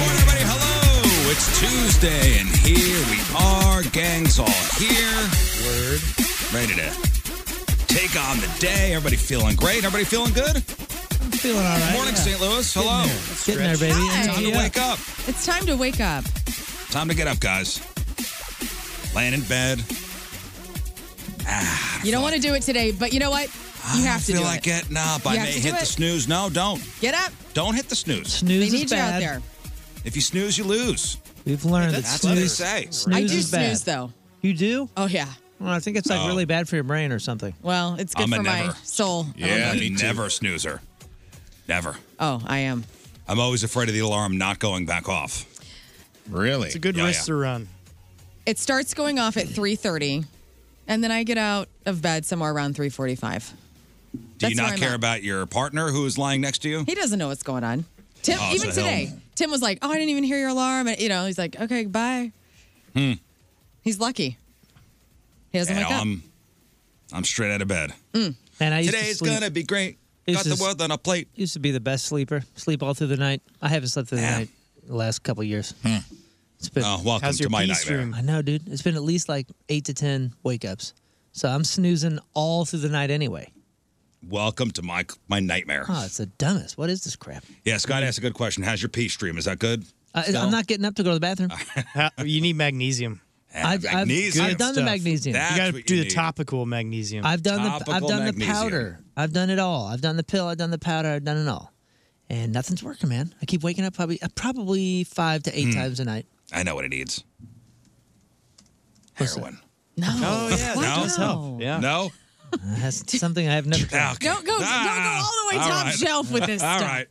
Hello, it's Tuesday, and here we are. Gang's all here. Word. Ready to take on the day. Everybody feeling great? Everybody feeling good? Feeling all right. Morning, yeah. St. Louis. Hello. Getting there, baby. Hi. Time to Yeah. wake up. It's time to wake up. Time to get up, guys. Laying in bed. Ah, You don't want to do it today, but you know what? You I have to feel do like it. getting up. You I have may to do hit the it. snooze. No, don't. Get up. Don't hit the snooze. They need you out there. If you snooze, you lose. We've learned that That's snooze, what they say. snooze I do is bad. snooze though. You do? Oh yeah. Well, I think it's like No. really bad for your brain or something. Well, it's good Oh. I'm a for my never. soul. I don't Yeah, know. never a snoozer. Never. Oh, I am. I'm always afraid of the alarm not going back off. Really? It's a good risk to run. It starts going off at 3:30, and then I get out of bed somewhere around 3:45. Do you That's where not I'm care at. about your partner who is lying next to you? He doesn't know what's going on. Tim, Oh, even so he'll- today, Tim was like, "Oh, I didn't even hear your alarm," and you know, he's like, "Okay, bye." Hmm. He's lucky. He doesn't Yeah, wake up. I'm, I'm straight out of bed. Mm. And I used to Today's sleep- gonna be great. used Got to the s- world on a plate. Used to be the best sleeper. Sleep all through the night. I haven't slept through the night the last couple of years. It's been. Oh, welcome How's your to my peace nightmare. room? I know, dude. It's been at least like eight to ten wake ups. So I'm snoozing all through the night anyway. Welcome to my my nightmare. Oh, it's the dumbest. What is this crap? Yeah, Scott asked a good question. How's your pee stream? Is that good? Uh, I, Still? I'm not getting up to go to the bathroom. Ha- you need magnesium. Ah, I've- I've- magnesium. I've done the Stuff. magnesium. That's you got to what do you the need. topical magnesium. I've done the I've done the powder. I've done it all. I've done the pill. I've done the powder. I've done it all, and nothing's working, man. I keep waking up probably uh, probably five to eight Hmm. times a night. I know what it needs. Heroin. No. Oh, yeah, that does help. Yeah. No. That's something I have never. Ah. Done. Don't go. don't go all the way top shelf with this All stuff. right.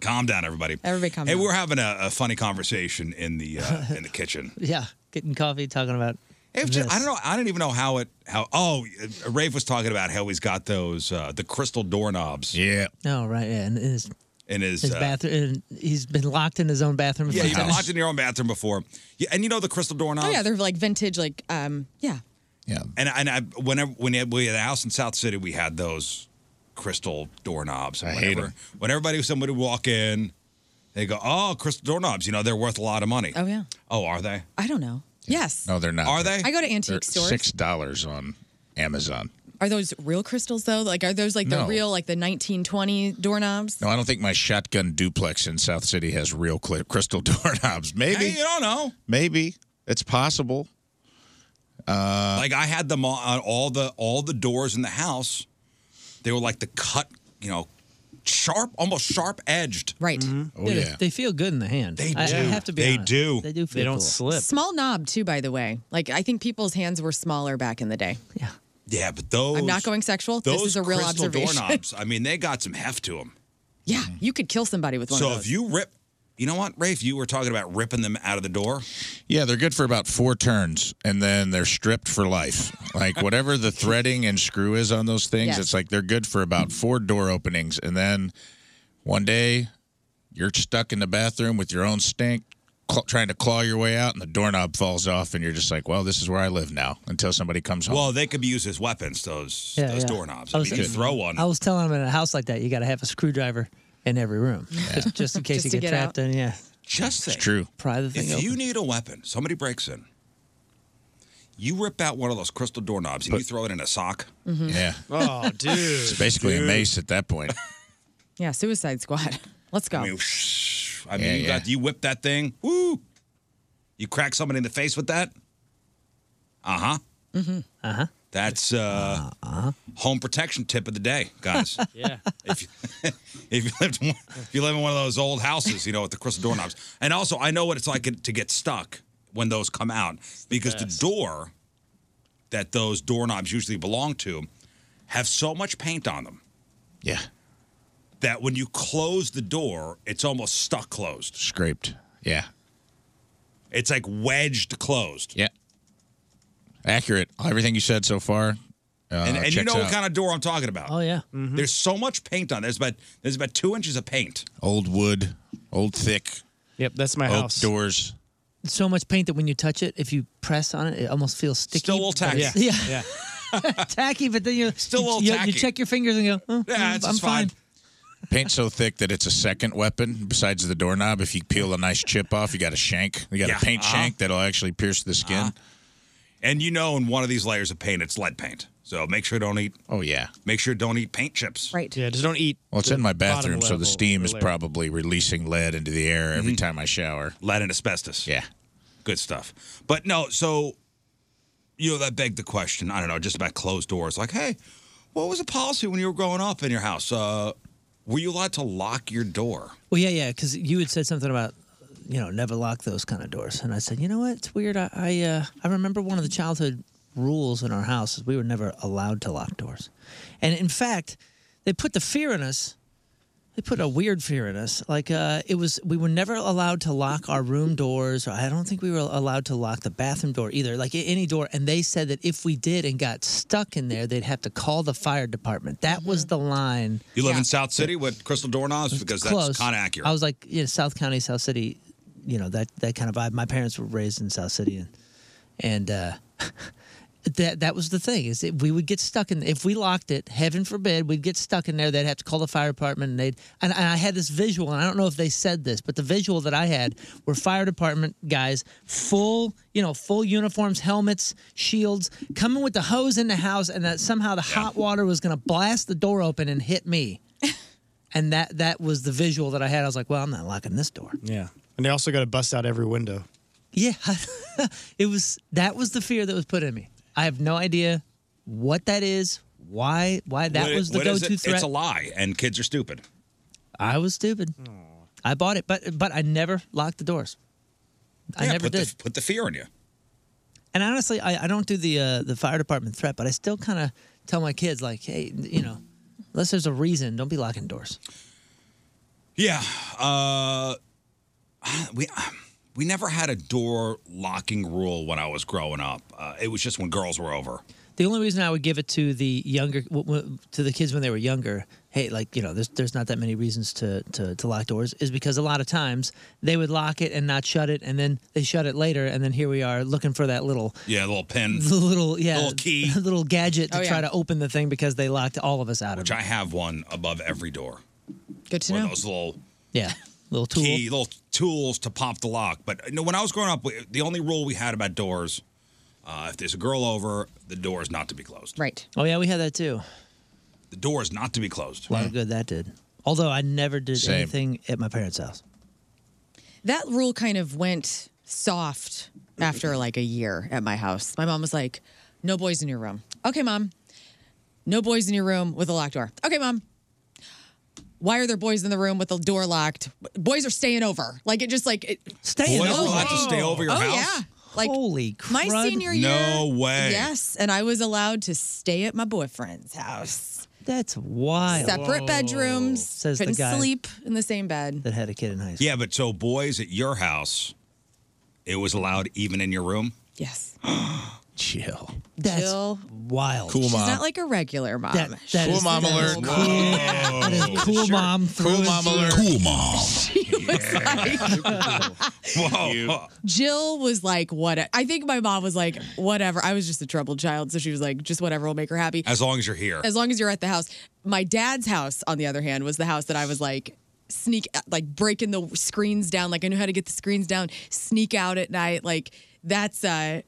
Calm down, everybody. Everybody calm hey, down. we're having a, a funny conversation in the uh, in the kitchen. Yeah, getting coffee, talking about. It was just, I don't know. I don't even know how it. How oh, uh, Rafe was talking about how he's got those uh, the crystal doorknobs. Yeah, No, right? Yeah, and his in his, his uh, bathroom. And he's been locked in his own bathroom. Yeah, for you've been years. locked in your own bathroom before. Yeah, and you know the crystal doorknobs. Oh yeah, they're like vintage, like um, yeah. Yeah. And and I whenever when we had a house in South City, we had those crystal doorknobs. I hate 'em. When everybody somebody would walk in, they go, "Oh, crystal doorknobs. You know they're worth a lot of money." Oh yeah. Oh, are they? I don't know. Yes. No, they're not. Are they? I go to antique They're stores. Six dollars on Amazon. Are those real crystals though? Like, are those like No. the real, like the 1920 doorknobs? No, I don't think my shotgun duplex in South City has real clear crystal doorknobs. Maybe. Hey, you don't know. Maybe. It's possible. Uh, like I had them all, on all the all the doors in the house. They were like the cut, you know, sharp, almost sharp edged. Right. Oh Yeah, they- yeah. They feel good in the hand. They I, I do. have to be They honest. do. They do feel They don't cool. slip. Small knob too, by the way. Like, I think people's hands were smaller back in the day. Yeah. Yeah, but those. I'm not going sexual. Those This is a real crystal observation. doorknobs. I mean, they got some heft to them. yeah, you could kill somebody with one So of those. if you rip, you know what, Rafe? You were talking about ripping them out of the door. Yeah, they're good for about four turns, and then they're stripped for life. Like whatever the threading and screw is on those things, Yeah. it's like they're good for about four door openings, and then one day you're stuck in the bathroom with your own stink, cl- trying to claw your way out, and the doorknob falls off, and you're just like, "Well, this is where I live now." Until somebody comes home. Well, they could be used as weapons. Those Yeah, those yeah. doorknobs. I I was- mean, you throw one. I was telling them in a house like that, you got to have a screwdriver in every room, just, just in case Just you to get get trapped. in. yeah, Just think, Pry the thing If open. you need a weapon, somebody breaks in. You rip out one of those crystal doorknobs and you throw it in a sock. Mhm. Yeah. Oh, dude. It's basically a Dude. mace at that point. yeah, Suicide Squad. Let's go. I mean, I mean Yeah, you got you whip that thing. Woo! You crack somebody in the face with that. Uh huh. Mm-hmm. Uh Uh-huh. huh. That's uh, home protection tip of the day, guys. Yeah. if you lived, in one- if you live in one of those old houses, you know, with the crystal doorknobs, and also I know what it's like to get stuck when those come out because the, door that those doorknobs usually belong to have so much paint on them. Yeah. That when you close the door, it's almost stuck closed. Scraped. Yeah. It's like wedged closed. Yeah. Accurate. Everything you said so far. Uh, and and you checks know what out. Mm-hmm. kind of door I'm talking about. Oh yeah. There's so much paint on. it. There's about there's about two inches of paint. old wood, old thick. Yep, that's oak doors. So much paint that when you touch it, if you press on it, it almost feels sticky. Still a little but tacky. it's- Yeah. tacky, but then you still a little you, tacky. You check your fingers and go, oh, I'm, I'm fine. Paint so thick that it's a second weapon besides the doorknob. If you peel a nice chip off, you got a shank. You got Yeah. a paint Uh-huh. shank that'll actually pierce the skin. And you know, in one of these layers of paint, it's lead paint. So make sure don't eat. Oh yeah. Make sure don't eat paint chips. Right. Yeah, just don't eat. Well, it's in my bathroom, so the steam is layer. probably releasing lead into the air every time I shower. Lead and asbestos. Yeah. Good stuff. But no, so you know that begged the question. I don't know, just about closed doors. Like, hey, what was the policy when you were growing up in your house? Uh, were you allowed to lock your door? Well, yeah, yeah, because you had said something about, you know, never lock those kind of doors, and I said, you know what, it's weird. I I, uh, I remember one of the childhood rules in our house is we were never allowed to lock doors, and in fact, they put the fear in us. They put a weird fear in us. Like uh, it was, we were never allowed to lock our room doors. Or I don't think we were allowed to lock the bathroom door either. Like a- any door. And they said that if we did and got stuck in there, they'd have to call the fire department. That was the line. Mm-hmm. You live in South City with crystal doorknobs because that's Close. kind of accurate. I was like, yeah, South County, South City, you know that that kind of vibe. My parents were raised in South City, and and uh, that that was the thing is that we would get stuck in if we locked it. Heaven forbid, we'd get stuck in there. They'd have to call the fire department, and they'd and, and I had this visual, and I don't know if they said this, but the visual that I had were fire department guys, full you know full uniforms, helmets, shields, coming with the hose in the house, and that somehow the hot water was going to blast the door open and hit me. And that that was the visual that I had. I was like, well, I'm not locking this door. Yeah. And they also got to bust out every window. Yeah. it was that was the fear that was put in me. I have no idea what that is, why why that What- was the what is go-to it? threat. It's a lie, and kids are stupid. I was stupid. I bought it, but but I never locked the doors. I Yeah, never put did. The, put the fear in you. and honestly, I, I don't do the uh, the fire department threat, but I still kind of tell my kids like, hey, you know, unless there's a reason, don't be locking doors. Yeah. Uh, we we never had a door locking rule when I was growing up. Uh, it was just when girls were over. The only reason I would give it to the younger w- w- to the kids when they were younger, hey, like you know, there's there's not that many reasons to, to to lock doors, is because a lot of times they would lock it and not shut it, and then they shut it later, and then here we are looking for that little Yeah, the little pin. the little yeah Little key. little gadget to Oh, yeah. try to open the thing because they locked all of us out Which of it. I have one above every door. Good to one know. Of those little yeah, little tool. key, little tools to pop the lock. But you know, when I was growing up, we- the only rule we had about doors Uh, if there's a girl over, the door is not to be closed. Right. Oh yeah, we had that too. The door is not to be closed. A lot of good that did. Although I never did Hmm. Same. anything at my parents' house. That rule kind of went soft after like a year at my house. My mom was like, no boys in your room. Okay, mom. No boys in your room with a locked door. Okay, mom. Why are there boys in the room with the door locked? Boys are staying over. Like it just like it, staying Boys are over? allowed to stay over your oh, house? yeah. Like holy My crud. senior year. No way. Yes, and I was allowed to stay at my boyfriend's house. That's wild. Separate bedrooms. Says the couldn't guy- sleep in the same bed. that had a kid in high school. Yeah, but so boys at your house, it was allowed even in your room. Yes. Chill. That's Jill. wild. Cool She's mom. not like a regular mom. That- that Cool is- mom that is alert. cool. Cool. That is cool mom. Cool mom alert. Cool mom. Whoa. Jill was like, what? I think my mom was like, whatever. I was just a troubled child. So she was like, just whatever will make her happy. As long as you're here. As long as you're at the house. My dad's house, on the other hand, was the house that I was like, sneak, like breaking the screens down. Like I knew how to get the screens down, sneak out at night. Like that's, uh,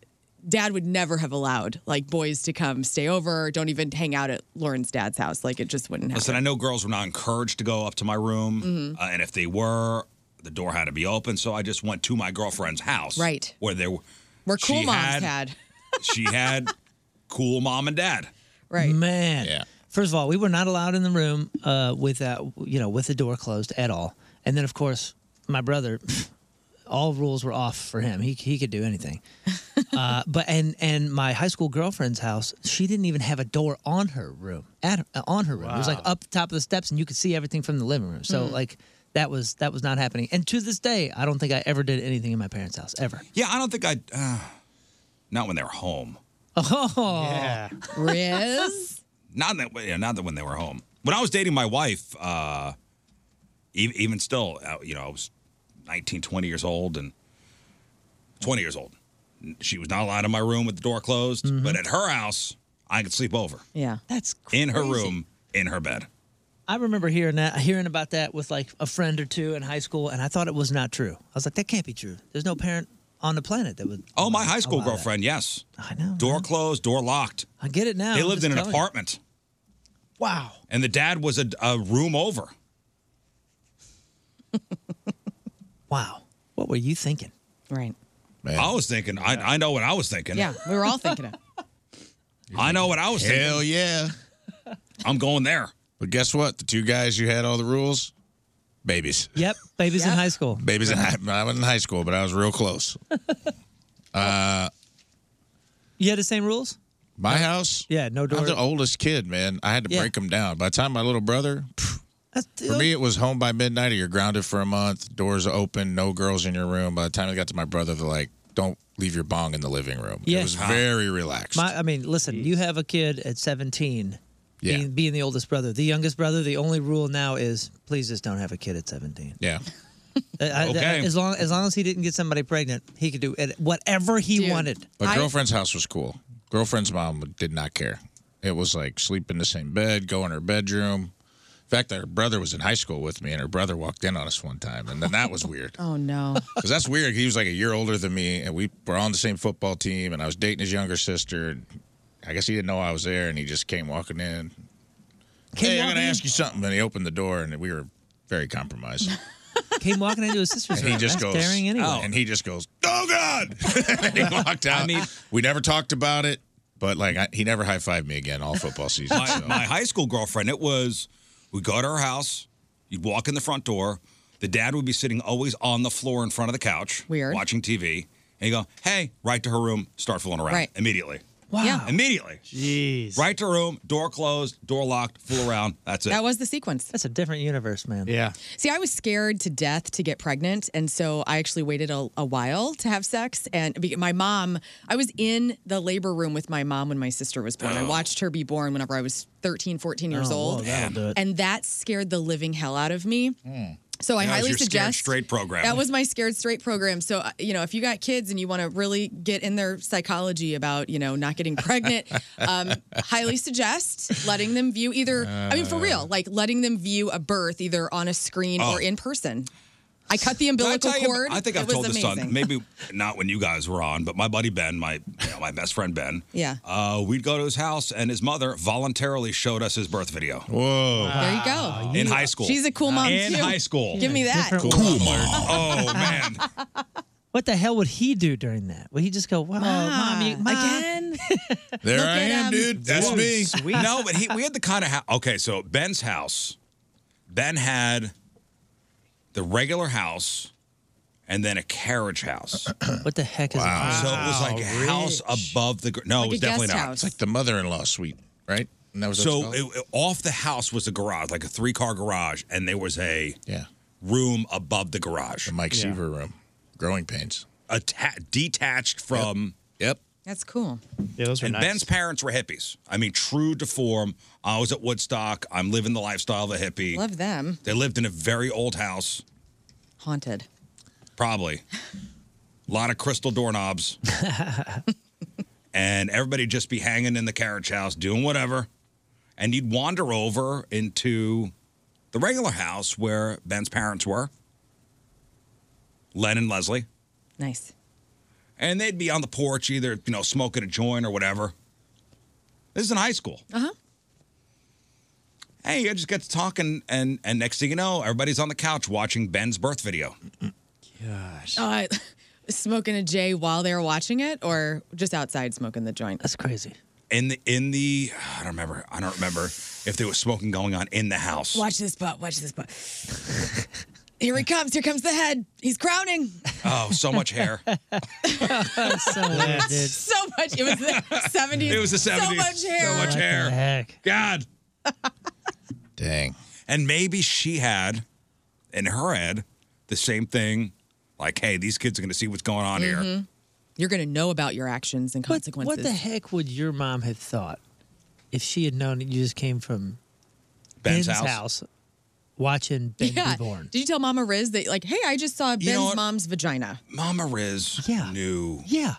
dad would never have allowed like boys to come stay over. Don't even hang out at Lauren's dad's house. Like it just wouldn't happen. Listen, I know girls were not encouraged to go up to my room, Mhm. uh, and if they were, the door had to be open. So I just went to my girlfriend's house, Right. Where there, Where cool she moms had- had. she had cool mom and dad. Right. Man. First of all, we were not allowed in the room uh, with that, you know, with the door closed at all. And then, of course, my brother, all rules were off for him. He he could do anything. uh, but and and my high school girlfriend's house, she didn't even have a door on her room at uh, on her room. It was like Wow. up the top of the steps, and you could see everything from the living room. So Mm. like that was that was not happening. And to this day, I don't think I ever did anything in my parents' house ever. Yeah, I don't think I. Uh, not when they were home. Oh Yeah. Riz. Not that. Yeah, not that when they were home. When I was dating my wife, uh, even, even still, uh, you know, I was 19, 20 years old, and 20 years old. She was not allowed in my room with the door closed, but at her house, I could sleep over. Yeah. Mm-hmm. That's in her crazy. room, in her bed. I remember hearing that, hearing about that with like a friend or two in high school, and I thought it was not true. I was like, that can't be true. There's no parent on the planet that would. Oh, my high school allow that. girlfriend, yes. I know. Door closed, door locked. I get it now. they I'm lived just in an telling you. apartment, Wow. and the dad was a, a room over. Wow. What were you thinking? Right. I was thinking, I, I know what I was thinking. Yeah. We were all thinking it. I know what I was thinking. Hell yeah. I'm going there. But guess what? The two guys you had all the rules, babies. Yep. Babies in high school. Babies in high, I wasn't in high school, but I was real close. uh, You had the same rules? my house? Yeah, no door. I'm the oldest kid, man. I had to Yeah. break them down. By the time my little brother, phew, for me, it was home by midnight or you're grounded for a month, doors are open, no girls in your room. By the time it got to my brother, they're like, don't leave your bong in the living room. Yeah. It was Wow. very relaxed. My, I mean, listen, you have a kid at 17. Mm. Yeah. Being, being the oldest brother, the youngest brother, the only rule now is please just don't have a kid at 17. Yeah. Uh, I- I- Okay. as long as long as he didn't get somebody pregnant, he could do it, whatever he wanted. But girlfriend's house was cool. Girlfriend's mom did not care. It was like sleep in the same bed, go in her bedroom. In fact, her brother was in high school with me, and her brother walked in on us one time, and then that was weird. Oh no. Because that's weird. He was like a year older than me, and we were on the same football team, and I was dating his younger sister. And I guess he didn't know I was there, and he just came walking in. hey, I'm going to ask you something. And he opened the door, and we were very compromised. Came walking into his sister's And room. he just That's goes, Oh. daring anyway. and he just goes, oh God! and he walked out. I mean, we never talked about it, but like I, he never high fived me again all football season. my, so. my high school girlfriend, it was we go to her house, you'd walk in the front door, the dad would be sitting always on the floor in front of the couch, Weird. watching TV, and you go, hey, right to her room, start fooling around Right. immediately. Wow. Yeah. Immediately. Jeez. Right to her room, door closed, door locked, fool around. That's it. That was the sequence. That's a different universe, man. Yeah. See, I was scared to death to get pregnant, and so I actually waited a, a while to have sex. And be- my mom, I was in the labor room with my mom when my sister was born. I watched her be born whenever I was 13, 14 years Oh, whoa, old, that'll do it. and that scared the living hell out of me. Hmm. So I That was highly your scared suggest straight program. That was my scared straight program. So uh, you know, if you got kids and you want to really get in their psychology about you know not getting pregnant, um, highly suggest letting them view either. I mean, for real, like letting them view a birth either on a screen Oh. or in person. I cut the Did I umbilical tell you- cord. I think It I've was told this amazing. on maybe not when you guys were on, but my buddy Ben, my you know, my best friend Ben. Yeah. Uh, we'd go to his house, and his mother voluntarily showed us his birth video. Whoa! There you go. Ah, In high school, She's a cool mom In too. high school, Give me that. Cool, mom. Oh man, What the hell would he do during that? Would he just go, "Wow, mom, you, mom. again?" There Look I at am, him. dude. That's Whoa, me. sweet. No, but he, we had the kind of house. Okay, so Ben's house. Ben had the regular house, and then a carriage house. What the heck is So it was like a house above the. gr- No, Like it was a definitely guest not. house. It's like the mother-in-law suite, right? And that was what it's so called? it, it- off the house was a garage, like a three-car garage, and there was a Yeah. room above the garage, the Mike Yeah. Seaver room, growing pains, Atta- detached from. Yep. That's cool. Yeah, those were and nice. Ben's parents were hippies. I mean, true to form. I was at Woodstock. I'm living the lifestyle of a hippie. Love them. They lived in a very old house, Mm-hmm. Haunted. probably. A lot of crystal doorknobs. and everybody just be hanging in the carriage house, doing whatever. And you'd wander over into the regular house where Ben's parents were, Len and Leslie. Nice. And they'd be on the porch, either, you know, smoking a joint or whatever. This is in high school. Uh huh. Hey, I just got to talking, and and next thing you know, everybody's on the couch watching Ben's birth video. Oh, I, smoking a J while they were watching it, or just outside smoking the joint. That's crazy. in the in the I don't remember I don't remember if there was smoking going on in the house. Watch this butt. Watch this butt. Here he comes. Here comes the head. He's crowning. Oh, so much hair. so bad, dude. so much. It was the seventies. It was the seventies. So much hair. So much hair. God. Dang. And maybe she had in her head the same thing, like, hey, these kids are going to see what's going on here. Mhm. You're gonna know about your actions and consequences. What the heck would your mom have thought if she had known that you just came from Ben's Ben's, house? house. watching Ben Yeah. be born? Did you tell Mama Riz that like, hey, I just saw Ben's You know what? mom's vagina? Mama Riz knew Yeah.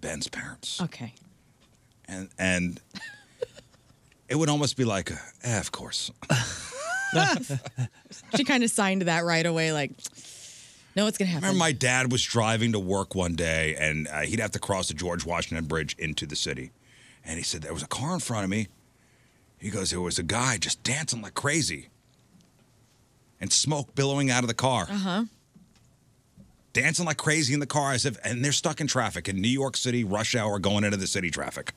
Ben's parents, Okay. and and it would almost be like, eh, of course. she kind of signed that right away. Like, no, it's gonna I happen. remember my dad was driving to work one day and uh, he'd have to cross the George Washington Bridge into the city. And he said, There was a car in front of me. He goes, There was a guy just dancing like crazy and smoke billowing out of the car, Uh huh. dancing like crazy in the car as if, and they're stuck in traffic in New York City rush hour going into the city traffic.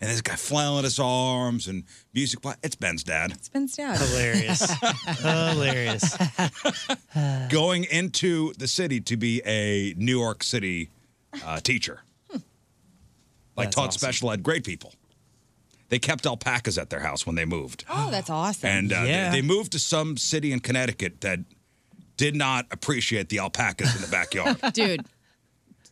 And this guy flailing his arms and music. pla- It's Ben's dad. It's Ben's dad. Hilarious. Hilarious. going into the city to be a New York City uh, teacher. Like That's taught awesome. special ed grade people. They kept alpacas at their house when they moved. oh, that's awesome. And uh, yeah. they, they moved to some city in Connecticut that did not appreciate the alpacas in the backyard. Dude.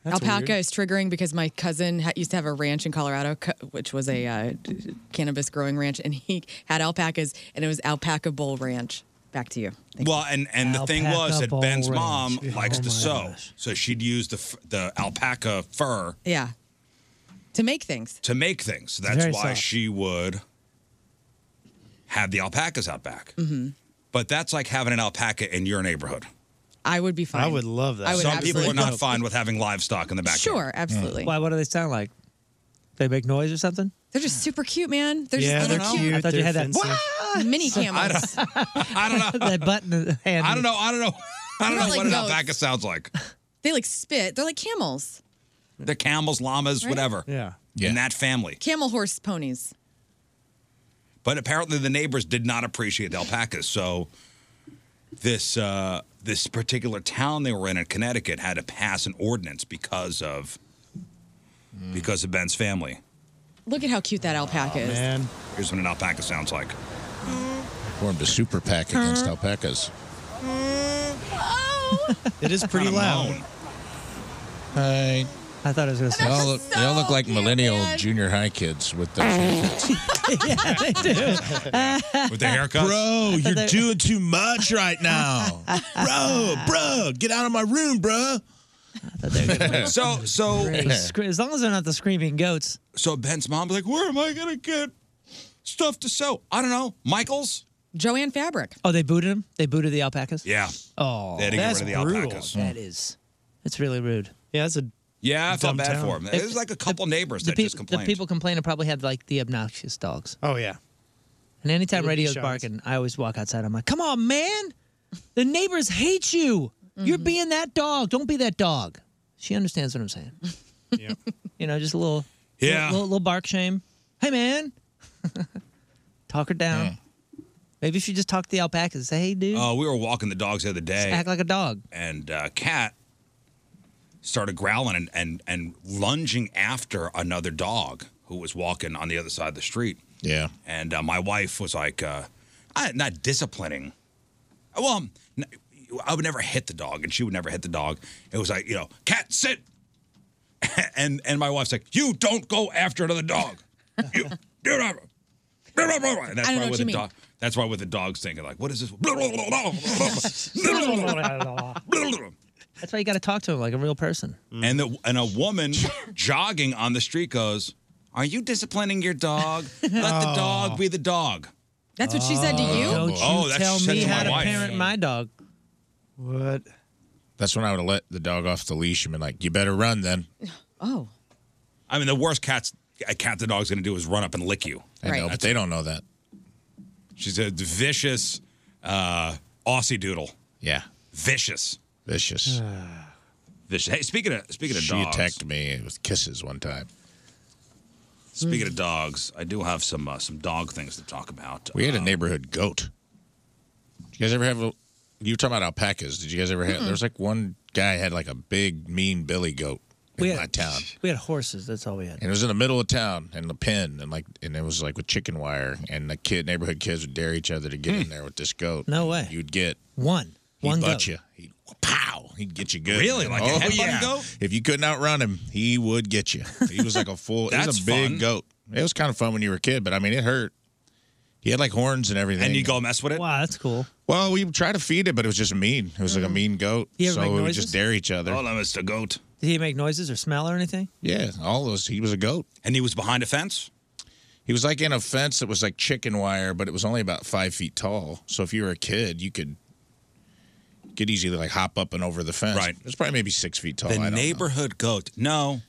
That's alpaca weird. is triggering because my cousin ha- used to have a ranch in Colorado, co- which was a uh, d- cannabis growing ranch, and he had alpacas, and it was Alpaca Bull Ranch. Back to you. Well, and and the thing was Alpaca that bowl Ben's ranch. mom Yeah. likes Oh to my sew, so she'd use the f- the alpaca fur Yeah. To make things. to make things. That's Very why soft. she would have the alpacas out back. hmm But that's like having an alpaca in your neighborhood. I would be fine. I would Some people absolutely are not love- fine with having livestock in the backyard. Sure, absolutely. Why? What do they sound like? They make noise or something? They're just super cute, man. They're Yeah, just they're little cute, I thought you had they're that- fancy. Ah, mini camels. I don't know. that button hand. I don't know. I don't know. I don't Not know like what an goats. alpaca sounds like. They like spit. They're like camels. They're camels, llamas, Right. whatever. Yeah. In that family. Camel horse ponies. But apparently the neighbors did not appreciate the alpacas. So this uh, this particular town they were in in Connecticut had to pass an ordinance because of because of Ben's family. Look at how cute that alpaca is. Here's what an alpaca sounds like. Formed a super pack against alpacas. Oh. It is pretty Kinda loud. Hi. I thought it was going to They all look, they all look like millennial man. junior high kids with the yeah, they do. With their haircuts. Bro, They're- you're doing too much right now. Bro, bro, get out of my room, bro. Oh, so, so Scre- as long as they're not the screaming goats. So Ben's mom was like, "Where am I gonna get stuff to sew? I don't know, Michaels." Joanne Fabric. Oh, they booted him. They booted the alpacas. Yeah. Oh, They had to get that's rid of the brutal. alpacas. That is. It's really rude. Yeah, that's a. Yeah, I Dumb felt bad town. for him. If- It was like a couple neighbors The, that peop- just the complained. people complaining probably had like the obnoxious dogs. Oh yeah. And anytime They would be radio's shots. barking, I always walk outside. I'm like, "Come on, man! The neighbors hate you. You're being that dog. Don't be that dog." She understands what I'm saying. Yeah. you know, just a little, Yeah. little, little bark shame. Hey, man. Talk her down. Mm. Maybe if you just talk to the alpacas, and say, "Hey, dude, Uh, we were walking the dogs the other day. act like a dog." and uh, cat started growling and, and and lunging after another dog who was walking on the other side of the street. Yeah. And uh, my wife was like, uh, I, not disciplining. Well, n- I would never hit the dog, and she would never hit the dog. It was like, you know, cat sit. and and my wife's like, you don't go after another dog. You do not. And that's I don't know why what with you the mean. Mm. dog. That's why with the dogs thinking like, what is this? That's why you got to talk to him like a real person. And the, and a woman jogging on the street goes, "Are you disciplining your dog? Let the Oh. dog be the dog." That's what she said to you? Uh, Don't you Oh, that's tell she said me to my how to wife. parent my dog. What? That's when I would have let the dog off the leash and been like, "You better run then." Oh. I mean, the worst cat's a cat the dog's going to do is run up and lick you. I know, Right. but they don't know that. She's a vicious uh, Aussie doodle. Yeah. Vicious. Vicious. Vicious. Hey, speaking of speaking of she dogs, attacked me with kisses one time. speaking of dogs, I do have some uh, some dog things to talk about. Uh, We had a neighborhood goat. Did you guys ever have a? You were talking about alpacas. Did you guys ever have? Mm-mm. There was like one guy had like a big mean billy goat in We had- my town, We had horses. That's all we had. and it was in the middle of town in the pen, and like and it was like with chicken wire, and the kid neighborhood kids would dare each other to get in there with this goat. Mm. No way. You'd get One. He'd One butt goat. you. He'd pow. He'd get you good. Oh, Really? Like a headbutting goat? If you couldn't outrun him, he would get you. He was like a full. it was That's a big fun. goat. It was kind of fun when you were a kid, but I mean, it hurt. He had like horns and everything. And you go mess with it? Wow, that's cool. Mm-hmm. Well, we tried to feed it, but it was just mean. It was like a mean goat. He ever so make we would noises? just dare each other. Hold on, Mr. Goat. Did he make noises or smell or anything? Yeah, all those. He was a goat. And he was behind a fence? He was like in a fence that was like chicken wire, but it was only about five feet tall. So if you were a kid, you could could easily like hop up and over the fence. Right. It's probably maybe six feet tall. I the don't know. neighborhood goat. No,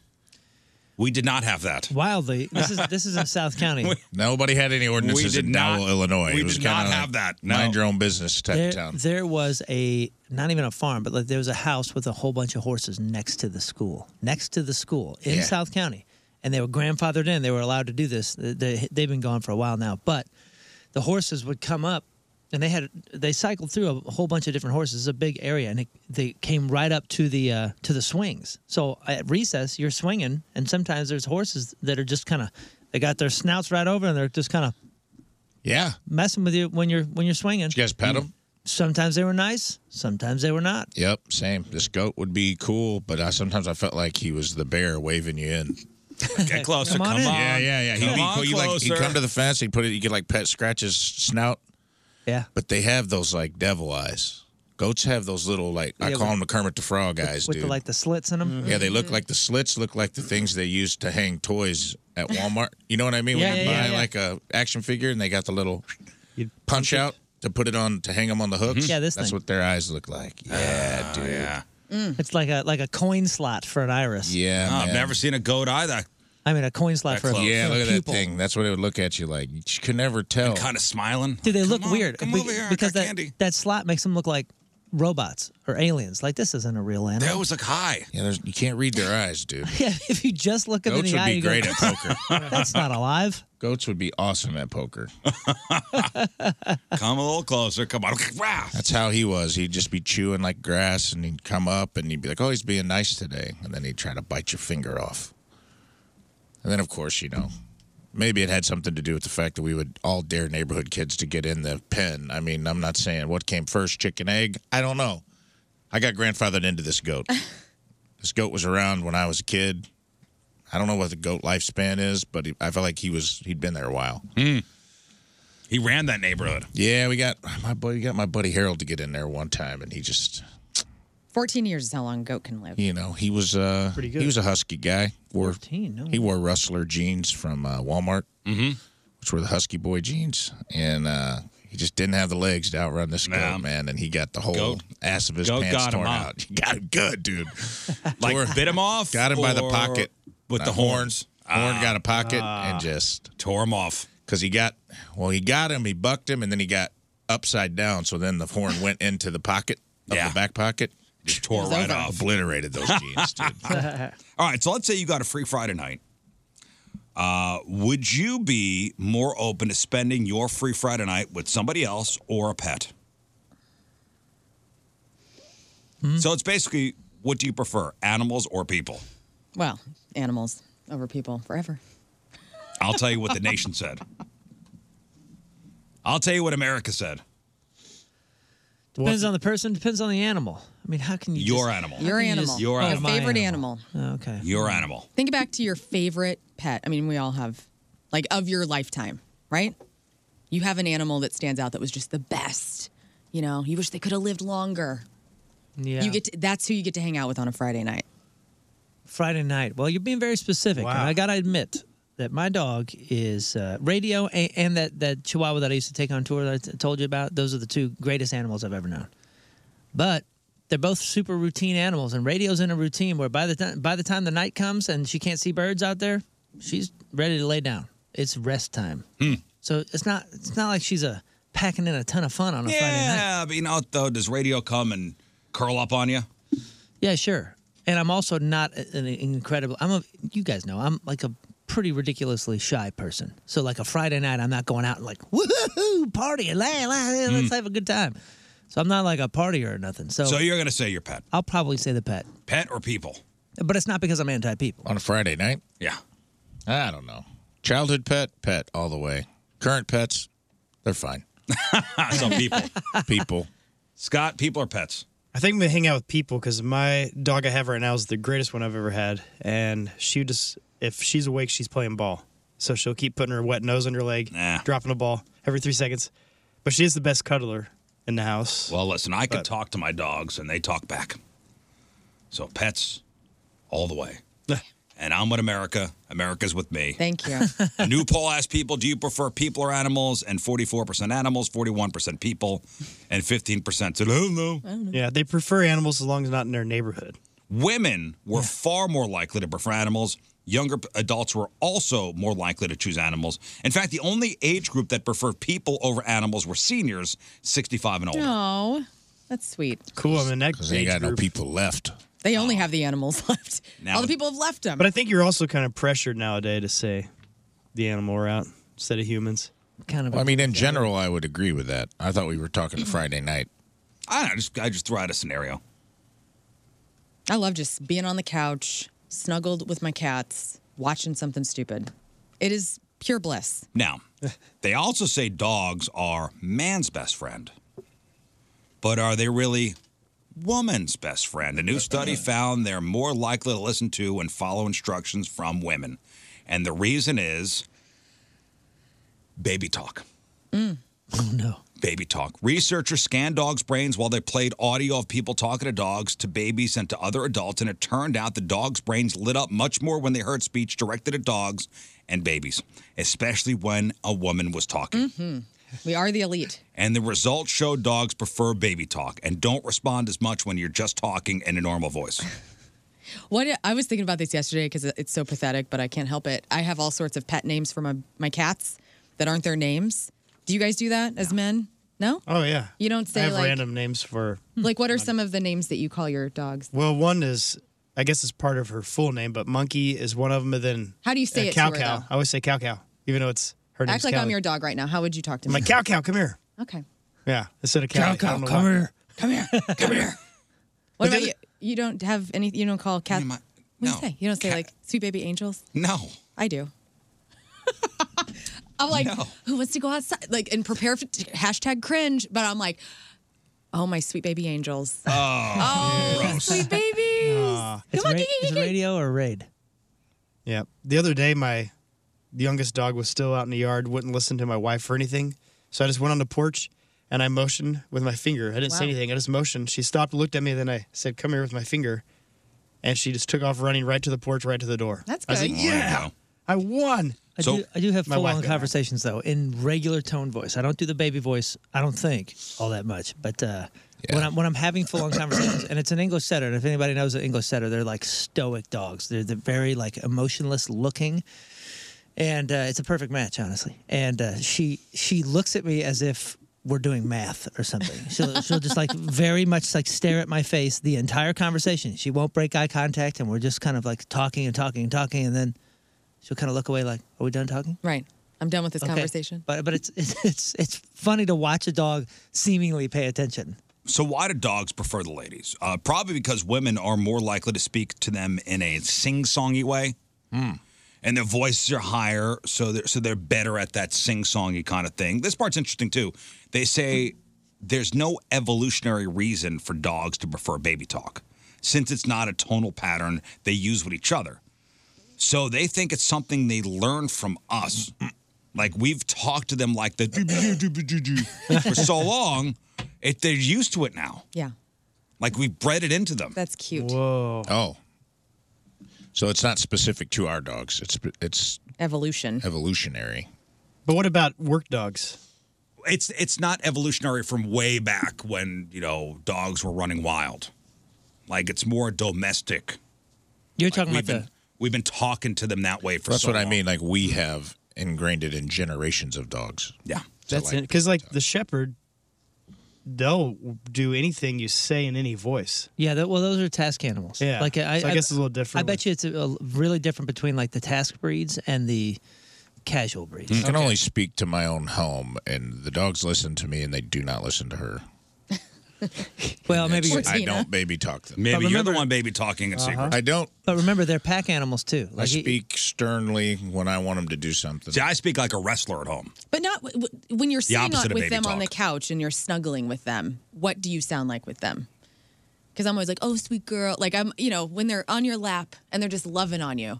we did not have that. Wildly. This is this is in South County. Nobody had any ordinances We did in Dowell, not- Illinois. we it was did not kinda have that, no. Mind your own business type there, of town. there was a not even a farm, but like there was a house with a whole bunch of horses next to the school, next to the school in Yeah. South County, and they were grandfathered in. They were allowed to do this. They, they've been gone for a while now, but the horses would come up, and they had they cycled through a whole bunch of different horses. It's a big area, and it, they came right up to the uh, to the swings. So at recess, you're swinging, and sometimes there's horses that are just kind of they got their snouts right over, and they're just kind of yeah messing with you when you're when you're swinging. you guys pet 'em? Sometimes they were nice, sometimes they were not. Yep, same. This goat would be cool, but I, sometimes I felt like he was the bear waving you in. Get closer. Come on in. Yeah, yeah, yeah. He'd Come be on cool. You like he'd closer. come to the fence. He'd put it. You could like pet scratches snout. Yeah. But they have those like devil eyes. Goats have those little like I Yeah, call with- them the Kermit the Frog eyes, with dude. the like Mm-hmm. the slits in Mm-hmm. them. yeah, they look like the slits. Look like the things they use to hang toys at Walmart. You know what I mean? Yeah, when you yeah, buy yeah, yeah. like a action figure and they got the little punch out to put it on to hang them on the hooks. Mm-hmm. Yeah, this that's thing. what their eyes look like. Yeah, Ah, dude. Yeah, Mm. It's like a like a coin slot for an iris. yeah. No, I've man. never seen a goat either. I mean a coin slot for a, yeah, for a look at pupil. that thing. That's what it would look at you like. You could never tell. Kind of smiling. Do they look weird? Be- because that that slot makes them look like robots or aliens. Like this isn't a real animal. That was like high. Yeah, there's, you can't read their eyes, dude. yeah, if you just look them in Goats the would eye, be you go, great at poker. That's not alive. Goats would be awesome at poker. Come a little closer. Come on. Wow. That's how he was. He'd just be chewing like grass, and he'd come up and he'd be like, "Oh, he's being nice today," and then he'd try to bite your finger off. And then, of course, you know, maybe it had something to do with the fact that we would all dare neighborhood kids to get in the pen. I mean, I'm not saying what came first, chicken egg. I don't know. I got grandfathered into this goat. this goat was around when I was a kid. I don't know what the goat lifespan is, but he, I felt like he was he'd been there a while. He ran that neighborhood. Yeah, we got my buddy we got my buddy Harold to get in there one time, and he just 14 years is how long a goat can live. you know he was uh Pretty good. he was a husky guy. Wore, 14, no. He wore rustler jeans from uh, Walmart, mm-hmm. which were the husky boy jeans, and uh, He just didn't have the legs to outrun this goat, man, and he got the whole Goat- ass of his goat pants got him torn up. out. Got him good, dude. Like, Tore- bit him off Got him by the or pocket with the horns? Horn Ah. got a pocket Ah. and just tore him off because he got well, he got him, he bucked him, and then he got upside down. So then the horn went into the pocket of the back pocket, just tore It was right over. off. obliterated those jeans, dude. All right, so let's say you got a free Friday night. Uh, would you be more open to spending your free Friday night with somebody else or a pet? Hmm? So it's basically what do you prefer, animals or people? Well, animals over people forever. I'll tell you what the nation said. I'll tell you what America said. Depends on the person. Depends on the animal. I mean, how can you? Your just- animal. how Your can you animal. just- Your Oh, animal. my Favorite animal. Oh, animal. Okay. Your animal. Think back to your favorite pet. I mean, we all have, like, of your lifetime, right? You have an animal that stands out that was just the best. You know, you wish they could have lived longer. Yeah. You get to, that's who you get to hang out with on a Friday night. Friday night. Well, you're being very specific. And I got to admit that my dog is uh, radio and, and that, that Chihuahua that I used to take on tour that I t- told you about. Those are the two greatest animals I've ever known. But they're both super routine animals, and radio's in a routine where by the time by the time the night comes and she can't see birds out there, she's ready to lay down. It's rest time. So it's not it's not like she's a packing in a ton of fun on a Friday night. Yeah, but you know, though, does radio come and curl up on you? Yeah, sure. And I'm also not an incredible. I'm a. You guys know I'm like a pretty ridiculously shy person. So like a Friday night, I'm not going out and like woohoo party, la, la, la, Hmm. let's have a good time. So I'm not like a partier or nothing. So, So, you're going to say your pet. I'll probably say the pet, Pet or people? but it's not because I'm anti-people. on a Friday night. Yeah. I don't know. Childhood pet, pet all the way. Current pets, they're fine. Some people. People. Scott, people or pets? I think I'm gonna hang out with people because my dog I have right now is the greatest one I've ever had, and she just if she's awake, she's playing ball. So she'll keep putting her wet nose on her leg, dropping a ball every three seconds. But she is the best cuddler in the house. Well, listen, I could talk to my dogs and they talk back. So pets, all the way. and I'm with America. America's with me. Thank you. A new poll asked people, do you prefer people or animals? And 44% animals, 41% people, and 15% said, oh, no. Mm-hmm. Yeah, they prefer animals as long as not in their neighborhood. Women were far more likely to prefer animals. Younger p- adults were also more likely to choose animals. In fact, the only age group that preferred people over animals were seniors, 65 and older. No, that's sweet. Cool. I mean, that Because ain't age got no group- people left. They only have the animals left. Now- all the people have left them. But I think you're also kind of pressured nowadays to say the animal route instead of humans. Kind of. I mean, in general, I would agree with that. I thought we were talking to Friday night. I don't know, just I just threw out a scenario. I love just being on the couch, snuggled with my cats, watching something stupid. It is pure bliss. Now, they also say dogs are man's best friend. But are they really woman's best friend? A new study found they're more likely to listen to and follow instructions from women. And the reason is baby talk. Oh no. Baby talk. Researchers scanned dogs' brains while they played audio of people talking to dogs, to babies, and to other adults, and it turned out the dogs' brains lit up much more when they heard speech directed at dogs and babies, especially when a woman was talking. hmm We are the elite. And the results show dogs prefer baby talk and don't respond as much when you're just talking in a normal voice. What I was thinking about this yesterday because it's so pathetic, but I can't help it. I have all sorts of pet names for my, my cats that aren't their names. Do you guys do that as men? No? Oh yeah. You don't I say have like random names for. like what are some of the names that you call your dogs? Well, one is I guess it's part of her full name, but monkey is one of them. And then How do you say uh, it to cow her, cow? though? I always say cow cow, even though it's her name's Act like I'm Callie. your dog right now. How would you talk to I'm me? like cow cow, come here. Okay. Yeah, instead of Cow cow cow, come here. What But about the you? You don't have any you don't call cats. What do you say? You don't say like sweet baby angels? No. I do. I'm like, who wants to go outside? Like, and prepare for hashtag cringe. But I'm like, oh, my sweet baby angels. Oh, sweet babies. It's, ra- it's radio or raid. Yeah. The other day, my youngest dog was still out in the yard, wouldn't listen to my wife or anything. So I just went on the porch and I motioned with my finger. I didn't Wow. say anything. I just motioned. She stopped, looked at me, then I said, "Come here" with my finger, and she just took off running right to the porch, right to the door. That's I was good. like, "Yeah." I won. I, do, I do have My full wife on got mad. conversations though in regular tone voice. I don't do the baby voice. I don't think all that much, but uh, when I'm when I'm having full on conversations, and it's an English setter, and if anybody knows an English setter, they're like stoic dogs. They're they're very like emotionless looking, and uh, it's a perfect match, honestly. And uh, she she looks at me as if we're doing math or something. She'll she'll just like very much like stare at my face the entire conversation. She won't break eye contact, and we're just kind of like talking and talking and talking, and then she'll kind of look away like, "Are we done talking?" Right. I'm done with this Okay. conversation. But but it's it's it's, it's funny to watch a dog seemingly pay attention. So, why do dogs prefer the ladies? Uh, probably because women are more likely to speak to them in a sing-songy way, Hmm. and their voices are higher, so they're so they're better at that sing-songy kind of thing. This part's interesting too. They say there's no evolutionary reason for dogs to prefer baby talk, since it's not a tonal pattern they use with each other. So they think it's something they learn from us. Like we've talked to them like the for so long, it, they're used to it now. Yeah. Like we bred it into them. That's cute. Whoa. Oh. So it's not specific to our dogs. It's it's Evolution. evolutionary. But what about work dogs? It's it's not evolutionary from way back when you know dogs were running wild. Like it's more domestic. You're talking about been, We've been talking to them that way for. That's so what I long. mean. Like we have ingrained it in generations of dogs. Yeah, That's it. Because like the shepherd, they'll do anything you say in any voice. Yeah, that, well, those are task animals. Yeah, like I, so I guess it's a little different I bet you it's a, a- really different between like the task breeds and the casual breeds. Hmm. I can only speak to my own home, and the dogs listen to me, and they do not listen to her. well, maybe It's- I don't baby talk them. Maybe you're the one baby talking in Uh-huh. secret. I don't. But remember, they're pack animals too. Like I Uh-huh. he- speak sternly when I want them to do something. See, I speak like a wrestler at home. But not w- w- when you're The sitting on, opposite of with baby them on the talk. couch and you're snuggling with them. What do you sound like with them? Because I'm always like, oh, sweet girl. Like, I'm, you know, when they're on your lap and they're just loving on you,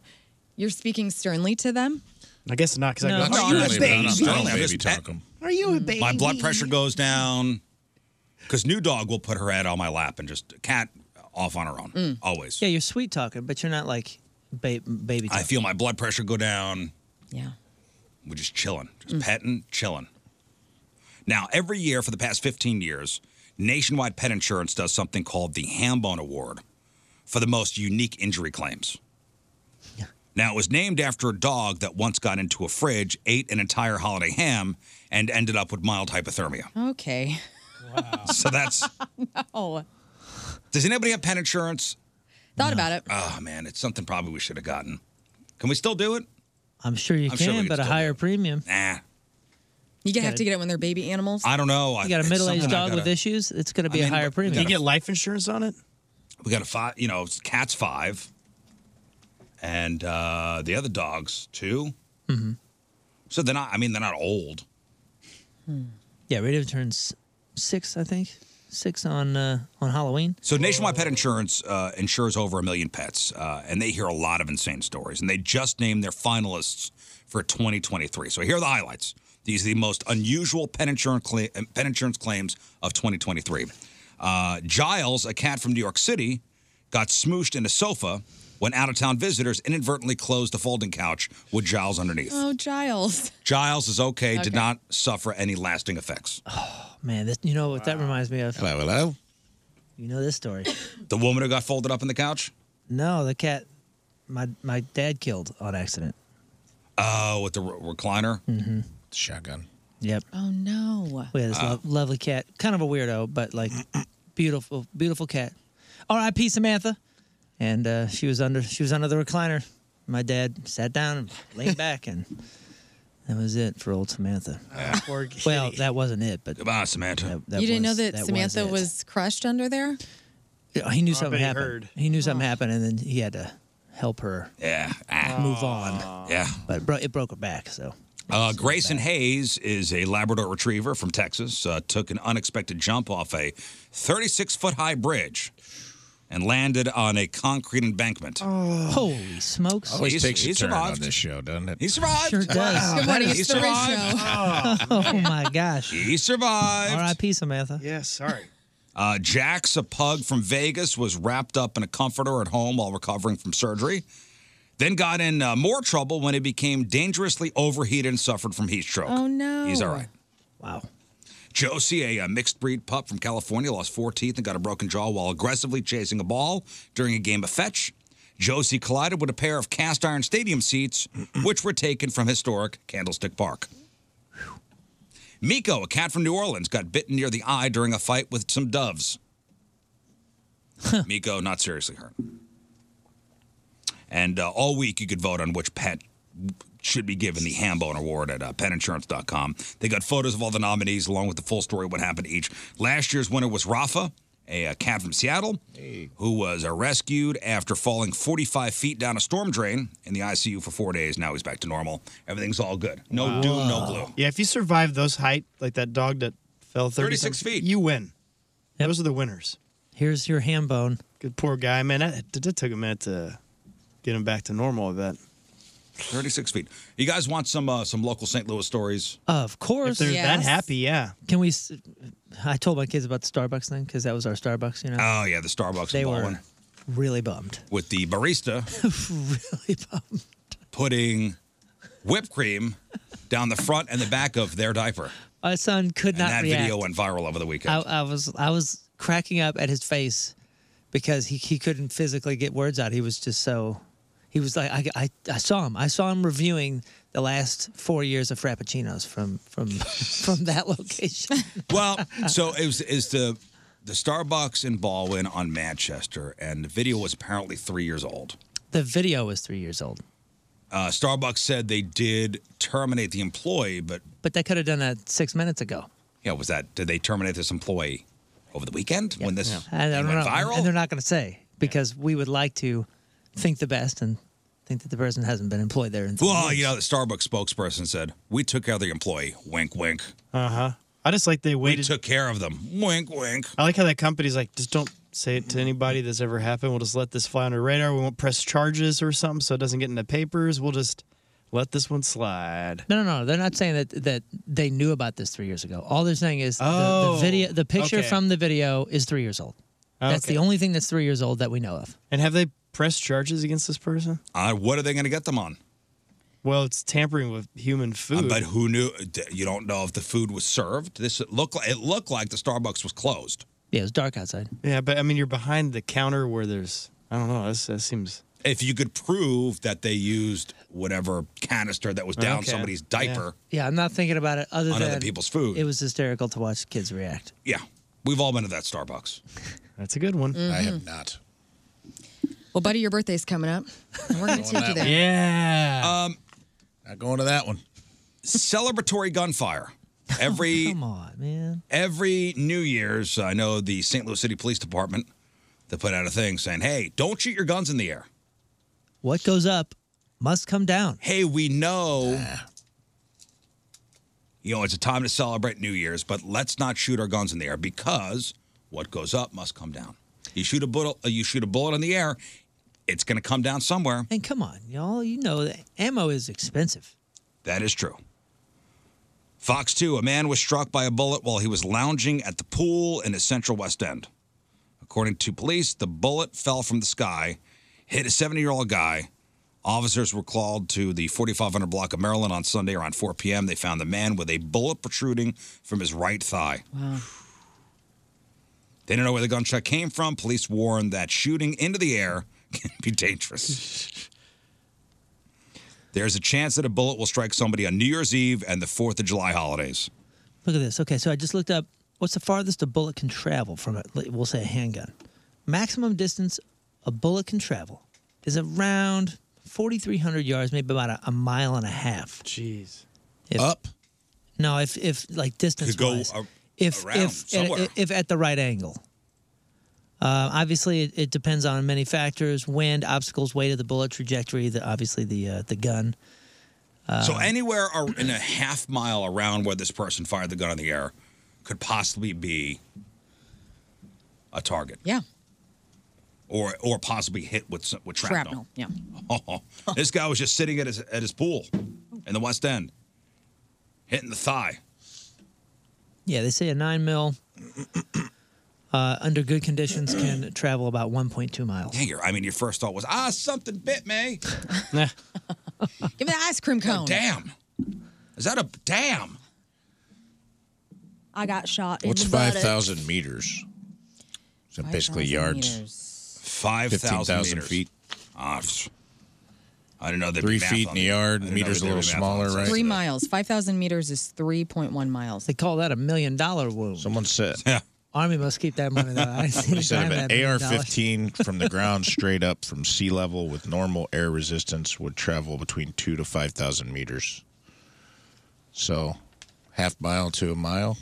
you're speaking sternly to them. I guess not because No. I Not go. Are Oh, you a baby? I baby baby talk them. Are you a My blood pressure goes down. Because new dog will put her head on my lap and just cat off on her own. Mm. Always. yeah, you're sweet talking, but you're not like ba- baby. I feel my blood pressure go down. Yeah. We're just chilling, just Mm. petting, chilling. Now, every year for the past 15 years, Nationwide Pet Insurance does something called the Hambone Award for the most unique injury claims. Now, it was named after a dog that once got into a fridge, ate an entire holiday ham, and ended up with mild hypothermia. Okay. So that's. no. Does anybody have pet insurance? Thought about it. Oh, man, it's something probably we should have gotten. Can we still do it? I'm sure you I'm can, sure we could but a still do higher premium. Nah. You Gotta- have to get it when they're baby animals. I don't know. I- You got a it's middle-aged something I dog with gotta- issues. It's going to I be mean, a higher but- premium. You get life insurance on it? We got a five, you know, cat's five, and uh, the other dogs 2 Mm-hmm. Mhm. So they're not. I mean, they're not old. Yeah, radio turns six, I think. Six on uh, on Halloween. So Nationwide Pet Insurance uh, insures over a million pets, uh, and they hear a lot of insane stories. And they just named their finalists for 2023. So here are the highlights. These are the most unusual pet insurance, cla- uh, pet insurance claims of 2023. Uh, Giles, a cat from New York City, got smooshed in a sofa when out-of-town visitors inadvertently closed the folding couch with Giles underneath. Oh, Giles. Giles is okay, did Okay. not suffer any lasting effects. Oh, Man, this, you know what that reminds me of? Hello, hello. You know this story. The woman who got folded up in the couch? no, the cat my my dad killed on accident. Oh, with the re- recliner? Mm-hmm. Shotgun. Yep. Oh, no. We had this lo- lovely cat, kind of a weirdo, but like beautiful, beautiful cat. R.I.P. Samantha. And uh, she was under she was under the recliner. My dad sat down and leaned back, and that was it for old Samantha. well, that wasn't it, but goodbye, Samantha. you didn't know that, Samantha was, crushed under there? Yeah, he Oh, I knew bet something he happened. heard. He knew Oh. something happened, and then he had to help her. Yeah. Ah. Move on. Yeah. But it, bro- it broke her back. Oh, So Uh, Grayson Hayes is a Labrador retriever from Texas. Uh, took an unexpected jump off a 36 foot high bridge and landed on a concrete Oh, embankment. Oh. holy smokes! Always He's- takes a he turn on survived. this show, doesn't it? He survived. Sure does. Wow. Good morning, He it's the Ray survived. Oh. my gosh! He survived. R.I.P. Samantha. Yeah, sorry. Uh, Jax, a pug from Vegas, was wrapped up in a comforter at home while recovering from surgery. Then got in uh, more trouble when he became dangerously overheated and suffered from heat stroke. Oh, no. He's all right. Wow. Josie, a, uh, mixed breed pup from California, lost four teeth and got a broken jaw while aggressively chasing a ball during a game of fetch. Josie collided with a pair of cast iron stadium seats, which were taken from historic Candlestick Park. Miko, a cat from New Orleans, got bitten near the eye during a fight with some doves. Miko, not seriously hurt. And uh, all week, you could vote on which pet should be given the Hambone Award at uh, petinsurance.com. They got photos of all the nominees along with the full story of what happened to each. Last year's winner was Rafa, a, uh cat from Seattle, who was uh, rescued after falling 45 feet down a storm drain in the ICU for four days. Now he's back to normal. Everything's all good. No Wow. doom, no gloom. Yeah, if you survive those height, like that dog that fell 30 36 feet, you win. Those are the winners. Here's your ham bone. Good poor guy, man. That, that took a minute to get him back to normal. I bet. 36 feet. You guys want some uh, some local St. Louis stories? Of course. If they're that Yes. happy, yeah. Can we? s- I told my kids about the Starbucks thing because that was our Starbucks, you know. Oh, yeah, the Starbucks They ball were one. really bummed. with the barista putting whipped cream down the front and the back of their diaper. My son could not and that react. video went viral over the weekend. I, I was I was cracking up at his face because he, he couldn't physically get words out. He was just so he was like I, I, I saw him I saw him reviewing the last four years of Frappuccinos from from from that location. well, so it was is the the Starbucks in Baldwin on Manchester, and the video was apparently three years old. The video was three years old, Uh, Starbucks said they did terminate the employee, but but they could have done that six minutes ago. yeah, was that did they terminate this employee over the weekend when this I don't thing know, went viral? and they're not going to say because we would like to think the best and think that the person hasn't been employed there. In three Well, years. you know, the Starbucks spokesperson said we took care of the employee. Wink, wink. Uh huh. I just like they waited. We took care of them. Wink, wink. I like how that company's like, just don't say it to anybody that's ever happened. We'll just let this fly under radar. We won't press charges or something so it doesn't get in the papers. We'll just let this one slide. No, no, no. They're not saying that that they knew about this three years ago. All they're saying is the, Oh, the video, the picture okay. from the video is three years old. That's Okay. the only thing that's three years old that we know of. And have they pressed charges against this person? Uh, what are they going to get them on? Well, it's tampering with human food. But who knew? You don't know if the food was served. This it looked like it looked like the Starbucks was closed. Yeah, it's dark outside. Yeah, but I mean, you're behind the counter where there's, I don't know, this, that seems. If you could prove that they used whatever canister that was down Okay. somebody's diaper, Yeah, I'm not thinking about it other On than other people's food. It was hysterical to watch kids react. yeah. we've all been to that Starbucks. That's a good one. Mm-hmm. I Mhm. have not. Well, buddy, your birthday's coming up. and We're going to take you there. Yeah. Um, not going to that one. Celebratory gunfire. Every Come on, man. Every New Year's, I know the St. Louis City Police Department, they put out a thing saying, hey, don't shoot your guns in the air. What goes up must come down. Hey, we know, you know, it's a time to celebrate New Year's, but let's not shoot our guns in the air because what goes up must come down. You shoot a bullet, you shoot a bullet in the air, it's going to come down somewhere. And come on, y'all. You know that ammo is expensive. That is true. Fox 2, a man was struck by a bullet while he was lounging at the pool in the central West End. According to police, the bullet fell from the sky, hit a 70 year old guy. Officers were called to the 4500 block of Maryland on Sunday around 4 p.m. They found the man with a bullet protruding from his right thigh. Wow. They didn't know where the gunshot came from. Police warned that shooting into the air can be dangerous. There's a chance that a bullet will strike somebody on New Year's Eve and the 4th of July holidays. Look at this. Okay, so I just looked up what's the farthest a bullet can travel from it. We'll say a handgun. Maximum distance a bullet can travel is around 4,300 yards, maybe about a, a mile and a half. Jeez. Up? No, if if like distance go wise, a- if around if somewhere. if at the right angle. Uh, obviously, it, it depends on many factors: wind, obstacles, weight of the bullet, trajectory, the obviously the uh, the gun. so Um, anywhere ar- in a half mile around where this person fired the gun in the air could possibly be a target. Yeah. Or or possibly hit with some, with Shrapnel. shrapnel. Yeah. this guy was just sitting at his at his pool in the West End, hitting the thigh. Yeah, they say a nine mil. uh, under good conditions, can travel about 1.2 miles. Yeah, your, I mean, your first thought was, ah, something bit me. Give me the ice cream cone. damn. Is that a damn? I got shot. in What's the five butt. thousand meters? So basically yards. Five thousand 15,000 feet. Ah, pfft. I don't know. there'd Three be math feet on in a it. yard, I didn't know meters a there'd little be math smaller, on it. right? Three miles. 5,000 meters is 3.1 miles. They call that a million dollar wound. Someone said. Yeah. Army must keep that money. Though. I ain't seen He a said dime of of that an million AR dollars. 15 from the ground straight up from sea level with normal air resistance would travel between two to 5,000 meters. So half mile to a mile.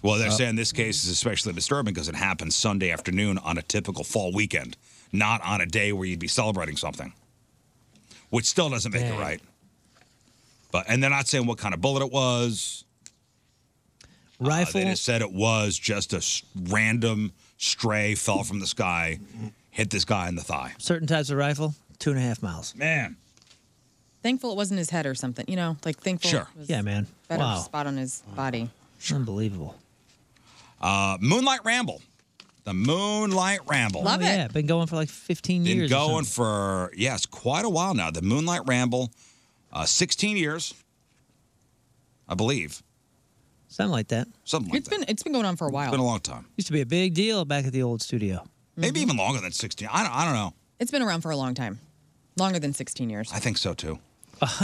Well, Uh, they're Up. saying this case is especially disturbing because it happened Sunday afternoon on a typical fall weekend, not on a day where you'd be celebrating something, which still doesn't make it right. But and they're not saying what kind of bullet it was. Uh, Rifle. they just said it was just a s- random stray fell from the sky, hit this guy in the thigh. Certain types of rifle, two and a half miles. Man. Thankful it wasn't his head or something. You know, like thankful. Sure. It was Yeah, man. Better Wow. spot on his body. Unbelievable. Uh, Moonlight Ramble, the Moonlight Ramble. Oh, Yeah, been going for like 15 Been years. or going something. for yes, quite a while now. The Moonlight Ramble, uh, sixteen years, I believe. Something like that. Something like It's been it's been going on for a that. while. It's been a long time, Used to be a big deal back at the old studio. maybe Mm-hmm. even longer than sixteen. I don't, I don't know. It's been around for a long time, longer than 16 years. I think so too.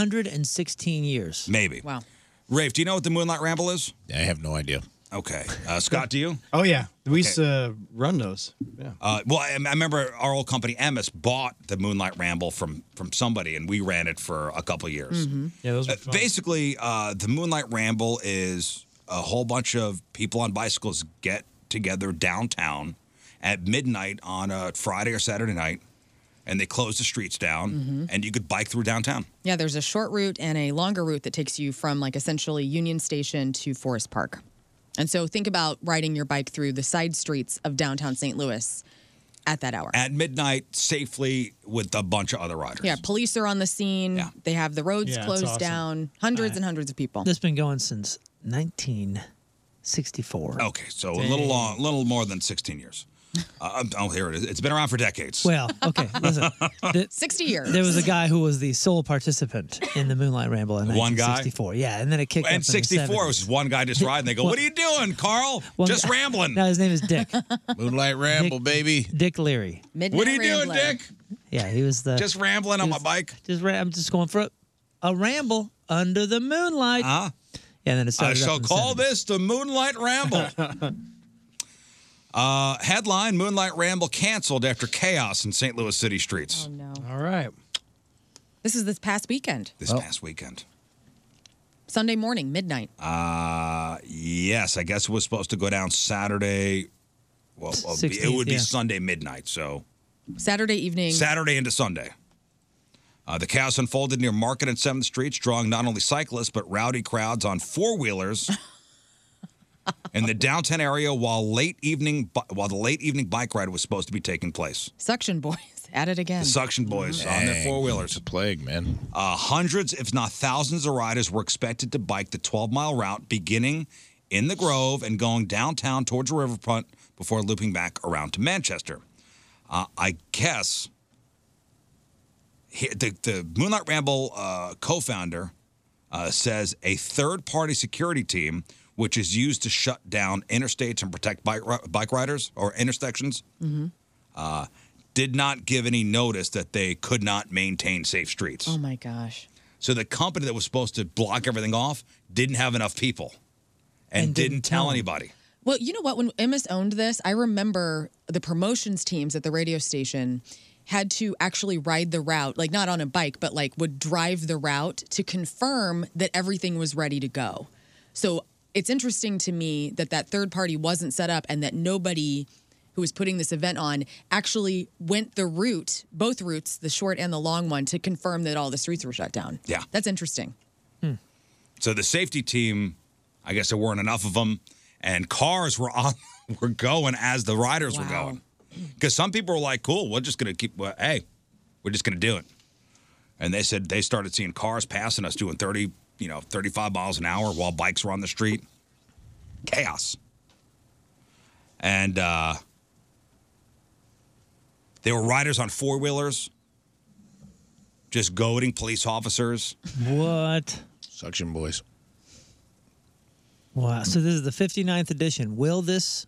116 years. Maybe. Wow. Rafe, do you know what the Moonlight Ramble is? I have no idea. Okay, uh, Scott, do you? Oh yeah, we Okay. used to run those. Yeah. Uh, well, I, I remember our old company Emmis bought the Moonlight Ramble from from somebody, and we ran it for a couple Mm-hmm. years. Mm-hmm. Yeah, those were Uh, basically, uh, the Moonlight Ramble is a whole bunch of people on bicycles get together downtown at midnight on a Friday or Saturday night, and they close the streets down, Mhm. and you could bike through downtown. Yeah, there's a short route and a longer route that takes you from like essentially Union Station to Forest Park. And so think about riding your bike through the side streets of downtown St. Louis at that hour. At midnight, safely with a bunch of other riders. Yeah, police are on the scene. They have the roads Yeah, it's closed awesome. down. Hundreds and hundreds of people. This has been going since 1964. Okay, so a little long, a little more than 16 years. Uh, um, oh, here it is. It's been around for decades. Well, okay, listen. The- 60 years. There was a guy who was the sole participant in the Moonlight Ramble in One guy? 1964. Yeah, and then it kicked up in and the 64 70s. was one guy just riding. They go, Well- What are you doing, Carl? One just guy- rambling. No, his name is Dick. Moonlight Ramble, baby. Dick Leary. what are you doing, Dick? Yeah, he was the Just rambling on my bike. Just ra- I'm just going for a, a ramble under the moonlight. Huh? Yeah, and then it started. Uh-huh. I shall call this the Moonlight Ramble. uh, headline Moonlight Ramble canceled after chaos in St. Louis city streets No. All right. This is this past weekend, this past weekend. Sunday morning, midnight. Uh, yes, I guess it was supposed to go down Saturday. Well, well, it 16th, would be yeah. Sunday midnight, so Saturday evening. Saturday into Sunday. Uh, the chaos unfolded near Market and 7th Streets, drawing not only cyclists, but rowdy crowds on four wheelers in the downtown area while late evening bi- while the late evening bike ride was supposed to be taking place. Suction Boys at it again. The suction boys on their Dang, four wheelers. It's a plague, man. Uh, hundreds, if not thousands, of riders were expected to bike the 12 mile route beginning in the Grove and going downtown towards the riverfront before looping back around to Manchester. Uh, I guess he, the, the Moonlight Ramble uh, co founder uh, says a third party security team, which is used to shut down interstates and protect bike, ri- bike riders or intersections, Mm-hmm. uh, did not give any notice that they could not maintain safe streets. Oh my gosh. So the company that was supposed to block everything off didn't have enough people and, didn't, tell anybody. Well, you know what? When Emmis owned this, I remember the promotions teams at the radio station had to actually ride the route, like not on a bike, but like would drive the route to confirm that everything was ready to go. So it's interesting to me that that third party wasn't set up and that nobody who was putting this event on actually went the route, both routes, the short and the long one, to confirm that all the streets were shut down. Yeah. That's interesting. So the safety team, I guess there weren't enough of them, and cars were on were going as the riders were Wow. going. Because some people were like, "Cool, we're just gonna keep. Well, hey, we're just gonna do it." And they said they started seeing cars passing us doing thirty, you know, thirty-five miles an hour while bikes were on the street. Chaos. and uh, they were riders on four wheelers, just goading police officers. What? Suction boys. Wow. So this is the 59th edition. Will this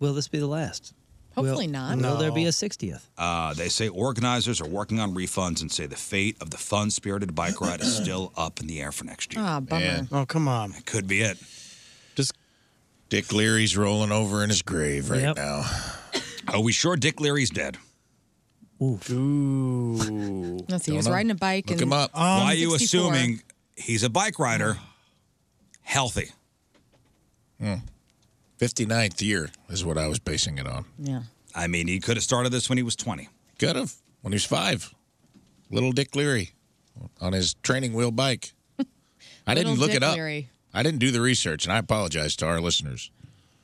will this be the last? Will- Hopefully not. Will there be No. a 60th? Uh, they say organizers are working on refunds and say the fate of the fun spirited bike ride is still up in the air for next year. Ah, bummer. Oh, come on. That could be it. Just Dick Leary's rolling over in his grave right Yep. now. Are Oh, we sure Dick Leary's dead? Ooh. Let's see. He was riding a bike. Look and him up. Um, Why are you 64. assuming he's a bike rider, healthy? 59th year is what I was basing it on. Yeah. I mean, he could have started this when he was 20. Could have when he was five. Little Dick Leary on his training wheel bike. I didn't Little look Dick it up. Leary. I didn't do the research, and I apologize to our listeners.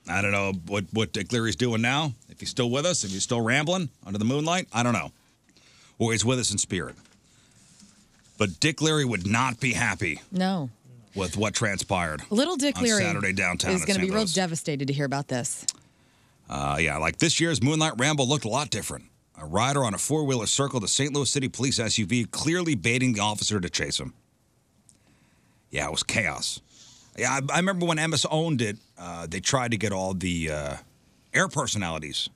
I don't know what, what Dick Leary's doing now. If he's still with us, if he's still rambling under the moonlight, I don't know. Or he's with us in spirit. But Dick Leary would not be happy No. with what transpired. Little Dick on Leary Saturday downtown is in going to St. be real Louis. devastated to hear about this. Uh, yeah, like this year's Moonlight Ramble looked a lot different. A rider on a four wheeler circled the St. Louis City police SUV, clearly baiting the officer to chase him. Yeah, it was chaos. Yeah, I, I remember when MS owned it, uh, they tried to get all the uh, air personalities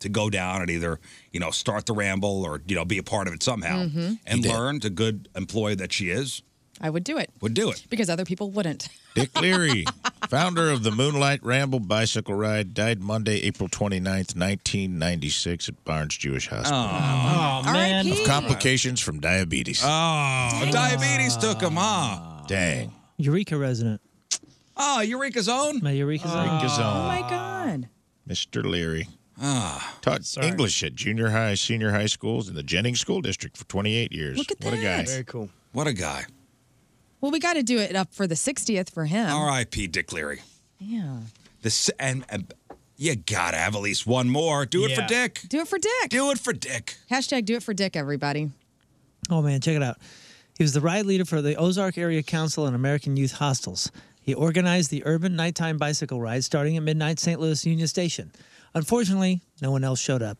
to go down and either, you know, start the ramble or, you know, be a part of it somehow. Mhm. And learned, a good employee that she is, I would do it would do it. because other people wouldn't. Dick Leary, founder of the Moonlight Ramble Bicycle Ride, died Monday, April 29th, 1996 at Barnes Jewish Hospital. Oh, man. Of complications from diabetes. Oh, diabetes took him, huh? Dang. Eureka resident. Oh, Eureka's own? Ah. My Eureka's own. Eureka's own. Oh My God. Mr. Leary. Ah, taught English at junior high, senior high schools in the Jennings School District for 28 years. Look at what a guy. that. Very cool. What a guy. Well, we got to do it up for the 60th for him. R.I.P. Dick Leary. Yeah. This and, and you gotta have at least one more. Do it for Yeah. Dick. Do it for Dick. Do it for Dick. Hashtag do it for Dick, everybody. Oh man, check it out. He was the ride leader for the Ozark Area Council and American Youth Hostels. He organized the urban nighttime bicycle ride starting at midnight St. Louis Union Station. Unfortunately, no one else showed up.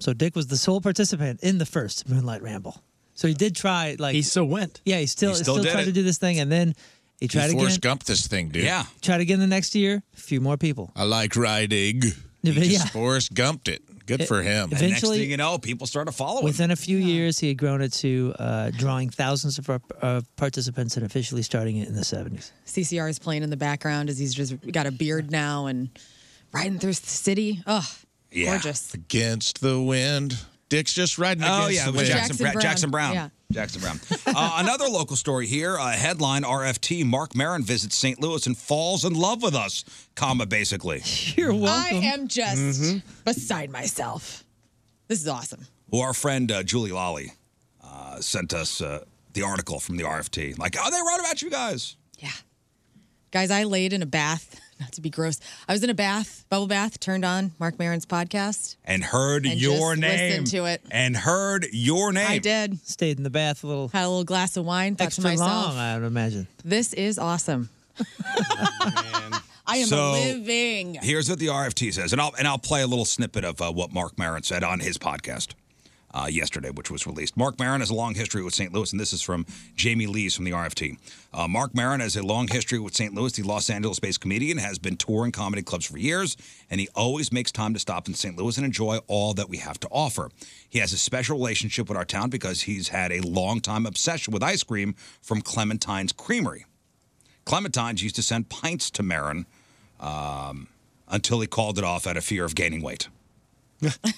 So Dick was the sole participant in the first Moonlight Ramble. So he did try like He still went. Yeah, he still He still, still did tried to it. do this thing and then he He tried again. Forrest Gump this thing, dude. Yeah. Tried again the next year, a few more people. I like riding. He Yeah. just Forrest Gumped it. Good It- for him. And next eventually- thing You know, people started following. Within a few years, he had grown it to uh, drawing thousands of uh, participants and officially starting it in the 70s. CCR is playing in the background as he's just got a beard now and riding through the city. Oh, gorgeous. Against the wind. Dick's just riding Oh against yeah, the it was wind. Jackson, Bra- Jackson Brown. Yeah. Jackson Brown. uh, another local story here. Uh, headline: RFT Mark Marin visits St. Louis and falls in love with us, comma basically. You're I am just Mm-hmm. beside myself. This is awesome. Well, our friend uh, Julie Lally uh, sent us uh, the article from the RFT. Like, oh, they wrote about you guys. Guys, I laid in a bath, not to be gross. I was in a bath, bubble bath, turned on Mark Maron's podcast. and heard And your just name. listened to it. And heard your name. I did. Stayed in the bath a little. Had a little glass of wine, thought Extra to myself, long, I would imagine. this is awesome. I am Oh, So- living. Here's what the RFT says, and I'll and I'll play a little snippet of uh, what Mark Maron said on his podcast uh, yesterday, which was released. Mark Maron has a long history with St. Louis, and this is from Jamie Lees from the RFT. Uh, Mark Maron has a long history with St. Louis. The Los Angeles-based comedian has been touring comedy clubs for years, and he always makes time to stop in St. Louis and enjoy all that we have to offer. He has a special relationship with our town because he's had a long-time obsession with ice cream from Clementine's Creamery. Clementine's used to send pints to Marin um, until he called it off out of fear of gaining weight.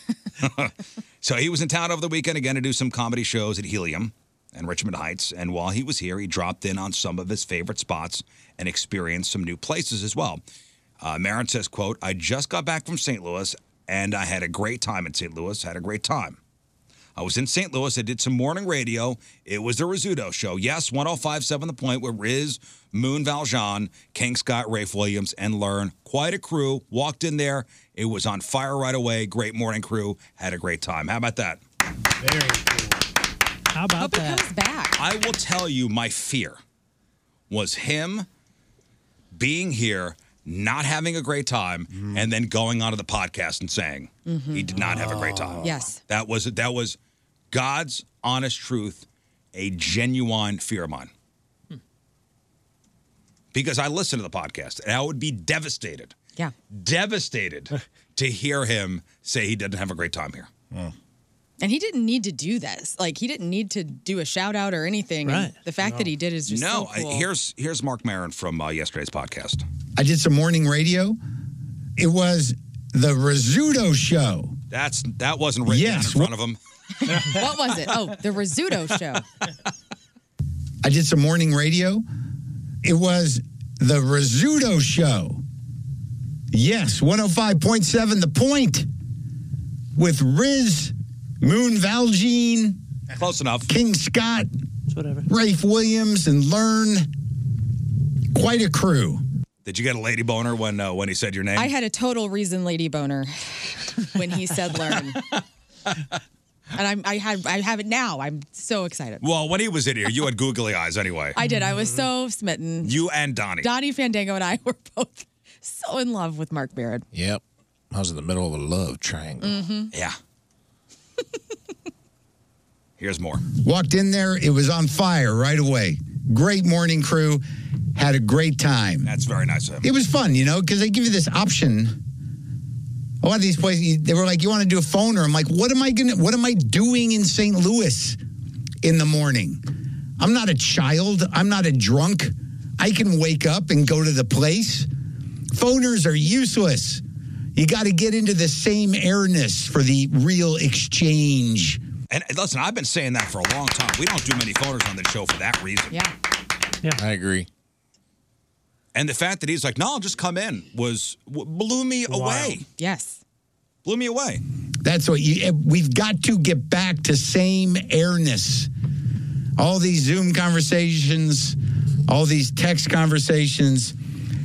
so he was in town over the weekend again to do some comedy shows at Helium and Richmond Heights. And while he was here, he dropped in on some of his favorite spots and experienced some new places as well. Uh, Marin says, quote, I just got back from St. Louis and I had a great time in St. Louis, had a great time. I was in St. Louis. I did some morning radio. It was the Rizzuto show. Yes, 1057 The Point with Riz, Moon Valjean, King Scott, Rafe Williams, and Learn. Quite a crew. Walked in there. It was on fire right away. Great morning crew. Had a great time. How about that? How about that? I will tell you my fear was him being here not having a great time, and then going onto the podcast and saying Mhm. he did not have a great time. Yes. That was that was God's honest truth, a genuine fear of mine. Because I listened to the podcast and I would be devastated, Yeah. devastated to hear him say he didn't have a great time here. And he didn't need to do this. Like he didn't need to do a shout out or anything. And The fact that he did is just no. so cool. I, here's here's Mark Maron from uh, yesterday's podcast. I did some morning radio. It was the Rizzuto show. That's that wasn't written down in front of him. what was it? Oh, the Rizzuto show. I did some morning radio. It was the Rizzuto show. Yes, 105.7 The Point with Riz, Moon Valjean. Close enough. King Scott. Rafe Williams and Learn. Quite a crew. Did you get a lady boner when uh, when he said your name? I had a total reason lady boner when he said learn. and I'm I had I have it now. I'm so excited. well, when he was in here, you had googly eyes anyway. I did. I was so smitten. You and Donnie. Donnie Fandango and I were both so in love with Mark Barrett. Yep. I was in the middle of a love triangle. Mm-hmm. Yeah. Here's more. Walked in there, it was on fire right away. Great morning crew, had a great time. That's very nice of him. It was fun, you know, because they give you this option. A lot of these places, you- they were like, "You want to do a phone?" Or I'm like, "What am I gonna? What am I doing in St. Louis in the morning? I'm not a child. I'm not a drunk. I can wake up and go to the place. Phoners are useless. You got to get into the same airness for the real exchange." And and listen, I've been saying that for a long time. We don't do many phoners on the show for that reason. Yeah. Yeah, I agree. And the fact that he's like, "No, I'll just come in," was w- blew me away. Yes. Blew me away. That's what you, eh, we've got to get back to same airness. All these Zoom conversations, all these text conversations,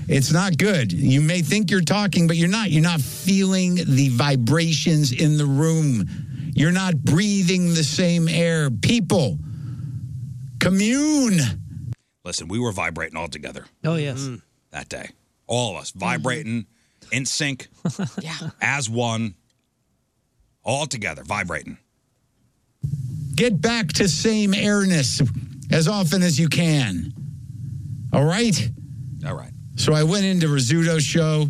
it's not good. You may think you're talking, but you're not. You're not feeling the vibrations in the room. You're not breathing the same air. People, commune. Listen, we were vibrating all together. Oh, yes. Mm. That day, all of us vibrating Mm-hmm. in sync, yeah, as one, all together vibrating. Get back to same airness as often as you can. All right? All right. So I went into Rizzuto's show,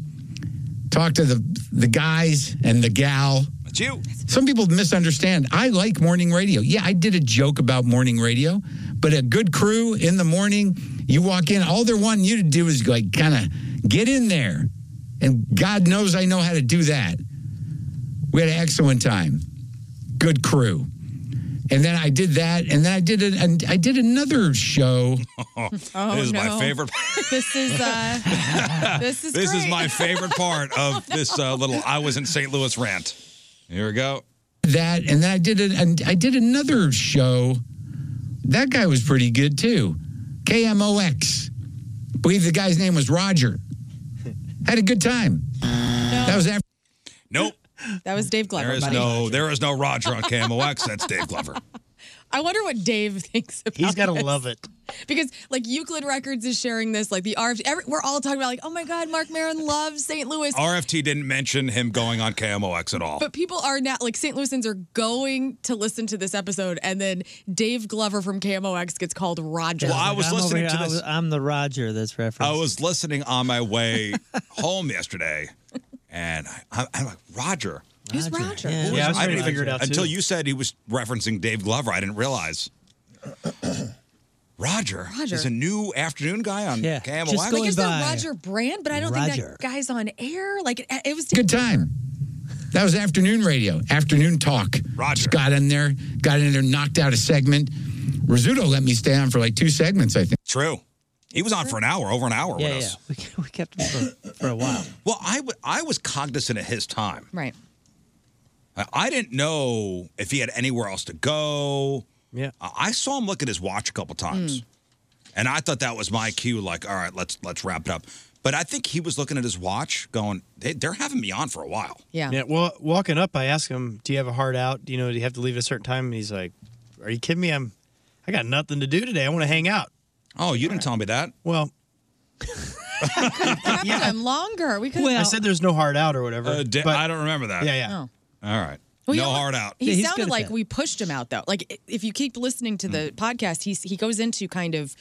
talked to the the guys and the gal. That's you. Some people misunderstand. I like morning radio. Yeah, I did a joke about morning radio, but a good crew in the morning, you walk in, all they're wanting you to do is like kind of get in there. And God knows I know how to do that. We had an excellent time. Good crew. And then I did that, and then I did an, an I did another show. Oh, this is no. my favorite. This is uh This is this is great. my favorite part of this uh, little "I was in St. Louis" rant. Here we go. that and then I did it and I did another show. That guy was pretty good too. KMOX. believe the guy's name was Roger. Had a good time. That was after Nope. That was Dave Glover. There is buddy. no, there is no Roger on KMOX. That's Dave Glover. I wonder what Dave thinks about. He's gotta this. love it. because like Euclid Records is sharing this. Like the RF, every, we're all talking about like, oh my God, Mark Maron loves St. Louis. RFT didn't mention him going on KMOX at all. But people are now like St. Louisans are going to listen to this episode, and then Dave Glover from KMOX gets called Roger. Well, I was I'm over listening here. to I this- was- I'm the Roger that's referenced. I was listening on my way home yesterday, and I, I'm like Roger. Who's Roger? Who is- Yeah, I was trying to didn't figure it out, until too. you said he was referencing Dave Glover. I didn't realize. Roger, Roger. is a new afternoon guy on Yeah, KMOX. like is there Roger Brand, but I don't think Roger. that guy's on air. Like it, it was good time. That was afternoon radio, afternoon talk. Roger. Just got in there, got in there, knocked out a segment. Rizzuto let me stay on for like two segments, I think. True. He was on for an hour, over an hour Yeah, with yeah. us. We kept, we kept him for, for a while. Well, I, w- I was cognizant of his time. Right. I- I didn't know if he had anywhere else to go. Yeah. I I saw him look at his watch a couple times, and I thought that was my cue. Like, all right, let's let's wrap it up. But I think he was looking at his watch, going, they, "They're having me on for a while." Yeah. Yeah. Well, walking up, I asked him, "Do you have a hard out? Do you know, do you have to leave at a certain time?" And he's like, "Are you kidding me? I'm, I got nothing to do today. I want to hang out." Oh, you didn't tell me that. Well, yeah. them longer. We could. I said there's no hard out or whatever. Uh, da- but- I don't remember that. Oh. Yeah, yeah. All right. Well, you no know what? hard out. He sounded like we pushed him out though. Like i- if you keep listening to Hmm. the podcast, he he goes into kind of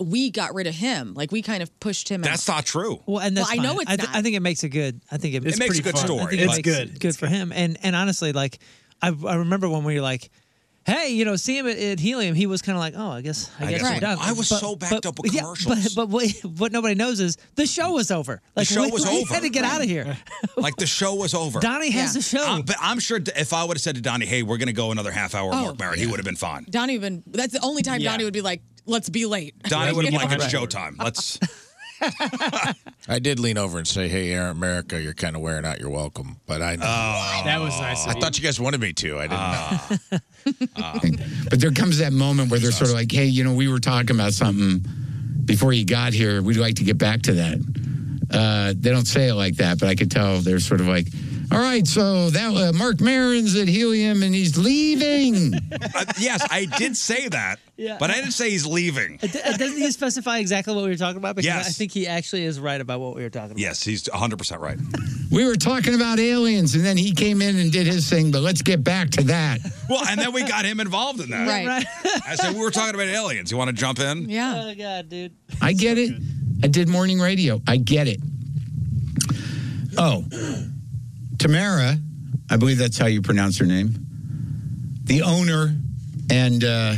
we got rid of him. Like we kind of pushed him out. not true. Well, and that's Well, I know fine. it's I, th- not. I think it makes a good. I think it, It makes pretty a good fun. I story, think but- it It's makes good. Good for him. And and honestly, like I, I remember when we were like, hey, you know, see him at, at Helium. He was kind of like, oh, I guess I, I guess guess we're so. done. I was so backed up with yeah, commercials. but but what, what nobody knows is the show was over. Like show we, was we over. had to get out of here. Like the show was over. Donnie has Yeah. the show. I'm, but I'm sure if I would have said to Donnie, "Hey, we're going to go another half hour," Oh. Mark Barrett, he would have been fine. Donnie would. That's the only time Yeah. Donnie would be like, "Let's be late." Donnie would have been like, "It's Right. showtime. Let's." I did lean over and say, "Hey, Air America, you're kind of wearing out your welcome." But I Oh. That was nice of I you. thought you guys wanted me to. I Ah. didn't. But there comes that moment where they're sort of like, hey, you know, we were talking about something before you got here. We'd like to get back to that. Uh, they don't say it like that, but I could tell they're sort of like, all right, so that uh, Mark Marin's at Helium and he's leaving. Uh, yes, I did say that, Yeah. but I didn't say he's leaving. D- uh, Doesn't he specify exactly what we were talking about? Because Yes. I think he actually is right about what we were talking about. Yes, he's 100 percent right. we were talking about aliens, and then he came in and did his thing, but let's get back to that. Well, and then we got him involved in that. Right. Right. I said we were talking about aliens. You want to jump in? Yeah. Oh god, dude. I get it. I did morning radio. I get it. Oh, Tamara, I believe that's how you pronounce her name. The owner and uh,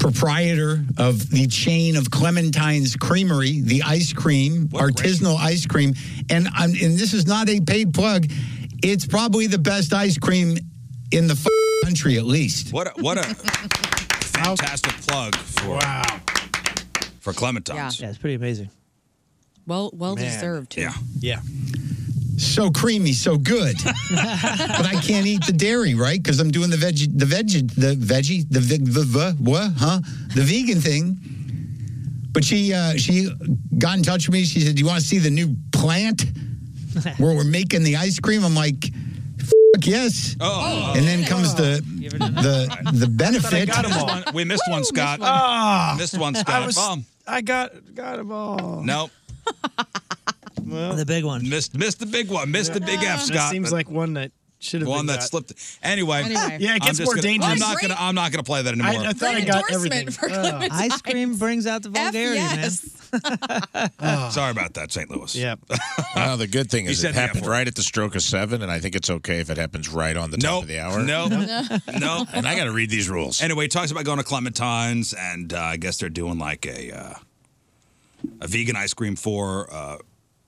proprietor of the chain of Clementine's Creamery, the ice cream, artisanal ice cream. And, I'm, and this is not a paid plug, it's probably the best ice cream in the f- country, at least. What a, what a fantastic plug for wow. for Clementines. Yeah, it's pretty amazing. Well, well Man. deserved. Too. Yeah. Yeah. so creamy, so good. but I can't eat the dairy, right? Because I'm doing the veggie, the veggie, the veggie, the vig, the, the what, huh? The vegan thing. But she uh, she got in touch with me. She said, "Do you want to see the new plant where we're making the ice cream?" I'm like, Fuck "Yes." Oh. and then comes the the the benefit. I got him all. We missed one, Scott. Ah, Missed one, I Scott. was. Well, I got got a ball. nope. the big one. Missed missed the big one. Missed the big F, That Scott. seems but like one that should have one been that slipped. Anyway, Anyway. Yeah, it I'm gets just more gonna- dangerous. I'm not Great- gonna. I'm not gonna play that I, anymore. I thought I Great got endorsement everything. for Oh, Clementine's. Ice cream brings out the F vulgarity, man. yes. Sorry about that, St. Louis. yeah. Well, the good thing He is said it the F happened word. right at the stroke of seven, and I think it's okay if it happens right on the top Nope. of the hour. Nope. nope. And I got to read these rules. Anyway, he talks about going to Clementine's, and uh, I guess they're doing like a uh, a vegan ice cream for uh,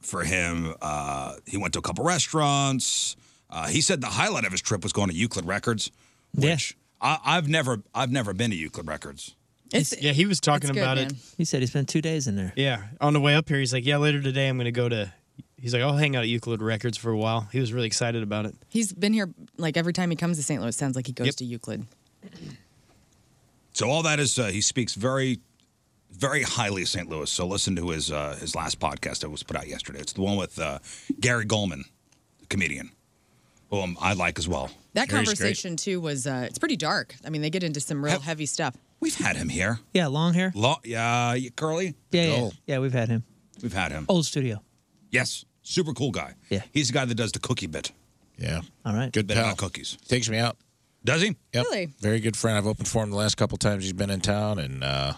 for him. Uh, he went to a couple restaurants. Uh, he said the highlight of his trip was going to Euclid Records, Yeah. which I, I've never I've never been to Euclid Records. It's, Yeah, he was talking it's good, about it. man. He said he spent two days in there. Yeah, on the way up here, he's like, "Yeah, later today, I'm going to go to." He's like, "I'll hang out at Euclid Records for a while." He was really excited about it. He's been here like every time he comes to St. Louis. Sounds like he goes Yep. to Euclid. So all that is uh, he speaks very very highly of St. Louis. So listen to his uh, his last podcast that was put out yesterday. It's the one with uh, Gary Goldman, the comedian, who um, I like as well. That Gary's great. conversation too was uh, it's pretty dark. I mean, they get into some real Have- heavy stuff. We've had him here. Yeah, long hair. Lo- yeah, you- Curly. Yeah, yeah, Oh, yeah. We've had him. We've had him. Old studio. Yes, super cool guy. Yeah. he's the guy that does the cookie bit. Yeah. All right. Good Bit pal. about cookies. Takes me out. Does he? Yep. Really? Very good friend. I've opened for him the last couple times he's been in town, and uh,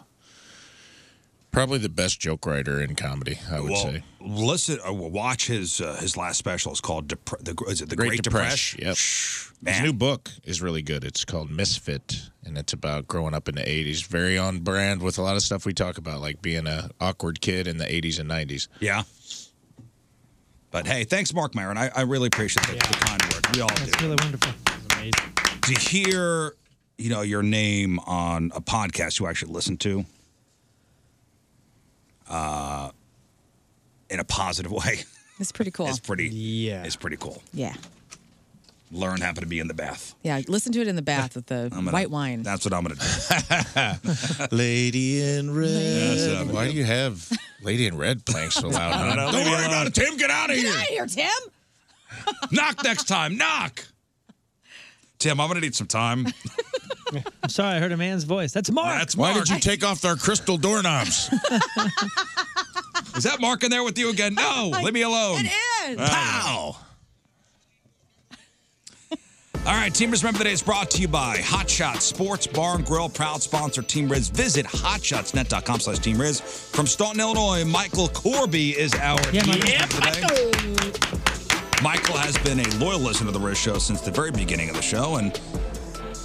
probably the best joke writer in comedy, I would well, say. listen, uh, well, watch his uh, his last special. It's called Depre- the, Gr- is it the Great, Depression. Yep. His Man. new book is really good. It's called Misfit, and it's about growing up in the 80s. Very on brand with a lot of stuff we talk about, like being a awkward kid in the 80s and 90s. Yeah. But hey, thanks, Mark Maron. I, I really appreciate the, the kind word. We all do. That's really wonderful. to hear you know your name on a podcast you actually listen to uh, in a positive way It's pretty cool. is pretty Yeah. is pretty cool yeah, learn happened to be in the bath yeah. Listen to it in the bath with the I'm gonna- white wine. that's what i'm gonna do Lady in red. That's what I'm gonna Why do do. you have Lady in Red playing so loud? huh? uh, don't worry about it tim get out of Get here out of here, Tim. knock next time knock tim i'm gonna need some time I'm sorry, I heard a man's voice. That's Mark. that's Why Mark. did you take off their crystal doorknobs? Is that Mark in there with you again? No, leave me alone. It is. Pow. All right, teamers, remember today is brought to you by Hot Shots Sports Bar and Grill, proud sponsor Team Riz. Visit hotshotsnet.com slash Team Riz. From Staunton, Illinois, Michael Corby is our team today. Michael has been a loyal listener to the Riz Show since the very beginning of the show and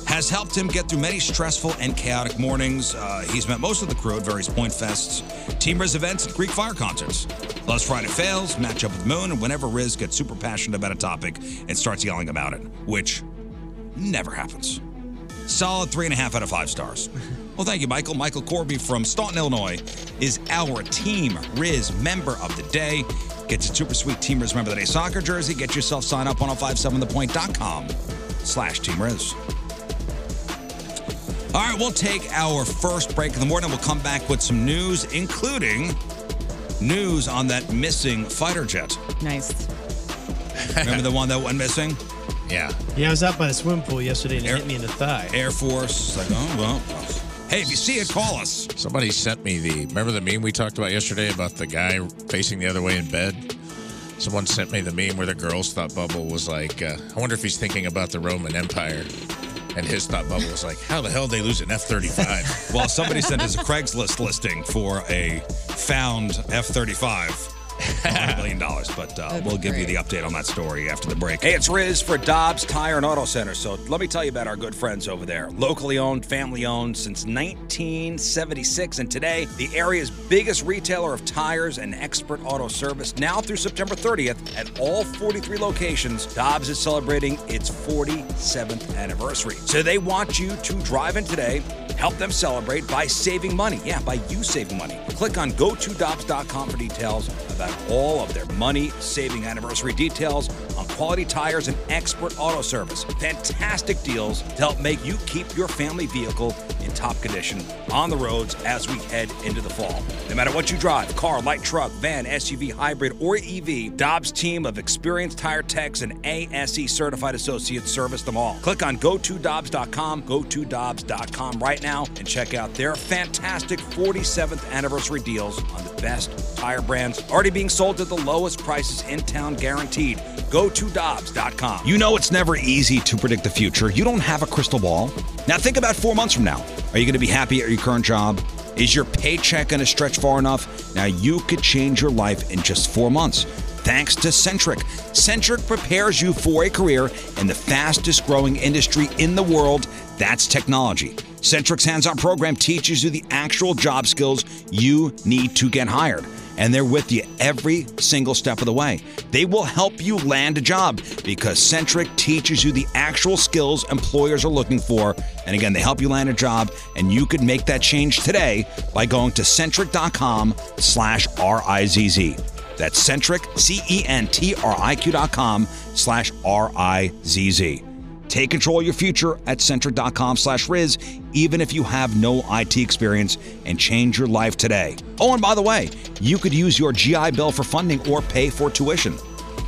has helped him get through many stressful and chaotic mornings. Uh, he's met most of the crew at various point fests, Team Riz events, and Greek fire concerts. Loves Friday fails, match up with Moon, and whenever Riz gets super passionate about a topic and starts yelling about it, which never happens. Solid three and a half out of five stars. Well, thank you, Michael. Michael Corby from Staunton, Illinois, is our Team Riz member of the day. Gets a super sweet Team Riz member of the day soccer jersey. Get yourself signed up on 1057thepoint.com slash Team Riz. All right, we'll take our first break in the morning. We'll come back with some news, including news on that missing fighter jet. Nice. Remember the one that went missing? Yeah. Yeah, I was out by the swimming pool yesterday and it hit me in the thigh. Air Force. Like, oh, well. Hey, if you see it, call us. Somebody sent me the. Remember the meme we talked about yesterday about the guy facing the other way in bed? Someone sent me the meme where the girl's thought bubble was like, uh, I wonder if he's thinking about the Roman Empire. And his thought bubble was like, how the hell did they lose an F 35? Well, somebody sent us a Craigslist listing for a found F 35. million dollars, but uh, we'll give you the update on that story after the break. Hey, it's Riz for Dobbs Tire and Auto Center. So let me tell you about our good friends over there. Locally owned, family owned since 1976, and today the area's biggest retailer of tires and expert auto service. Now through September 30th, at all 43 locations, Dobbs is celebrating its 47th anniversary. So they want you to drive in today. Help them celebrate by saving money. Yeah, by you saving money. Click on gotodobbs.com for details about all of their money saving anniversary details on quality tires and expert auto service. Fantastic deals to help make you keep your family vehicle in top condition on the roads as we head into the fall. No matter what you drive car, light truck, van, SUV, hybrid, or EV Dobbs' team of experienced tire techs and ASE certified associates service them all. Click on gotodobbs.com, gotodobbs.com right now and check out their fantastic 47th anniversary deals on the best tire brands already being sold at the lowest prices in town guaranteed. Go to Dobbs.com. You know it's never e-, easy to predict the future. You don't have a crystal ball. Now think about four months from now. Are you going to be happy at your current job? Is your paycheck going to stretch far enough? Now you could change your life in just four months thanks to Centric. Centric prepares you for a career in the fastest growing industry in the world that's technology. Centric's hands on program teaches you the actual job skills you need to get hired. And they're with you every single step of the way. They will help you land a job because Centric teaches you the actual skills employers are looking for. And again, they help you land a job, and you could make that change today by going to centric.com slash R-I-Z-Z. That's Centric, C E N T R I Q dot com slash R I Z Z. Take control of your future at centric.com slash Riz, even if you have no IT experience, and change your life today. Oh, and by the way, you could use your GI Bill for funding or pay for tuition.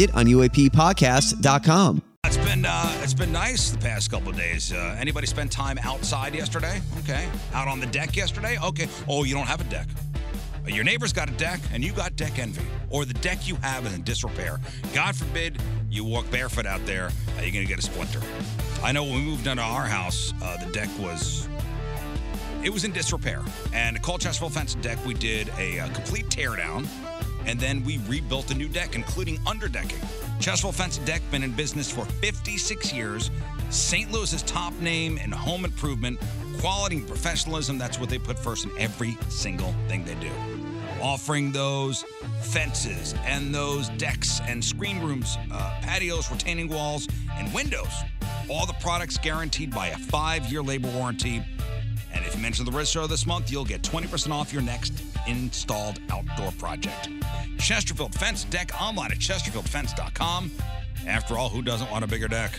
it on UAPpodcast.com. It's been uh, it's been nice the past couple of days. Uh, anybody spend time outside yesterday? Okay. Out on the deck yesterday? Okay. Oh, you don't have a deck. Uh, Your neighbor's got a deck, and you got deck envy, or the deck you have is in disrepair. God forbid you walk barefoot out there. Uh, you're gonna get a splinter. I know when we moved into our house, uh, the deck was it was in disrepair. And at Colchesterville Fence and Deck, we did a uh, complete teardown, and then we rebuilt a new deck, including underdecking. Chesterfield Fence and Deck been in business for 56 years. St. Louis's top name in home improvement, quality and professionalism. That's what they put first in every single thing they do offering those fences and those decks and screen rooms, uh, patios, retaining walls, and windows. All the products guaranteed by a five year labor warranty. And if you mention the Riz Show this month, you'll get 20% off your next installed outdoor project. Chesterfield Fence Deck online at chesterfieldfence.com. After all, who doesn't want a bigger deck?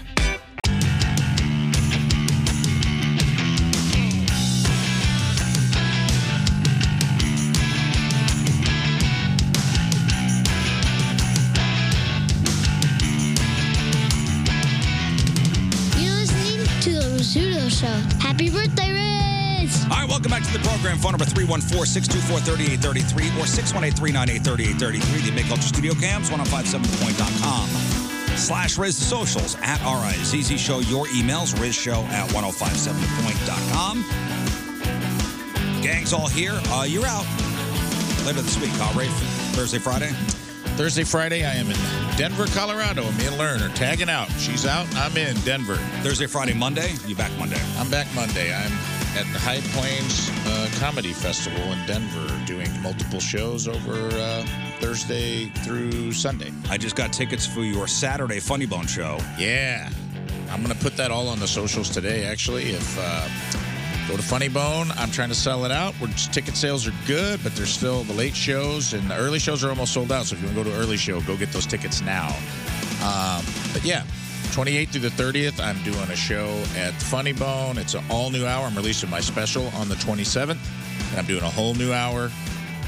You're listening to the Rizzuto Show. Happy birthday, Riz! All right, welcome back to the program. Phone number 314 624 3833 or 618 398 3833. The Big Culture Studio Cams, 1057.com. Slash Riz the socials at RIZZ Show. Your emails, RizShow at 1057.com. Gang's all here. Uh, you're out later this week, huh, Rafe? Thursday, Friday? Thursday, Friday, I am in Denver, Colorado. Me and Lerner tagging out. She's out. I'm in Denver. Thursday, Friday, Monday. You back Monday? I'm back Monday. I'm at the High Plains uh, Comedy Festival in Denver, doing multiple shows over uh, Thursday through Sunday. I just got tickets for your Saturday Funny Bone show. Yeah. I'm going to put that all on the socials today, actually. If uh, go to Funny Bone, I'm trying to sell it out. We're just, ticket sales are good, but there's still the late shows and the early shows are almost sold out. So if you want to go to early show, go get those tickets now. Um, but yeah, 28th through the 30th, I'm doing a show at Funny Bone. It's an all new hour. I'm releasing my special on the 27th, and I'm doing a whole new hour.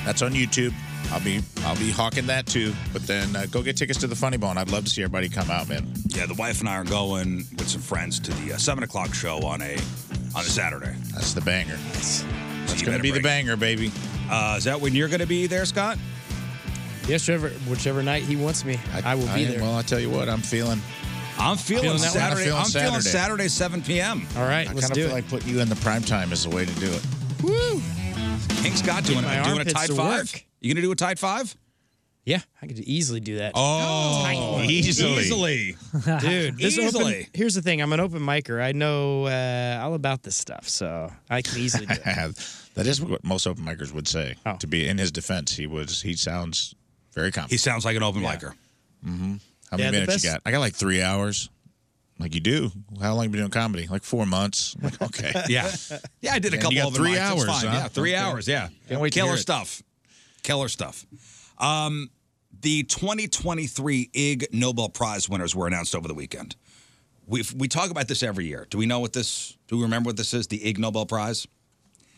That's on YouTube. I'll be I'll be hawking that too. But then uh, go get tickets to the Funny Bone. I'd love to see everybody come out, man. Yeah, the wife and I are going with some friends to the uh, seven o'clock show on a on a Saturday. That's the banger. That's gonna be the banger, baby. Uh, is that when you're going to be there, Scott? Yes, whichever, whichever night he wants me, I, will be I- there. Well, I tell you what, I'm feeling. I'm feeling, Feeling that one? Saturday. I'm feeling I'm feeling Saturday, Saturday. 7 p.m. All right, I let's kind of do feel it. like putting you in the prime time is the way to do it. Woo! King Scott Get doing, my doing a armpits tight to five. work. You going to do a tight five? yeah, I could easily do that. Oh, easily. Easily. dude. This Easily. Open, here's the thing: I'm an open micer. I know uh, all about this stuff, so I can easily do it. Oh. that is what most open micers would say. To be in his defense, he was he sounds very confident. He sounds like an open micer. Mm-hmm. How many Yeah, the minutes you best- got? I got like three hours. Like you do. How long you been doing comedy? Like four months. I'm like, okay. Yeah. Yeah, I did a And couple you got of three That's hours. fine. huh? Yeah, three Okay. hours. Yeah, Can't wait to killer hear it. stuff. Killer stuff. Um, the 2023 Ig Nobel Prize winners were announced over the weekend. We we talk about this every year. Do we know what this? Do we remember what this is? The Ig Nobel Prize.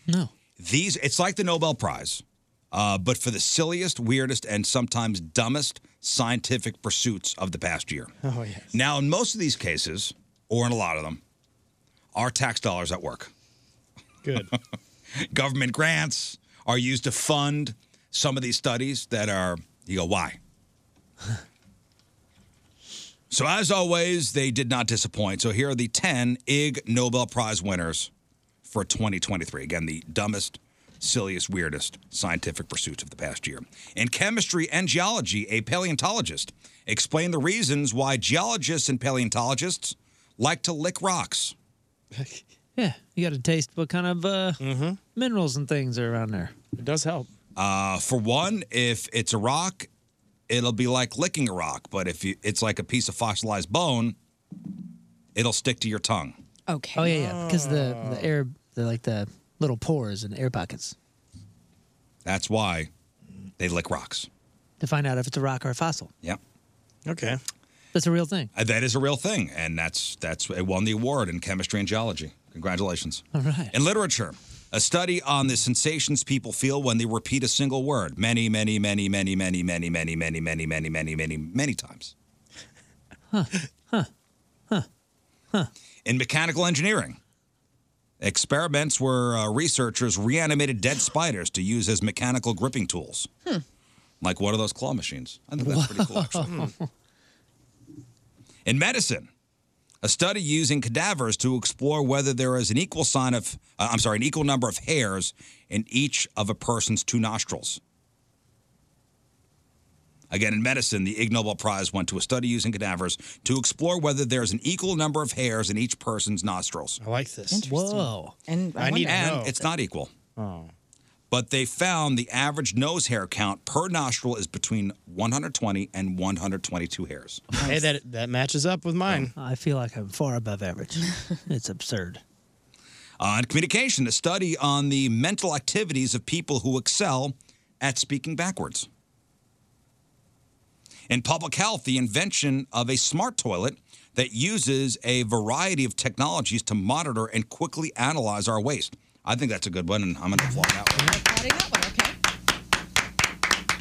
No. These it's like the Nobel Prize, uh, but for the silliest, weirdest, and sometimes dumbest scientific pursuits of the past year. Oh yeah. Now, in most of these cases, or in a lot of them, are tax dollars at work. Good. Government grants are used to fund some of these studies that are, you go, why? so, as always, they did not disappoint. So, here are the 10 Ig Nobel Prize winners for 2023. Again, the dumbest, silliest, weirdest scientific pursuits of the past year. In chemistry and geology, a paleontologist explained the reasons why geologists and paleontologists like to lick rocks. Yeah, you got to taste what kind of uh, Mm-hmm. minerals and things are around there. It does help. Uh, for one, if it's a rock, it'll be like licking a rock. But if you, it's like a piece of fossilized bone, it'll stick to your tongue. Okay. Oh yeah, yeah, because the the air, the, like the little pores and air pockets That's why they lick rocks. to find out if it's a rock or a fossil. Yep. Okay. That's a real thing. Uh, That is a real thing, and that's that's it won the award in chemistry and geology. Congratulations. All right. In literature, a study on the sensations people feel when they repeat a single word many, many, many, many, many, many, many, many, many, many, many, many, many times. Huh. Huh. In mechanical engineering, experiments where uh, researchers reanimated dead spiders to use as mechanical gripping tools. Hmm. Like one of those claw machines. I think that's pretty cool, actually. In medicine, a study using cadavers to explore whether there is an equal sign of, uh, I'm sorry, an equal number of hairs in each of a person's two nostrils. Again, in medicine, the Ig Nobel Prize went to a study using cadavers to explore whether there's an equal number of hairs in each person's nostrils. I like this. Whoa. And I need to and know. it's not equal. Oh. But they found the average nose hair count per nostril is between 120 and 122 hairs. Hey, that that matches up with mine. I feel like I'm far above average. it's absurd. On communication, a study on the mental activities of people who excel at speaking backwards. In public health, the invention of a smart toilet that uses a variety of technologies to monitor and quickly analyze our waste. I think that's a good one, and I'm going to applaud that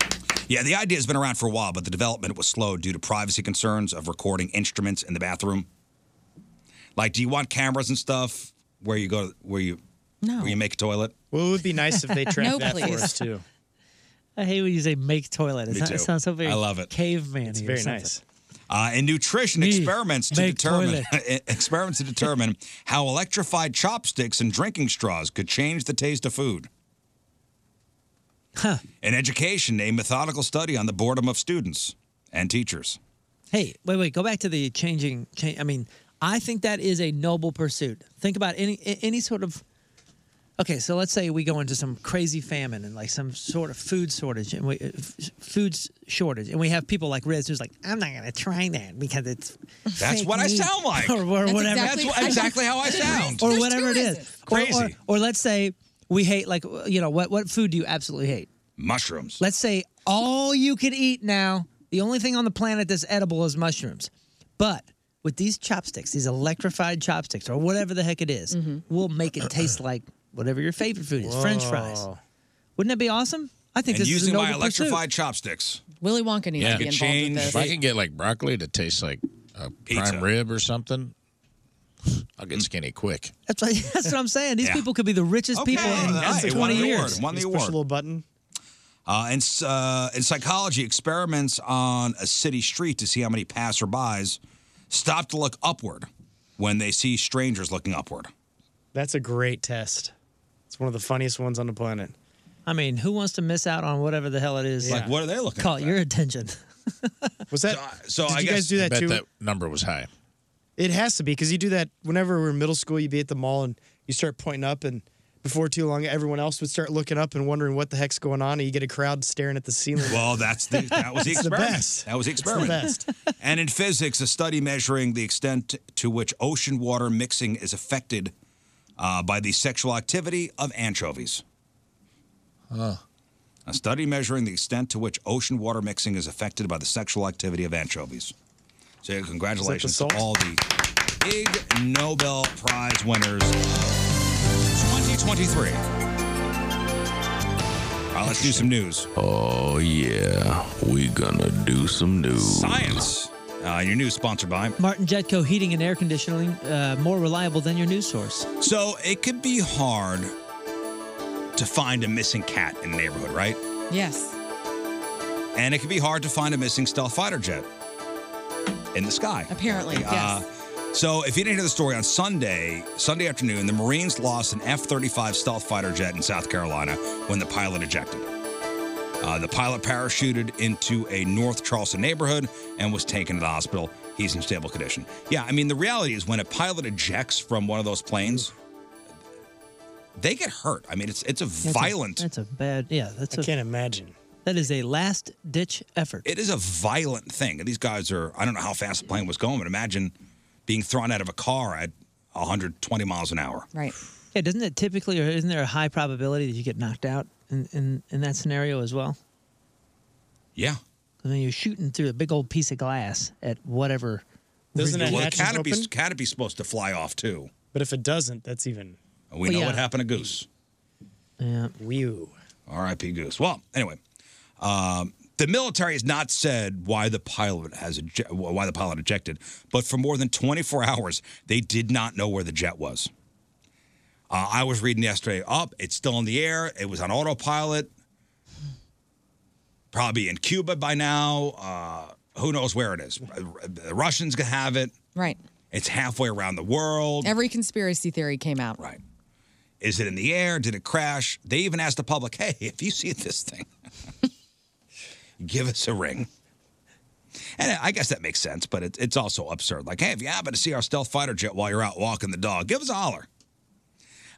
one. Yeah, the idea has been around for a while, but the development was slow due to privacy concerns of recording instruments in the bathroom. Like, do you want cameras and stuff where you go, where you, no. where you make a toilet? Well, it would be nice if they tracked No, that for please. us too. I hate when you say make toilet. It's Me not, too. It sounds so very I love it. caveman. It's very nice. Uh, and nutrition experiments to make determine e, experiments to determine how electrified chopsticks and drinking straws could change the taste of food. Huh. In education, a methodical study on the boredom of students and teachers. Hey, wait, wait. Go back to the changing. Change, I mean, I think that is a noble pursuit. Think about any a- any sort of. Okay, so let's say we go into some crazy famine and like some sort of food shortage, and we uh, f- food s- shortage, and we have people like Riz who's like, "I'm not gonna try that because it's." That's fake what I meat," sound like. or, or That's whatever. exactly- That's wh- exactly how I sound. or There's whatever it two is. Rizes. Or- or- Crazy. or let's say we hate like you know what what food do you absolutely hate? Mushrooms. Let's say all you could eat now, the only thing on the planet that's edible is mushrooms. But with these chopsticks, these electrified chopsticks, or whatever the heck it is, Mm-hmm. we'll make it taste like whatever your favorite food is French fries. Whoa. Wouldn't that be awesome? I think and this is using a noble my electrified pursuit. chopsticks. Willy Wonka needs to be involved with this. If I can get like broccoli to taste like a prime rib or something, I'll Mm. get skinny quick. That's, what, that's what I'm saying. These Yeah. people could be the richest Okay, people in, all right, in it 20 won the years. award, it won the Just award. push a little button. Uh, in, s- uh, in psychology, experiments on a city street to see how many passerbys stop to look upward when they see strangers looking upward. That's a great test. It's one of the funniest ones on the planet. I mean, who wants to miss out on whatever the hell it is? Like, what are they looking Caught at your attention. Was that? So, did I you guess- guys do I that bet too? that number was high. It has to be because you do that whenever we're in middle school. You'd be at the mall and you start pointing up, and before too long, everyone else would start looking up and wondering what the heck's going on, and you get a crowd staring at the ceiling. Well, that's the that was the It's experiment. best. That was the It's the experiment. best. And in physics, a study measuring the extent to which ocean water mixing is affected uh, by the sexual activity of anchovies. A study measuring the extent to which ocean water mixing is affected by the sexual activity of anchovies. So, yeah, congratulations to salt? all the big Nobel Prize winners. 2023. All right, let's do some news. Oh yeah, we gonna do some news. Science. Uh, your news sponsored by. Martin Jetco Heating and Air Conditioning, uh, more reliable than your news source. So it could be hard to find a missing cat in a neighborhood, right? Yes. And it could be hard to find a missing stealth fighter jet in the sky. Apparently, Uh, so if you didn't hear the story on Sunday, Sunday afternoon, the Marines lost an F-35 stealth fighter jet in South Carolina when the pilot ejected. Uh, the pilot parachuted into a North Charleston neighborhood and was taken to the hospital. He's in stable condition. Yeah, I mean, the reality is when a pilot ejects from one of those planes, they get hurt. I mean, it's it's a violent. That's a bad. Yeah, that's. I a, can't imagine. That is a last ditch effort. it is a violent thing. And these guys are. I don't know how fast the plane was going, but imagine being thrown out of a car at 120 miles an hour. Right. Yeah, doesn't it typically, or isn't there a high probability that you get knocked out in in, in that scenario as well? Yeah. I mean, you're shooting through a big old piece of glass at whatever. well, ridiculous- the canopy's canopy's supposed to fly off too. But if it doesn't, that's even. And we Well, know yeah. what happened to Goose. Yeah. Wew. R.I.P. Goose. Well, anyway, um, the military has not said why the pilot has ej- why the pilot ejected, but for more than 24 hours, they did not know where the jet was. Uh, I was reading yesterday. Up, it's still in the air. It was on autopilot. Probably in Cuba by now. Uh, who knows where it is? The Russians can have it. Right. It's halfway around the world. Every conspiracy theory came out. Right. Is it in the air? Did it crash? They even asked the public, hey, if you see this thing, give us a ring. And I guess that makes sense, but it, it's also absurd. Like, hey, if you happen to see our stealth fighter jet while you're out walking the dog, give us a holler.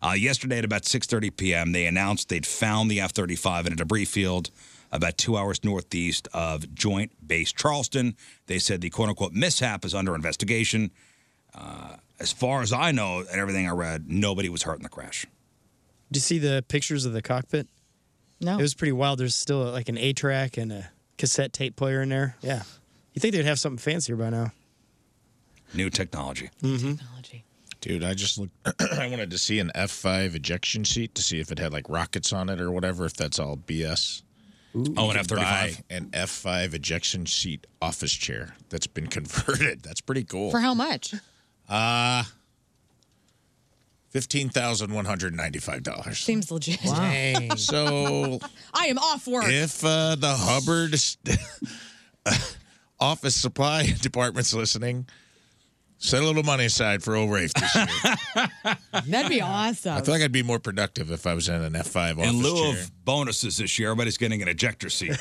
Uh, yesterday at about 6.30 p.m., they announced they'd found the F-35 in a debris field about two hours northeast of Joint Base Charleston. They said the quote-unquote mishap is under investigation. Uh, as far as I know, and everything I read, nobody was hurt in the crash. Did you see the pictures of the cockpit? No. It was pretty wild. There's still like an A track and a cassette tape player in there. Yeah. You think they'd have something fancier by now? New technology. Mm-hmm. Dude, I just looked. I wanted to see an F5 ejection seat to see if it had like rockets on it or whatever, if that's all BS. Oh, You an could buy F-35? An F5 ejection seat office chair that's been converted. That's pretty cool. For how much? Uh, $15,195. Seems legit. Dang. So- I am off work. If uh, the Hubbard office supply department's listening, set a little money aside for old Rafe this year. That'd be awesome. I feel like I'd be more productive if I was in an F5 office In lieu chair. of bonuses this year, everybody's getting an ejector seat.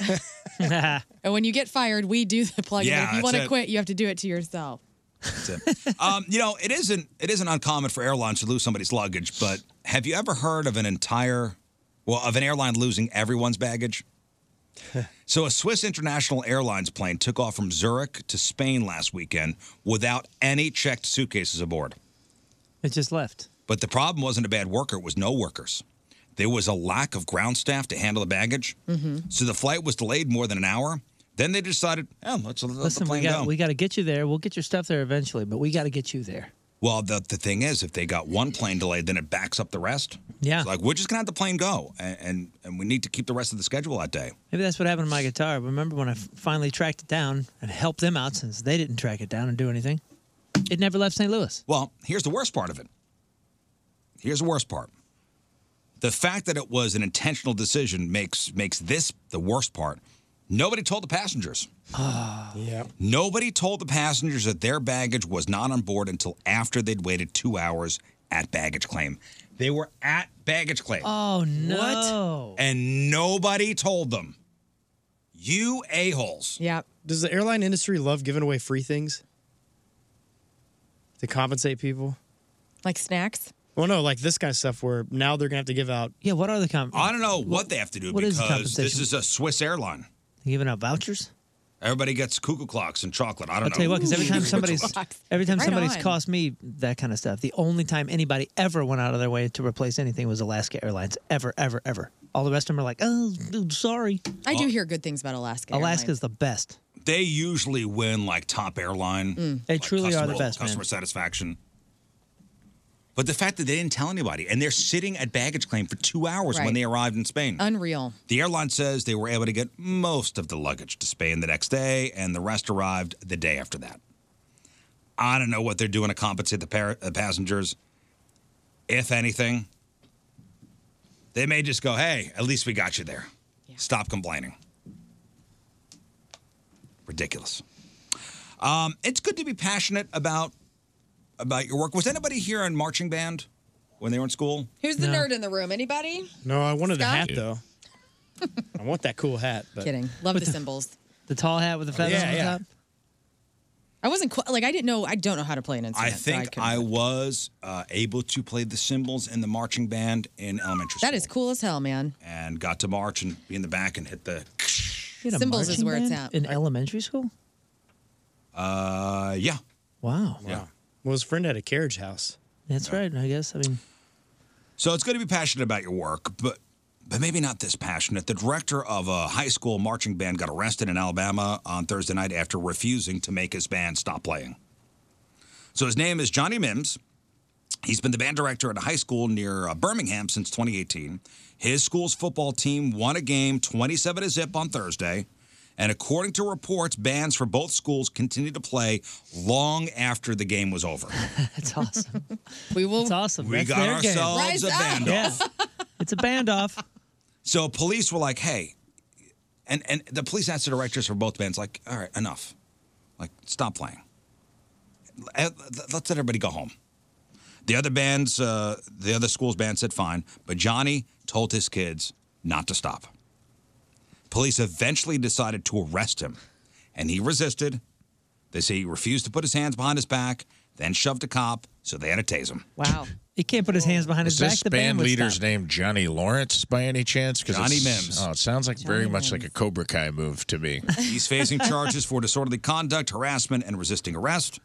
and when you get fired, we do the plug in. Yeah, if you that's want to it. quit, you have to do it to yourself. um, you know, it isn't it isn't uncommon for airlines to lose somebody's luggage, but have you ever heard of an entire well, of an airline losing everyone's baggage? so a Swiss International Airlines plane took off from Zurich to Spain last weekend without any checked suitcases aboard. It just left. But the problem wasn't a bad worker, it was no workers. There was a lack of ground staff to handle the baggage. Mm-hmm. So the flight was delayed more than an hour. Then they decided, oh, let's let the Listen, we plane got go. we got to get you there. We'll get your stuff there eventually, but we got to get you there. Well, the, the thing is, if they got one plane delayed, then it backs up the rest. Yeah. It's like, we're just going to have the plane go, and, and, and we need to keep the rest of the schedule that day. Maybe that's what happened to my guitar. Remember when I f- finally tracked it down and helped them out since they didn't track it down and do anything? It never left St. Louis. Well, here's the worst part of it. Here's the worst part. The fact that it was an intentional decision makes makes this the worst part. Nobody told the passengers. yeah. Nobody told the passengers that their baggage was not on board until after they'd waited two hours at baggage claim. They were at baggage claim. Oh no! and nobody told them. You a-holes. Yeah. Does the airline industry love giving away free things to compensate people? Like snacks? Well, no, like this kind of stuff where now they're going to have to give out. Yeah, what are the comp? I don't know Oh, what, they have to do what is because the this compensation? is a Swiss airline. They giving out vouchers? Everybody gets cuckoo clocks and chocolate. I don't I'll know. tell you what, because every time somebody's every time Right somebody's on. cost me that kind of stuff, the only time anybody ever went out of their way to replace anything was Alaska Airlines. Ever, ever, ever. All the rest of them are like, oh, dude, sorry. I do hear good things about Alaska. Alaska's the best. they usually win like top airline. Mm. They like, truly are customer- the best, man. Customer satisfaction. But the fact that they didn't tell anybody and they're sitting at baggage claim for two hours Right. when they arrived in Spain. Unreal. the airline says they were able to get most of the luggage to Spain the next day, and the rest arrived the day after that. I don't know what they're doing to compensate the par- uh, passengers. If anything, they may just go, hey, at least we got you there. Stop complaining. Ridiculous. Um, it's good to be passionate about about your work. Was anybody here in marching band when they were in school? Who's the nerd in the room? Anybody? No, I wanted Scott? a hat though. I want that cool hat. But Kidding. Love the symbols. The tall hat with the feather yeah, on the yeah. top. I wasn't qu- like I didn't know. I don't know how to play an I instrument. so think couldn't- I, was uh, able to play the cymbals in the marching band in elementary school that is cool as hell, man. and got to march and be in the back and hit the. You had a Symbols is marching where it's at. band In elementary school? Uh, yeah. Wow. Yeah. Well, his friend had a carriage house. That's right, I guess. I mean, So it's good to be passionate about your work, but but maybe not this passionate. The director of a high school marching band got arrested in Alabama on Thursday night after refusing to make his band stop playing. So his name is Johnny Mims. He's been the band director at a high school near uh, Birmingham since 2018. His school's football team won a game 27 to zip on Thursday. And according to reports, bands for both schools continued to play long after the game was over. that's awesome. we will. It's awesome. We That's got their ourselves game. a band off. It's a band off. So police were like, "Hey," and and the police asked the directors for both bands, like, "All right, enough, like stop playing. Let- Let's let everybody go home." The other bands, uh, the other school's band said fine, but Johnny told his kids not to stop. Police eventually decided to arrest him, and he resisted. They say he refused to put his hands behind his back, then shoved a cop, so they had to tase him. Wow. He can't put his hands behind Is his back. this The band, band would leader's stop. name Johnny Lawrence by any chance? 'Cause Johnny it's- Mims. Oh, it sounds like very much like a Cobra Kai move to me. He's facing charges for disorderly conduct, harassment, and resisting arrest.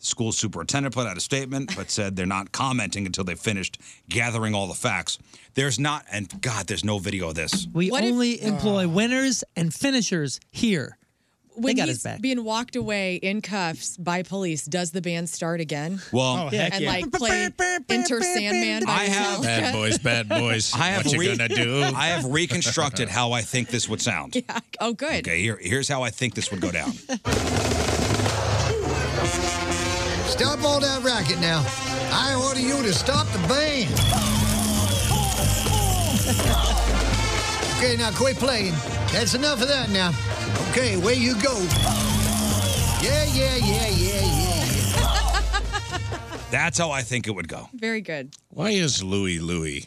The school superintendent put out a statement, but said they're not commenting until they finished gathering all the facts. There's not, and God, there's no video of this. We only Ah. employ winners and finishers here. When they got he's his back. being walked away in cuffs by police, does the band start again? Well- Oh, heck and yeah. like play Enter Sandman. By I have Metallica? bad boys. I have What you gonna do? I have reconstructed how I think this would sound. Yeah. Oh, good. Okay, here, here's how I think this would go down. Stop all that racket now. I order you to stop the band. Okay, now quit playing. That's enough of that now. Okay, away you go. Yeah, yeah, yeah, yeah, yeah. yeah. That's how I think it would go. Very good. Why is Louie Louie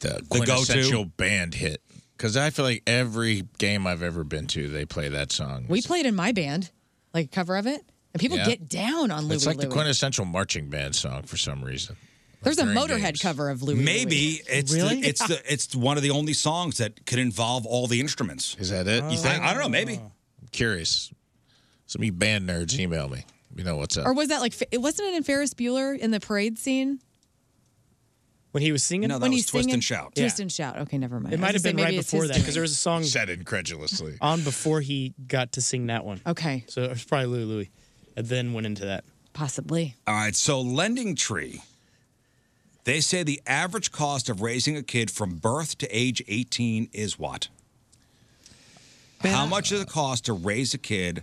the quintessential band hit? Because I feel like every game I've ever been to, they play that song. We played in my band, like a cover of it, and people Yeah. get down on Louie it's like Louie. the quintessential marching band song for some reason. There's a during Motorhead cover of Louie. Maybe Louie. it's the, it's the it's one of the only songs that could involve all the instruments. Is that it? You think? I, I don't know. Maybe. I'm curious. Some of you band nerds email me. You know what's up. Ah. Or was that like it wasn't it in Ferris Bueller in the parade scene? When he was singing? when he's singing? Twist and shout. Okay, never mind. It might have been right before that because there was a song said incredulously on before he got to sing that one. Okay. So it was probably Louie Louie, and then went into that. Possibly. All right. So Lending Tree, they say the average cost of raising a kid from birth to age 18 is what? How much does it cost to raise a kid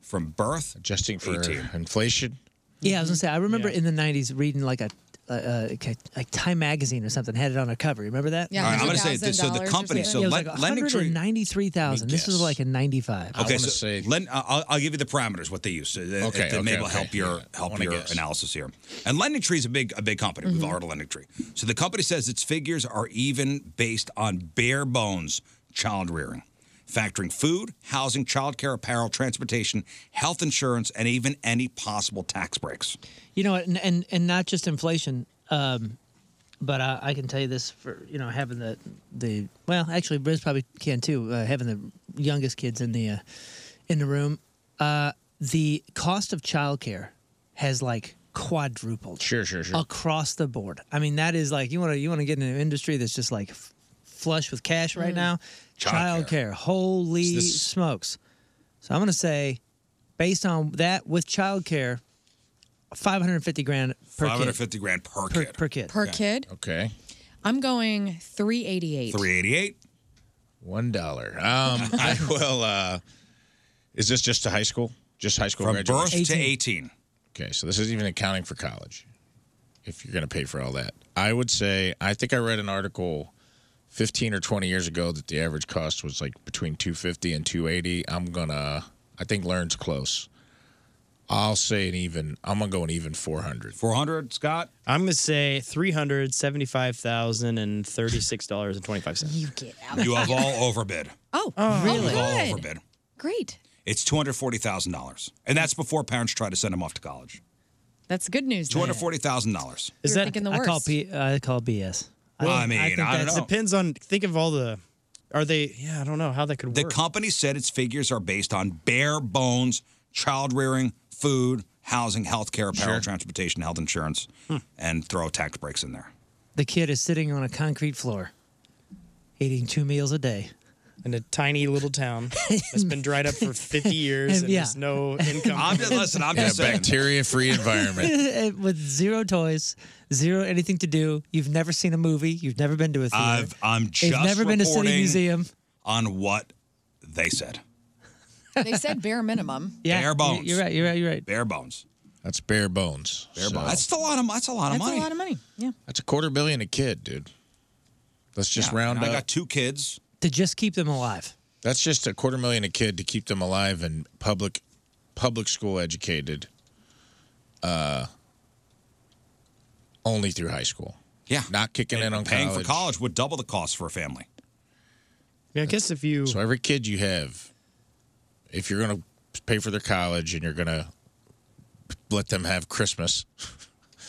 from birth adjusting for inflation? Yeah, I was gonna say. I remember in the '90s reading like a, a, a like Time magazine or something had it on a cover. You Remember that? Yeah, All right, I'm gonna say this- so the $100,000 or company- so Yeah, it was Len- like Lending Tree- 193,000. This was like a 95. Okay, so Len, I- I'll, I'll give you the parameters what they use. So that, Okay, that okay, maybe will okay. help your help wanna your guess. analysis here. And Lending Tree is a big a big company. We've Mhm. all heard of Lending Tree. So the company says its figures are even based on bare bones child rearing, factoring food, housing, child care, apparel, transportation, health insurance, and even any possible tax breaks. You know, and and, and not just inflation, um, but I, I can tell you this for you know having the the well, actually, Briz probably can too. Uh, having the youngest kids in the uh, in the room, uh, the cost of childcare has like quadrupled. Sure, sure, sure. Across the board. I mean, that is like you want to you want to get in an industry that's just like f- flush with cash right Mm. now. Childcare. Childcare, holy This- smokes! So I'm gonna say, based on that with childcare, 550 grand per Five hundred kid. fifty grand per, Per- kid. per kid. Per kid? Okay. I'm going 388. Three eighty eight. One dollar. Um, I will. Uh, is this just to high school? Just high school From graduation? birth to 18. Okay, so this is even accounting for college. If you're going to pay for all that, I would say I think I read an article 15 or 20 years ago that the average cost was like between 250 and 280. I'm gonna. I think Learn's close. I'll say an even. I'm gonna go an even 400. 400, Scott. I'm gonna say three hundred seventy-five thousand and thirty-six dollars and twenty-five cents. You get You have all overbid. Oh, You really? have all Good. overbid. Great. It's two hundred forty thousand dollars, and that's before parents try to send them off to college. That's good news. Two then. hundred forty thousand dollars. Is You're that- thinking the I call worst. P, I call BS. Well, I mean, think I don't that know. Depends on. Think of all the. Are they? Yeah, I don't know how that could The work. company said its figures are based on bare bones child rearing, food, housing, health care, apparel, Sure. Hmm. transportation, health insurance, and throw tax breaks in there. The kid is sitting on a concrete floor, eating two meals a day. In a tiny little town that's been dried up for 50 years and Yeah. there's no income. I'm just- listen, I'm In a bacteria-free environment. With zero toys, zero anything to do. You've never seen a movie. You've never been to a theater. I've, I'm You've just never been to City reporting Museum. on what they said. they said bare minimum. bare bones. You're right. You're right. You're right. Bare bones. That's bare bones. Bare So- bones. That's still a lot of. That's a lot That's of money. a lot of money. Yeah. That's a quarter billion a kid, dude. Let's just round I up. got two kids. To just keep them alive. That's just a quarter million a kid to keep them alive and public public school educated. Uh, only through high school. Yeah, not kicking in on Paying college. for college would double the cost for a family. I guess if you so every kid you have, if you're going to pay for their college and you're going to let them have Christmas,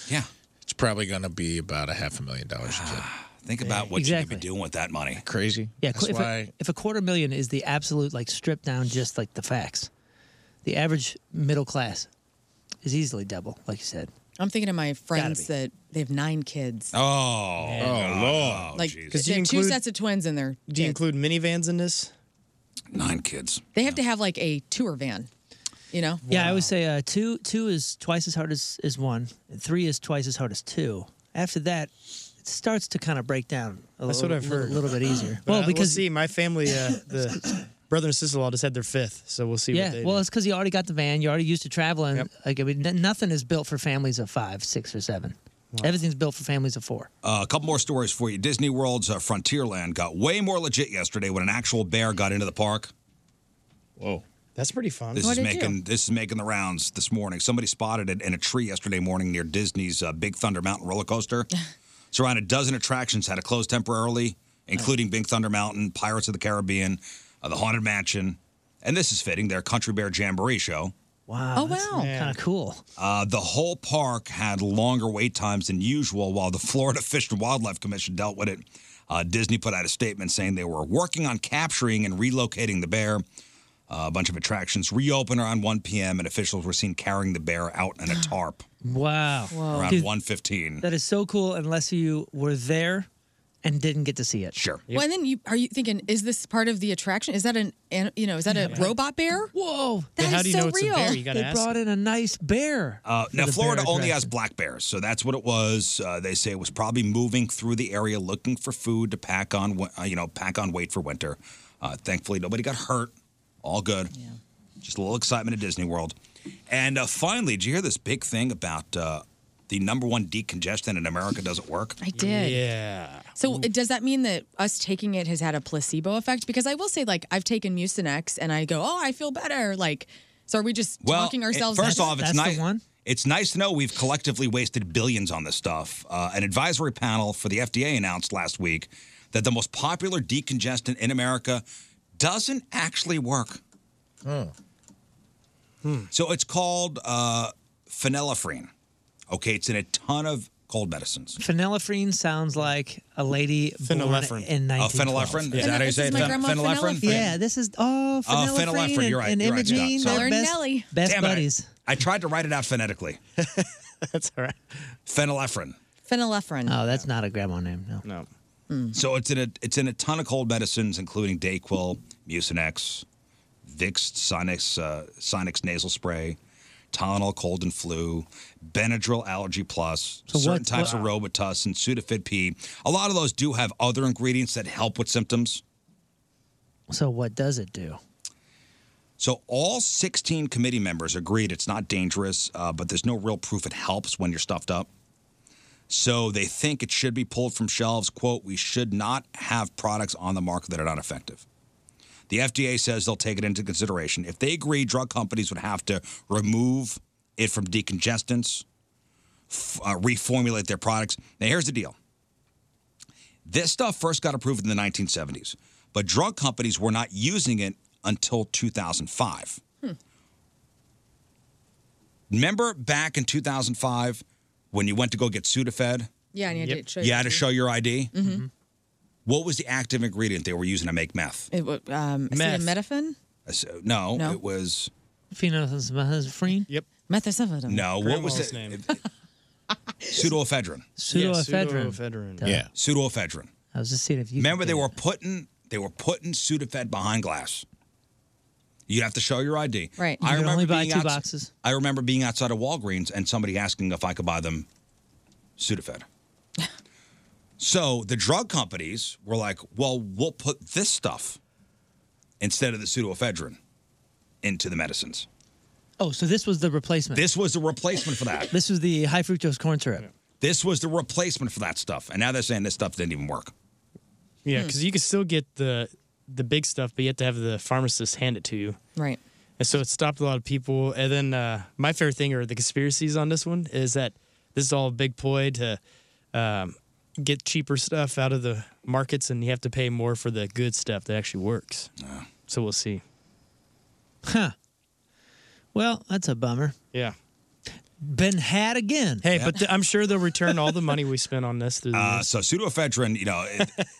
yeah, it's probably going to be about a half a million dollars a kid. Think about what you could be doing with that money. Crazy. Yeah, That's if, why a, if a quarter million is the absolute like strip down, just like the facts, The average middle class is easily double, like you said. I'm thinking of my friends that they have nine kids. Oh, Yeah. oh, Lord. like Jesus. they have two Include- sets of twins in there. Do you include minivans in this? Nine kids. They have to have like a tour van. You know? Yeah, I would say uh, two two is twice as hard as, as one. And three is twice as hard as two. After that, it starts to kind of break down a That's little, what I've little- heard. little bit easier. well, because because see, my family, uh, the brother and sister-in-law just had their fifth, so we'll see. yeah, what they well, do. it's because you already got the van. You're already used to traveling. Like I mean, n- nothing is built for families of five, six, or seven. Everything's built for families of four. Uh, a couple more stories for you. Disney World's uh, Frontierland got way more legit yesterday when an actual bear got into the park. Whoa. that's pretty fun. This is making this is making the rounds this morning. Somebody spotted it in a tree yesterday morning near Disney's uh, Big Thunder Mountain roller coaster. so around a dozen attractions had to close temporarily, including Big Thunder Mountain, Pirates of the Caribbean, uh, the Haunted Mansion, and this is fitting their Country Bear Jamboree show. Wow. Oh wow. Kind of cool. Uh, the whole park had longer wait times than usual while the Florida Fish and Wildlife Commission dealt with it. Uh, Disney put out a statement saying they were working on capturing and relocating the bear. Uh, a bunch of attractions reopened around 1 p.m., and officials were seen carrying the bear out in a tarp Wow. around Oh. Dude, 1:15. that is so cool. Unless you were there and didn't get to see it. Sure. Well, and then you are you thinking, is this part of the attraction? Is that an, an you know, is that a robot bear? Whoa. that is so real. they brought in a nice bear. Uh, for now, the Florida bear only attraction. has black bears, so that's what it was. Uh, they say it was probably moving through the area looking for food to pack on, wi- uh, you know, pack on weight for winter. Uh, thankfully, nobody got hurt. All good. Just a little excitement at Disney World. And uh, finally, did you hear this big thing about uh, the number one decongestant in America doesn't work? I did. Yeah. uh, So does that mean that us taking it has had a placebo effect? Because I will say, like, I've taken Mucinex and I go, oh, I feel better. Like, so are we just Well, talking it- ourselves? first off, it's nice. one? It's nice to know we've collectively wasted billions on this stuff. Uh, an advisory panel for the FDA announced last week that the most popular decongestant in America doesn't actually work. oh, Hmm. So it's called uh, phenylephrine. Okay, it's in a ton of cold medicines. Phenylephrine sounds like a lady born Phenylephrine. in Oh, 1912. phenylephrine? Is that how you say it? This is my Phen- grandma phenylephrine? phenylephrine. Yeah, this is oh Oh, phenylephrine, phenylephrine, and, you're right, and you're right, Scott, imogene. sorry. they're Learn best, Nelly. best Damn it, I- buddies. I tried to write it out phonetically. That's all right. Phenylephrine. Phenylephrine. Oh, that's not a grandma name. No. No. So it's in a it's in a ton of cold medicines, including Dayquil, Mucinex, Vicks, Sinex, uh, Sinex nasal spray, Tylenol cold and flu, Benadryl Allergy Plus, So certain what- types of what- Robitussin, Sudafed P. A lot of those do have other ingredients that help with symptoms. So what does it do? So all 16 committee members agreed it's not dangerous, uh, but there's no real proof it helps when you're stuffed up. So they think it should be pulled from shelves. Quote, we should not have products on the market that are not effective. The FDA says they'll take it into consideration. If they agree, drug companies would have to remove it from decongestants, f- uh, reformulate their products. Now, here's the deal this stuff first got approved in the 1970s, but drug companies were not using it until 2005. Hmm. Remember back in 2005 when you went to go get Sudafed? Yeah, and you had to show. You had to show your ID? Mm-hmm. What was the active ingredient they were using to make meth? It was um, Meth. acetaminophen, As- No, No. it was. Phenylephrine. Yep. methamphetamine. No, what was it? Pseudoephedrine. Pseudoephedrine. pseudoephedrine. Yeah, pseudoephedrine. I was just seeing if you Remember, they were putting they were putting Sudafed behind glass. You'd have to show your ID. Right. You could only buy two boxes. I remember being outside of Walgreens and somebody asking if I could buy them Sudafed. so the drug companies were like, "Well, we'll put this stuff instead of the pseudoephedrine into the medicines." Oh, so this was the replacement. This was the replacement for that. This was the high fructose corn syrup. This was the replacement for that stuff, and now they're saying this stuff didn't even work. Yeah, Hmm. because you can still get the the big stuff, but you have to have the pharmacist hand it to you. Right. And so it stopped a lot of people. And then uh, my favorite thing, or the conspiracies on this one, is that this is all a big ploy to um, get cheaper stuff out of the markets, and you have to pay more for the good stuff that actually works. Ah. So we'll see. Huh. Well, that's a bummer. Yeah. Been had again. Hey, but th- I'm sure they'll return all the money we spent on this through the Uh, so pseudoephedrine, you know, it, it's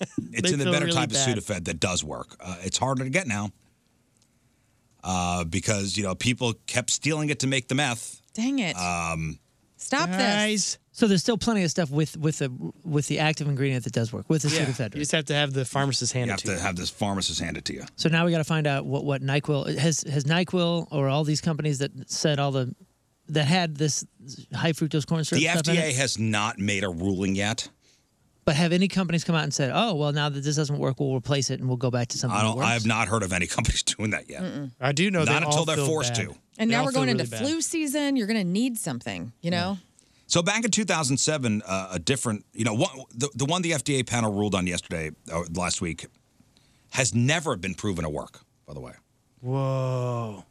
They in the feel better really type bad. of Sudafed that does work. Uh, it's harder to get now. uh, because you know people kept stealing it to make the meth. Dang it. Um, Stop this. So there's still plenty of stuff with with the with the active ingredient that does work with the You pseudoephedrine. just have to have the pharmacist hand you it have to you. to have this pharmacist hand it to you. So now we got to find out what what Nyquil has has Nyquil or all these companies that said all the that had this high fructose corn syrup. The stuff in FDA it, has not made a ruling yet. but have any companies come out and said, "Oh, well, now that this doesn't work, we'll replace it and we'll go back to something I that don't. works." I have not heard of any companies doing that yet. I do know not they until all they're feel forced bad. to. And They now all we're feel going really into bad. flu season. You're going to need something, you know? So back in 2007, uh, a different, you know, one, the, the one the FDA panel ruled on yesterday, or last week, has never been proven to work, by the way. Whoa.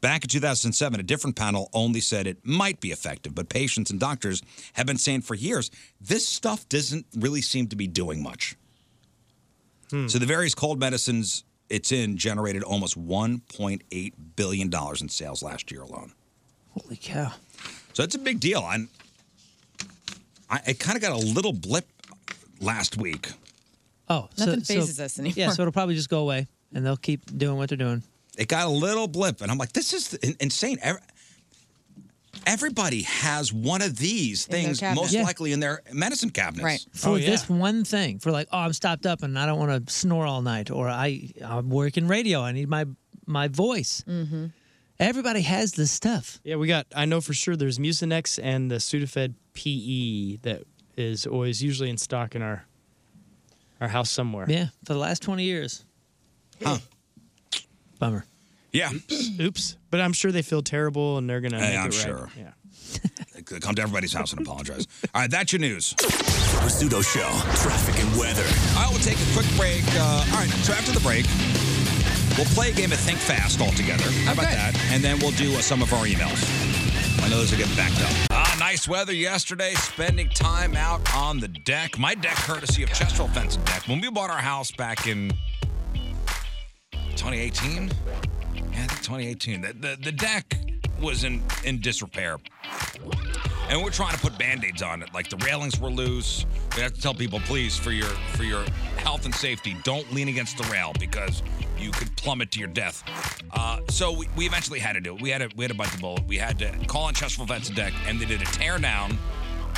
Back in 2007, a different panel only said it might be effective, but patients and doctors have been saying for years this stuff doesn't really seem to be doing much. Hmm. So the various cold medicines it's in generated almost $1.8 billion in sales last year alone. Holy cow! So it's a big deal. And I, it kind of got a little blip last week. Oh, Nothing so, phases so, us anymore. Yeah, so it'll probably just go away, and they'll keep doing what they're doing. It got a little blip, and I'm like, this is in- insane. Ev- Everybody has one of these In their things, cabinet. most Yeah. likely in their medicine cabinets. Oh, Right. For this one thing, for like, oh, I'm stopped up and I don't want to snore all night, or I I'm working radio, I need my my voice. Mm-hmm. Everybody has this stuff. Yeah, we got. I know for sure there's Mucinex and the Sudafed PE that is always usually in stock in our our house somewhere. Yeah, for the last 20 years. Bummer. Yeah. Oops. But I'm sure they feel terrible and they're gonna. Hey, make I'm it right. sure. Yeah. Come to everybody's house and apologize. All right, that's your news. Rizzuto Show, traffic and weather. I will take a quick break. Uh, all right, so after the break, we'll play a game of Think Fast all together. How about that? And then we'll do uh, some of our emails. I know those are getting backed up. Ah, nice weather yesterday. Spending time out on the deck. My deck, courtesy of Chesterfield Fence and Deck. When we bought our house back in 2018, yeah, I think 2018, the, the, the deck was in, in disrepair. And we're trying to put band-aids on it. Like the railings were loose. We have to tell people, please, for your for your health and safety, don't lean against the rail because you could plummet to your death. Uh, so we, we eventually had to do it. We had to we had to bite the bullet. We had to call on Chesterfield Vets Deck, and they did a tear down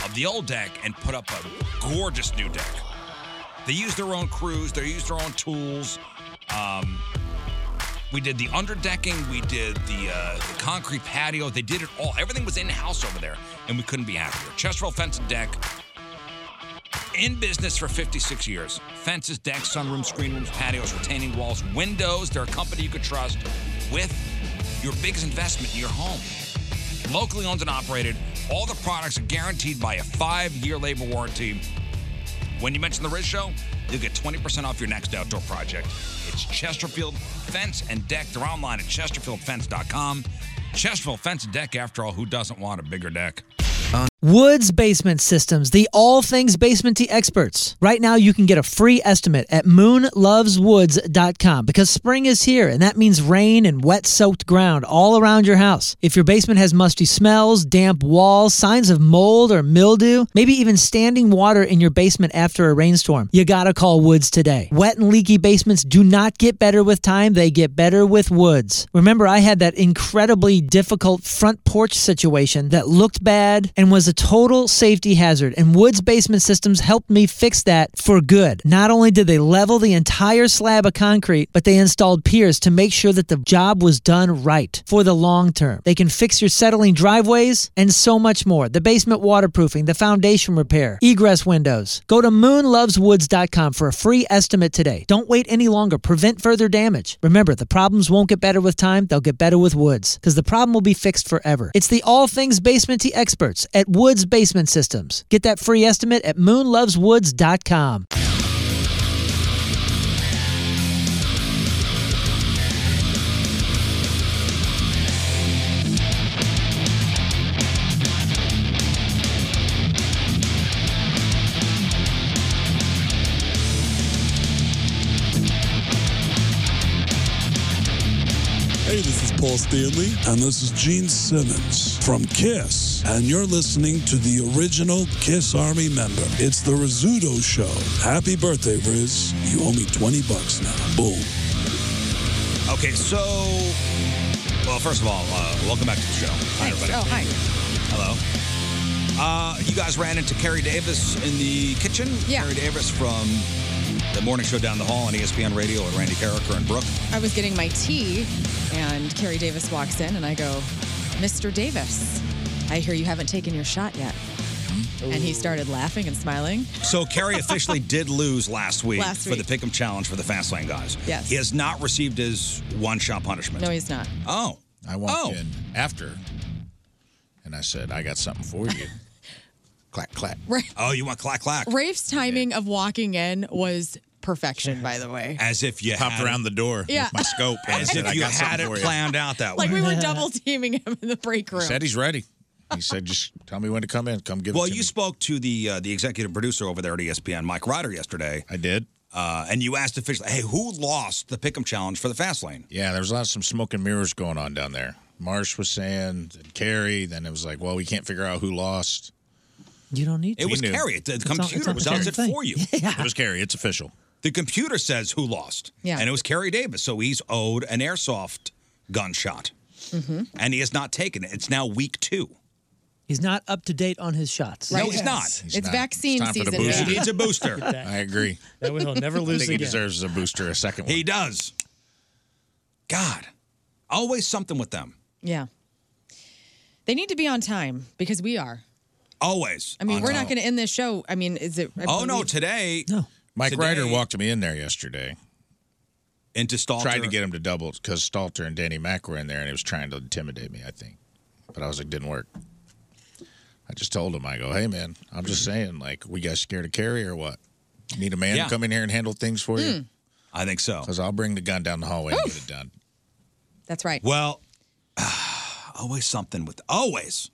of the old deck and put up a gorgeous new deck. They used their own crews. They used their own tools. Um, we did the underdecking. We did the, uh, the concrete patio. They did it all. Everything was in house over there, and we couldn't be happier. Chesterfield Fence and Deck, in business for 56 years. Fences, decks, sunrooms, screen rooms, patios, retaining walls, windows. They're a company you could trust with your biggest investment in your home. Locally owned and operated. All the products are guaranteed by a five year labor warranty. When you mention the Riz Show, you'll get 20% off your next outdoor project. It's Chesterfield Fence and Deck. They're online at chesterfieldfence.com. Chesterfield Fence and Deck, after all, who doesn't want a bigger deck? Woods Basement Systems, the all things basement tea experts. Right now, you can get a free estimate at moonloveswoods.com because spring is here and that means rain and wet soaked ground all around your house. If your basement has musty smells, damp walls, signs of mold or mildew, maybe even standing water in your basement after a rainstorm, you gotta call Woods today. Wet and leaky basements do not get better with time, they get better with Woods. Remember, I had that incredibly difficult front porch situation that looked bad and was a total safety hazard, and Woods Basement Systems helped me fix that for good. Not only did they level the entire slab of concrete, but they installed piers to make sure that the job was done right for the long term. They can fix your settling driveways and so much more. The basement waterproofing, the foundation repair, egress windows. Go to moonloveswoods.com for a free estimate today. Don't wait any longer. Prevent further damage. Remember, the problems won't get better with time, they'll get better with woods because the problem will be fixed forever. It's the all things basement tea experts at Woods Basement Systems. Get that free estimate at moonloveswoods.com. Hey, this is Paul Stanley. And this is Gene Simmons from KISS. And you're listening to the original KISS Army member. It's the Rizzuto Show. Happy birthday, Riz. You owe me 20 bucks now. Boom. Okay, so Well, first of all, uh, welcome back to the show. Hi, everybody. Oh, hi. Hello. Uh, you guys ran into Kerry Davis in the kitchen. Yeah. Kerry Davis from the morning show down the hall on E ESPN Radio with Randy Carricker and Brooke. I was getting my tea, and Carrie Davis walks in, and I go, Mr. Davis, I hear you haven't taken your shot yet. Hmm? And he started laughing and smiling. So Kerry officially did lose last week Last for the Pick'em Challenge for the Fast Lane guys. Yes. He has not received his one-shot punishment. No, he's not. Oh. I walked in after, and I said, I got something for you. clack, clack. Right. Oh, you want clack, clack. Rafe's timing of walking in was perfection, by the way. As if you popped around the door Yeah. with my scope. As I said, if "I you got something had it for you." planned out that way. Like we were double teaming him in the break room. He said he's ready. He said, just tell me when to come in. Come give well, it to you spoke to the uh, the executive producer over there at E ESPN, Mike Ryder, yesterday. I did. Uh, and you asked officially, hey, who lost the Pick'em Challenge for the Fast Lane? Yeah, there was a lot of some smoke and mirrors going on down there. Marsh was saying, and Carrie. Then it was like, well, we can't figure out who lost. You don't need It was Carrie. It- the It's on- computer it's on was the does it thing. for you. It was Carrie. It's official. The computer says who lost. Yeah. And it was Kerry Davis, so he's owed an airsoft gunshot. Mm-hmm. And he has not taken it. It's now week two. He's not up to date on his shots. No, he's not. He's It's not. vaccine It's time for the season, booster. man. He needs a booster. Look at that. I agree. That way he'll never lose I think again. he deserves a booster, a second one. He does. God, always something with them. Yeah. They need to be on time because we are. Always. I mean, On we're time. not going to end this show. I mean, is it? I believe- Oh, today. No. Mike Today- Ryder walked me in there yesterday. Into Stalter. Tried to get him to double because Stalter and Danny Mack were in there, and he was trying to intimidate me. I think, but I was like, didn't work. I just told him, I go, hey man, I'm just saying, like, we guys scared of Carrie or what? Need a man Yeah. to come in here and handle things for you? Mm. I think so. Because I'll bring the gun down the hallway and get it done. That's right. Well, always something with always.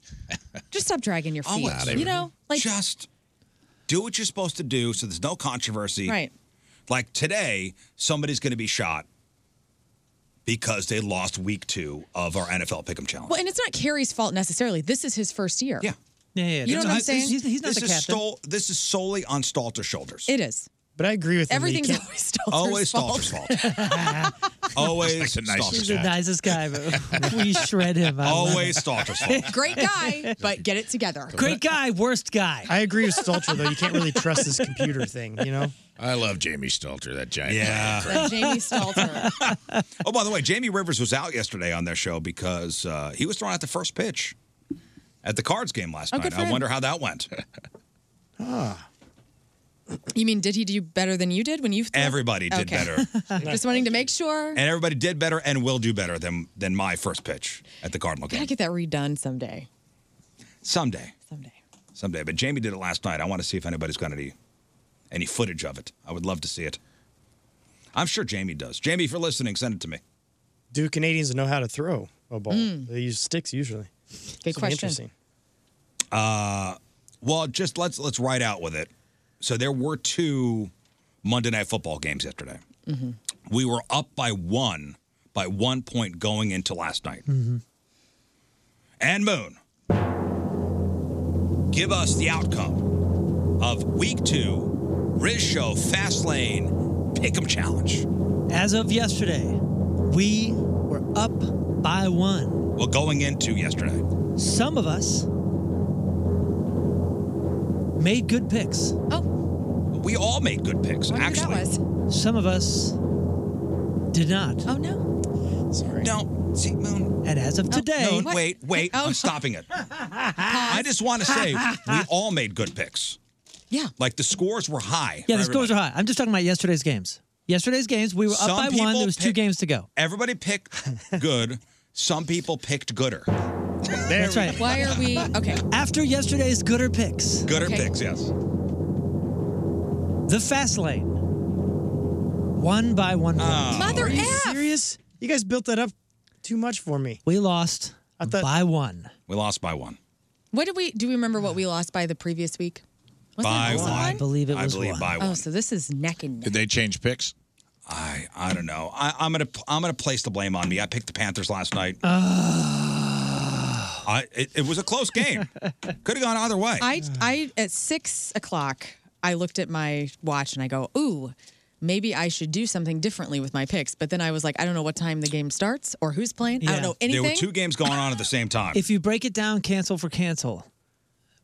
Just stop dragging your feet. Always. You know, like just do what you're supposed to do so there's no controversy. right. Like today, somebody's going to be shot because they lost week two of our NFL Pick'em Challenge. Well, and it's not Carrie's fault necessarily. This is his first year. Yeah. Yeah, yeah. You know This- what I'm this- saying? He's- he's not this the is captain. stole- this is solely on Stalter's shoulders. It is. But I agree with him that you Everything's can't- always Stalter's Always fault. Oh, Stalter's fault. Always He's Stalter's the fault. nicest guy, but we shred him. I love Always it. Stalter's fault. Great guy, but get it together. Great guy, worst guy. I agree with Stulcher though. You can't really trust this computer thing, you know. I love Jamie Stalter, that giant. Yeah. From Jamie Stalter. Oh, by the way, Jamie Rivers was out yesterday on their show because uh, he was throwing out the first pitch at the Cards game last Oh, good night. for I him. wonder how that went. Ah. You mean did he do better than you did when you? threw? Everybody did Okay. better. Just wanting to make sure. And everybody did better and will do better than than my first pitch at the Cardinal Gotta game. get that redone someday. Someday. Someday. Someday. But Jamie did it last night. I want to see if anybody's got any any footage of it. I would love to see it. I'm sure Jamie does. Jamie, if you're listening, send it to me. Do Canadians know how to throw a ball? They use sticks usually. Good Something question. Interesting. Uh, well, just let's let's ride out with it. So there were two Monday night football games yesterday. Mm-hmm. We were up by one, by one point going into last night. Mm-hmm. And Moon, give us the outcome of Week Two, Riz Show Fast Lane Pick'em Challenge. As of yesterday, we were up by one. Well, going into yesterday, Some of us made good picks. Oh. we all made good picks. actually, Some of us did not. Oh, no. Oh, Sorry. No. See, Moon. And as of today. Moon, wait, wait, I'm stopping it. I just want to say we all made good picks. Yeah. Like the scores were high. Yeah, for the scores everybody. are high. I'm just talking about yesterday's games. Yesterday's games, we were up Some by people one. There was two pick- games to go. Everybody picked good. Some people picked gooder. That's right. Why are we okay? After yesterday's gooder picks, Gooder Okay. picks, yes. the fast lane, one by one. Ah. point. Are you serious? You guys built that up too much for me. We lost by one. We lost by one. What did we do? We remember what we lost by the previous week? by also one. one? I believe I believe by one. Oh, so this is neck and neck. Did they change picks? I I don't know. I, I'm gonna I'm gonna place the blame on me. I picked the Panthers last night. I it, it was a close game. Could have gone either way. I I at six o'clock, I looked at my watch and I go, ooh, maybe I should do something differently with my picks. But then I was like, I don't know what time the game starts or who's playing. I don't know anything. There were two games going on at the same time. If you break it down, cancel for cancel,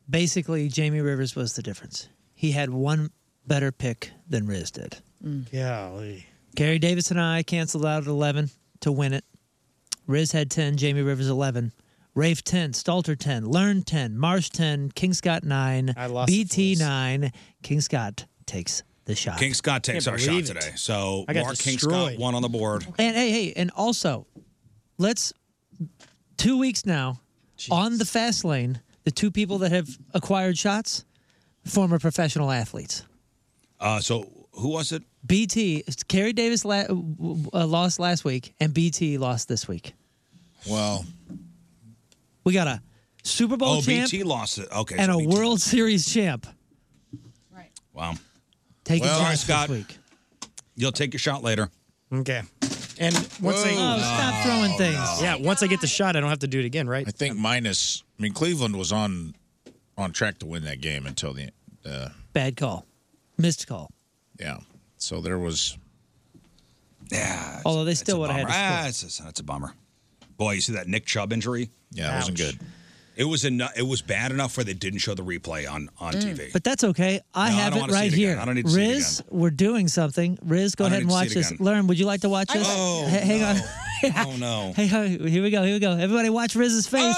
basically Jamie Rivers was the difference. He had one better pick than Riz did. Golly. Gary Davis and I canceled out at 11 to win it. Riz had 10, Jamie Rivers 11, Rafe 10, Stalter 10, Learn 10, Marsh 10, King Scott 9, I lost BT 9. King Scott takes the shot. King Scott takes Can't our shot believe it. today. So I got Mark King destroyed. Scott one on the board. And hey, hey, and also, let's two weeks now on the fast lane. The two people that have acquired shots, former professional athletes. Uh, so who was it? BT, Kerry Davis la- w- w- uh, lost last week, and BT lost this week. Well, We got a Super Bowl oh, champ BT lost it. Okay, and so a BT World Series champ. Wow. Take well, his sorry, loss this Scott. You'll take your shot later. Okay. And once I Whoa. Oh, stop throwing things. Yeah, once I get the shot, I don't have to do it again, right? I think minus. I mean, Cleveland was on on track to win that game until the. Uh, Bad call, missed call. yeah. So there was. Yeah. Although they still would Bummer. have Ah, had. it's, it's, it's a bummer. Boy, you see that Nick Chubb injury? Yeah, it wasn't good. It was enough. It was bad enough where they didn't show the replay on on TV. Mm. But that's okay. I No, I have don't it wanna see right it again. here. I don't need to see it Riz, we're doing something. Riz, go I don't ahead and need to see watch it this. again. Learn, would you like to watch this? Oh, H- hang on. Oh no. Hey, ho, here we go. Here we go. Everybody, watch Riz's face.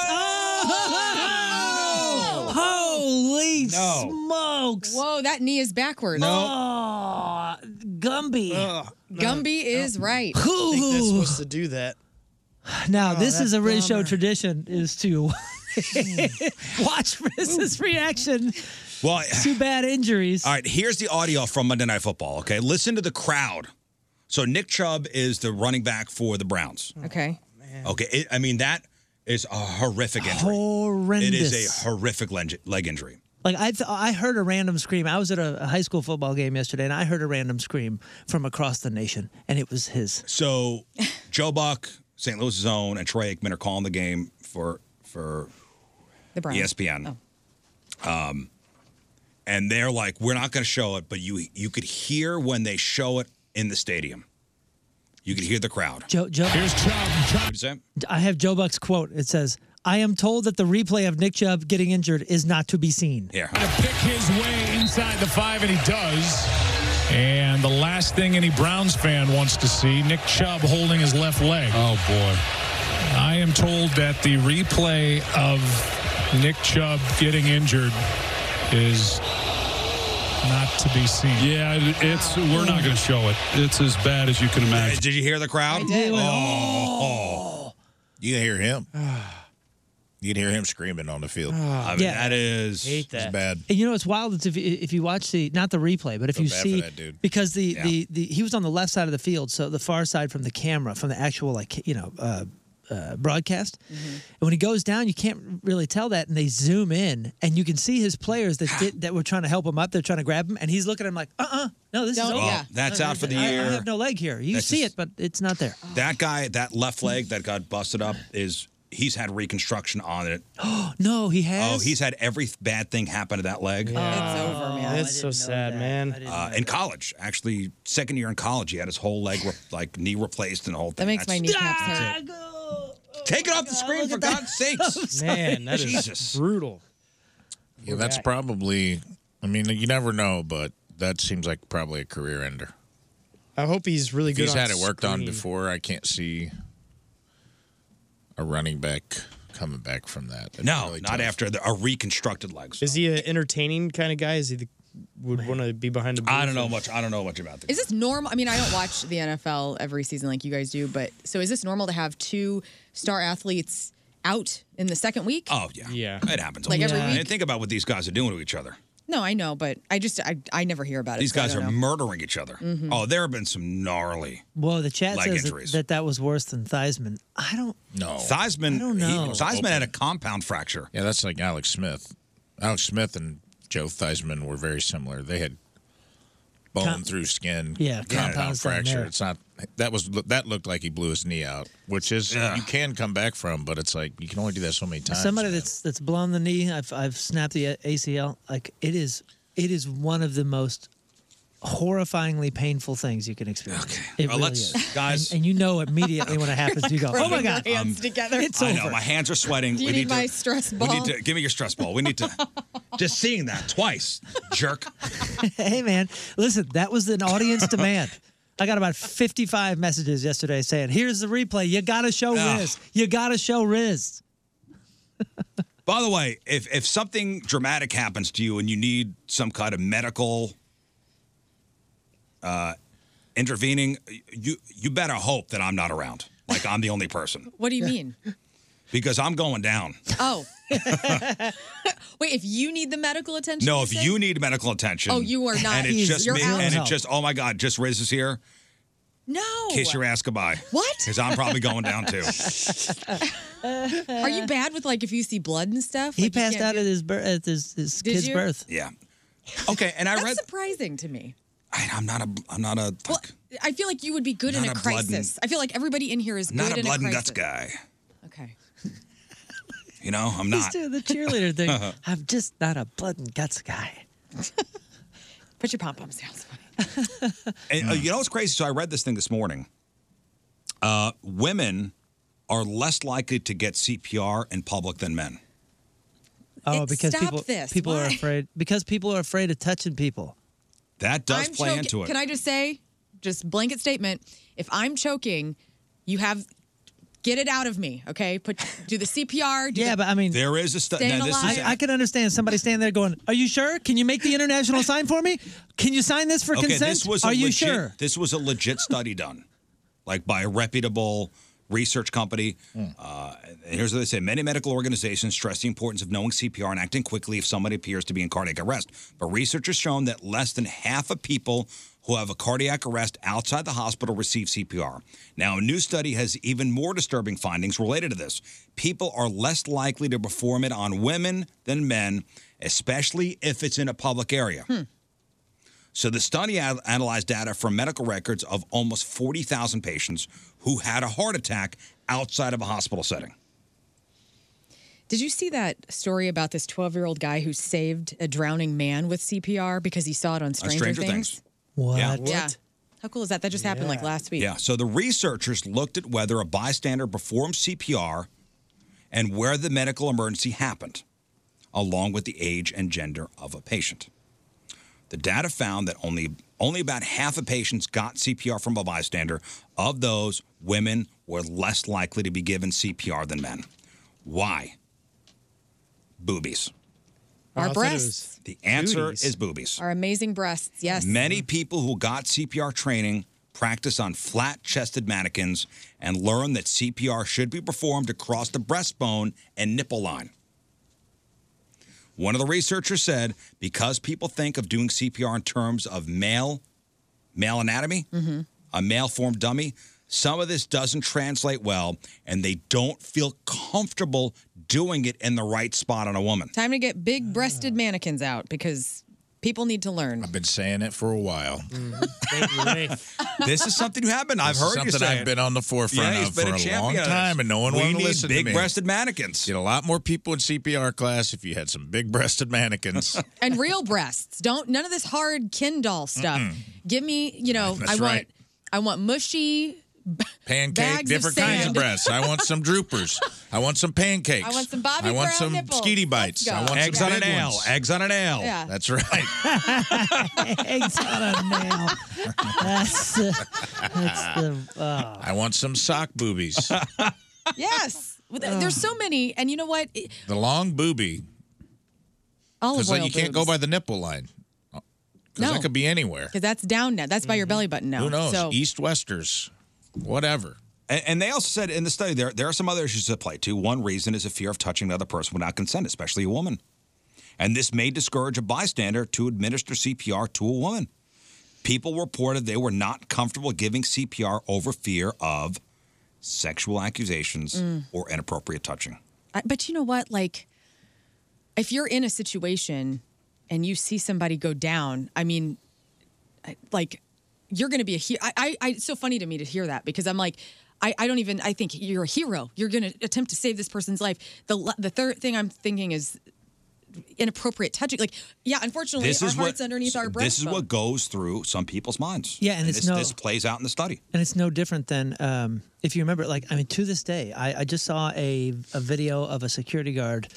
Oh! Holy smokes! Whoa, that knee is backwards. No. Oh, Gumby. Gumby is right. I think that's supposed to do that. Now, Oh, this is that's a Riz show bummer. tradition: is to watch Riz's reaction Well, to bad injuries. all right. Here's the audio from Monday Night Football. Okay, listen to the crowd. So Nick Chubb is the running back for the Browns. Okay. Okay, it, I mean that is a horrific injury. Horrendous. It is a horrific leg, leg injury. Like I, th- I heard a random scream. I was at a, a high school football game yesterday, and I heard a random scream from across the nation, and it was his. So Joe Buck, St. Louis' zone, and Troy Aikman are calling the game for for E The Browns. Oh. ESPN. Um, and they're like, we're not going to show it, but you you could hear when they show it in the stadium. You could hear the crowd. Joe, Joe. Here's What'd you say? I have Joe Buck's quote. It says, "I am told that the replay of Nick Chubb getting injured is not to be seen." Here. Pick his way inside the five, and he does. And the last thing any Browns fan wants to see Nick Chubb holding his left leg. Oh, boy. I am told that the replay of Nick Chubb getting injured is not to be seen. Yeah, it's we're not going to show it. It's as bad as you can imagine. Did you hear the crowd? Oh. You can hear him. Oh, You can hear him screaming on the field. Ah. I mean, Yeah. that is Hate that. It's bad. And you know what's wild is if if you watch the not the replay, but if Feel you bad for see that dude. because the, Yeah. the the he was on the left side of the field, so the far side from the camera, from the actual like you know uh, uh, broadcast. Mm-hmm. And when he goes down, you can't really tell that, and they zoom in, and you can see his players that did, that were trying to help him up. They're trying to grab him, and he's looking at him like, uh, uh no, this is Don't- over. Well, yeah. Oh, that's Uh, out for the I- I year. have no leg here. You That's see just- it, but it's not there. That guy, that left leg that got busted up is he's had reconstruction on it. Oh no, he has. Oh, he's had every bad thing happen to that leg. It's over, Oh, man. That's so sad, man. Uh, in college, actually, second year in college, he had his whole leg, re- like knee replaced and the whole That thing. makes my That's- kneecaps hurt. Take it off Oh, the screen for God's sakes, Man, that is brutal. Yeah, that's back. probably. I mean, you never know, but that seems like probably a career ender. I hope he's really If good. he's on had it worked on screen. before. I can't see a running back coming back from that. That'd be No, really not tough. after the, a reconstructed leg. Is he an entertaining kind of guy? Is he the, would want to be behind the? I don't know much. I don't know much about this. Is this normal? I mean, I don't watch the NFL every season like you guys do, but so is this normal to have two star athletes out in the second week? Oh yeah, yeah, it happens. all Like the every time. week? And think about what these guys are doing to each other. No, I know, but I just I, I never hear about it. These so I guys are don't know. murdering each other. Mhm. Oh, there have been some gnarly. Whoa, the chat Leg says that- injuries. that that was worse than Theismann. I don't. No. Theismann, I don't know. Theismann had a compound fracture. Oh. Yeah, that's like Alex Smith. Alex Smith and Joe Theismann were very similar. They had bone Com- through skin. Yeah, compound compounds down fracture. there. It's not that was that looked like he blew his knee out, which is you can come back from, but it's like you can only do that so many times. Somebody that's that's blown the knee. I've I've snapped the ACL. Like it is, it is one of the most horrifyingly painful things you can experience. Okay. It Well, really Uh, let's- is. guys- Um, And, and you know immediately when it happens, you go, oh my Rubbing God. your hands together. It's I know over. my hands are sweating. Do you we need need, my to stress we need ball? to give me your stress ball. We need to just seeing that twice, jerk. hey man, listen, that was an audience demand. I got about 55 messages yesterday saying, "Here's the replay. You got to show Ugh. Riz. You got to show Riz." By the way, if if something dramatic happens to you and you need some kind of medical uh, intervening, you you better hope that I'm not around. Like I'm the only person What do you mean? because I'm going down. Oh. Wait, if you need the medical attention? No, if said? you need medical attention, Oh, you are not- And it's He's- just you're me. out. And No. it's just oh my god, just Riz is here. No. Kiss your ass goodbye. What? Because I'm probably going down too. Are you bad with like if you see blood and stuff? He Like, you passed can't out do- at his bir- at his, his Did kid's you? birth. Yeah. Okay, and I That's read. surprising to me. I, I'm not a. I'm not a. I feel like you would be good in a Not a blood and- crisis. I feel like everybody in here is I'm not good a in blood a and crisis. guts guy. Okay. You know, I'm He's not. doing the cheerleader thing. I'm just not a blood and guts guy. Put your pom poms down. And, uh, you know what's crazy? So I read this thing this morning. Uh, women are less likely to get CPR in public than men. Oh, It- because stop people this. people are Why? afraid because people are afraid of touching people. That does play choking- into it. Can I just say, just blanket statement? If I'm choking, you have get it out of me. Okay, put do the CPR. Do Yeah, the- but I mean, there is a study. Staying this I, is I can understand somebody standing there going, "Are you sure? Can you make the international sign for me? Can you sign this for okay. consent? This was Are a you legit, sure?" This was a legit study done, like by a reputable research company. Hmm. Uh, and here's what they say: Many medical organizations stress the importance of knowing CPR and acting quickly if somebody appears to be in cardiac arrest. But research has shown that less than half of people who have a cardiac arrest outside the hospital receive CPR. Now, a new study has even more disturbing findings related to this. People are less likely to perform it on women than men, especially if it's in a public area. Hmm. So the study an- analyzed data from medical records of almost 40,000 patients who had a heart attack outside of a hospital setting. Did you see that story about this 12 year old guy who saved a drowning man with CPR because he saw it on Stranger, Stranger Things. What? Yeah. What? Yeah. How cool is that? That just happened like last week. Yeah, so the researchers looked at whether a bystander performed CPR and where the medical emergency happened, along with the age and gender of a patient. The data found that only only about half of patients got CPR from a bystander. Of those, women were less likely to be given CPR than men. Why? Boobies. Our breasts, The answer Booties. is boobies. our amazing breasts. Yes. Many people who got CPR training practice on flat chested mannequins and learn that CPR should be performed across the breastbone and nipple line. One of the researchers said because people think of doing CPR in terms of male male anatomy, a male form dummy, some of this doesn't translate well and they don't feel comfortable doing it in the right spot on a woman. Time to get big breasted mannequins out because people need to learn. I've Ah. been saying it for a while. Mm-hmm. this is something you have been. I've This is heard you something say I've it. been on the forefront Yeah, he's of been for a a, champion long of this. time, and no one We wanted to need listen to me. big-breasted mannequins. Get a lot more people in CPR class if you had some big-breasted mannequins. and real breasts. Don't none of this hard Ken doll stuff. Mm-mm. Give me, you know, That's I want right. I want mushy. Pancake, Bags of different kinds of sand. breasts. I want some droopers. I want some pancakes. I want some Bobby I want Brown some nipples. skeety Let's bites. I go. want Eggs some on an big ale. ones. Eggs on an ale. Yeah. That's right. Eggs on a nail. That's, uh, that's the. Uh, I want some sock boobies. Yes. Well, th- There's so many, and you know what? It- the long boobie. Olive Because oil. like, you can't go by the nipple line. Because No. that could be anywhere. because that's down now. That's by your belly button now. Who knows? So East Westers, whatever. And, and they also said in the study there there are some other issues at play too. One reason is a fear of touching another person without consent, especially a woman. And this may discourage a bystander to administer CPR to a woman. People reported they were not comfortable giving CPR over fear of sexual accusations Mm. or inappropriate touching. I, but you know what? Like, if you're in a situation and you see somebody go down, I mean, I- like, you're going to be a hero. I, I, I, it's so funny to me to hear that because I'm like, I, I don't even, I think you're a hero. You're going to attempt to save this person's life. The, le- the third thing I'm thinking is inappropriate touching. Like, yeah, unfortunately, This our is what- heart's underneath our breast. This is what goes through some people's minds. Yeah, and it's this, no- this plays out in the study. And it's no different than um, if you remember, like I mean, to this day, I, I just saw a, a video of a security guard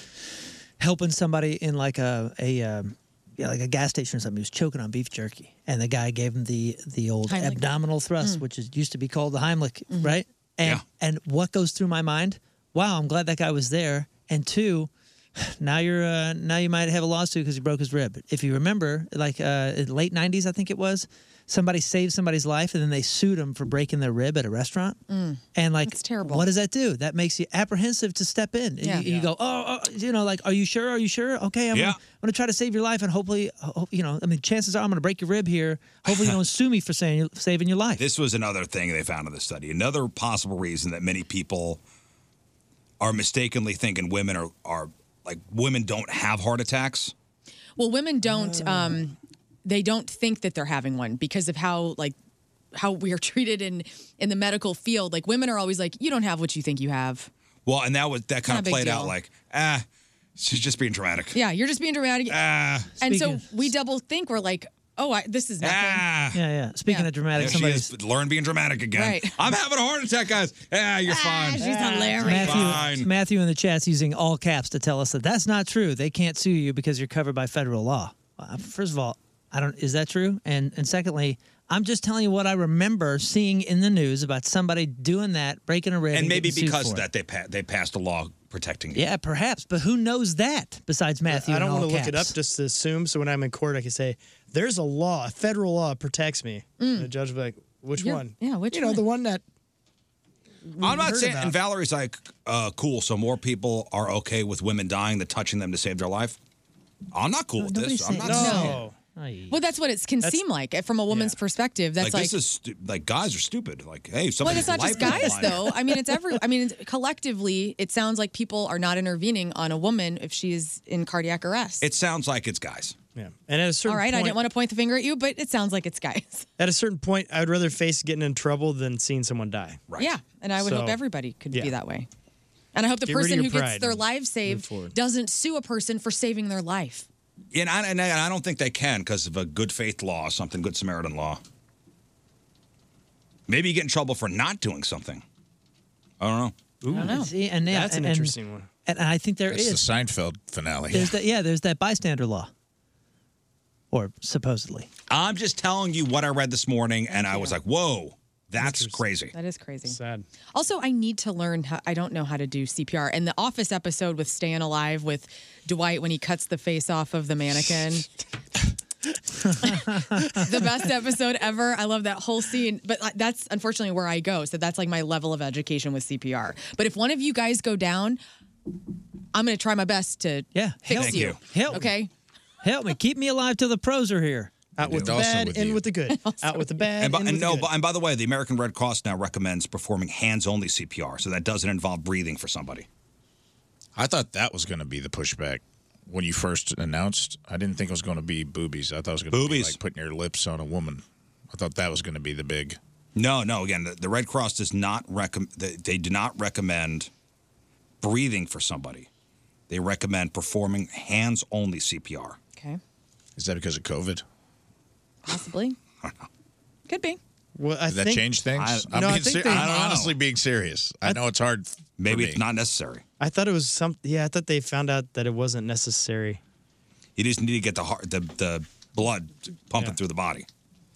helping somebody in like a a um, yeah, like a gas station or something. He was choking on beef jerky, and the guy gave him the the old Heimlich. abdominal thrust, Mm. Mm-hmm. which is used to be called the Heimlich, right? And Yeah. and what goes through my mind? Wow, I'm glad that guy was there. And two, now you're uh, now you might have a lawsuit because he broke his rib. If you remember, like uh, in late '90s, I think it was, somebody saved somebody's life and then they sued him for breaking their rib at a restaurant. Mm. And like, it's terrible. What does that do? That makes you apprehensive to step in. And Yeah. You, you Yeah. go, oh, oh, you know, like, are you sure? Are you sure? Okay, I'm, Yeah. gonna, I'm gonna try to save your life and hopefully, ho- you know, I mean, chances are I'm gonna break your rib here. Hopefully, you don't sue me for saying, saving your life. This was another thing they found in the study. Another possible reason that many people are mistakenly thinking women are, are like women don't have heart attacks. Well, women don't. Um, they don't think that they're having one because of how like how we are treated in in the medical field. Like women are always like, you don't have what you think you have. Well, and that was that Not kind a of big played out deal. like ah, she's just being dramatic. Yeah, you're just being dramatic. Ah. and so Speaking- we double think we're like, oh, I, this is nothing. Ah. Yeah, yeah. Speaking of dramatic, There she somebody's is. Learn being dramatic again. Right. I'm having a heart attack, guys. Ah, you're fine. she's Ah. hilarious. Matthew, Fine. Matthew in the chat's using all caps to tell us that that's not true. They can't sue you because you're covered by federal law. Uh, First of all, I don't. Is that true? And and secondly, I'm just telling you what I remember seeing in the news about somebody doing that, breaking a rib, And maybe getting sued because for of it. that, they pa- they passed a law protecting you. Yeah, perhaps. But who knows that besides Matthew? I don't want to look it up just to assume. So when I'm in court, I can say, "There's a law, a federal law protects me." And the judge will be like, "Which You're- one?" Mm. yeah, which you know one? the one that. I'm not heard saying. about. And Valerie's like, uh, cool. So more people are okay with women dying than touching them to save their life. I'm not cool with this. I'm not saying. Well, that's what it can seem like eh, from a woman's perspective. That's Like, like, this is stu- like guys are stupid. Like hey, well, somebody's it's not just life is guys on the line. though. I mean, it's every. I mean, it's, collectively, it sounds like people are not intervening on a woman if she is in cardiac arrest. It sounds like it's guys. Yeah, and at a certain All right, I point, didn't want to point the finger at you, but it sounds like it's guys. at a certain point, I would rather face getting in trouble than seeing someone die. Yeah, and I would hope So- everybody could Yeah. be that way. And I hope the Get rid of person your who gets pride their and life forward. saved doesn't sue a person for saving their life. And I, and I and I don't think they can because of a good faith law, something good Samaritan law. Maybe you get in trouble for not doing something. I don't know. I don't know. See, and yeah, That's an and- interesting one. And I think there is. the Seinfeld finale. There's that. Yeah, there's that bystander law, or supposedly. I'm just telling you what I read this morning, and I was like, whoa, that's crazy. That is crazy. Sad. Also, I need to learn how I don't know how to do CPR. And the office episode with Staying Alive with Dwight when he cuts the face off of the mannequin. the best episode ever. I love that whole scene. But uh, that's unfortunately where I go. So that's like my level of education with CPR. But if one of you guys go down, I'm going to try my best to yeah, fix help you. you. Help me. Okay. Help me. Keep me alive till the pros are here. Out with the Also bad, with in you. with the good. Out with the bad, And, by, in with and the no, good. but, and by the way, the American Red Cross now recommends performing hands-only CPR, so that doesn't involve breathing for somebody. I thought that was going to be the pushback when you first announced. I didn't think it was going to be boobies. I thought it was going to be Boobies. like putting your lips on a woman. I thought that was going to be the big. No, no. Again, the, the Red Cross does not recommend. They, they do not recommend breathing for somebody. They recommend performing hands-only CPR. Okay. Is that because of COVID? Possibly. Could be. Well, I Did that think- change things? I- I'm no, I being think ser- they- I'm Wow. honestly being serious. I, know it's hard. Maybe it's not necessary. I thought it was some. Yeah, I thought they found out that it wasn't necessary. You just need to get the heart, the the blood pumping through the body.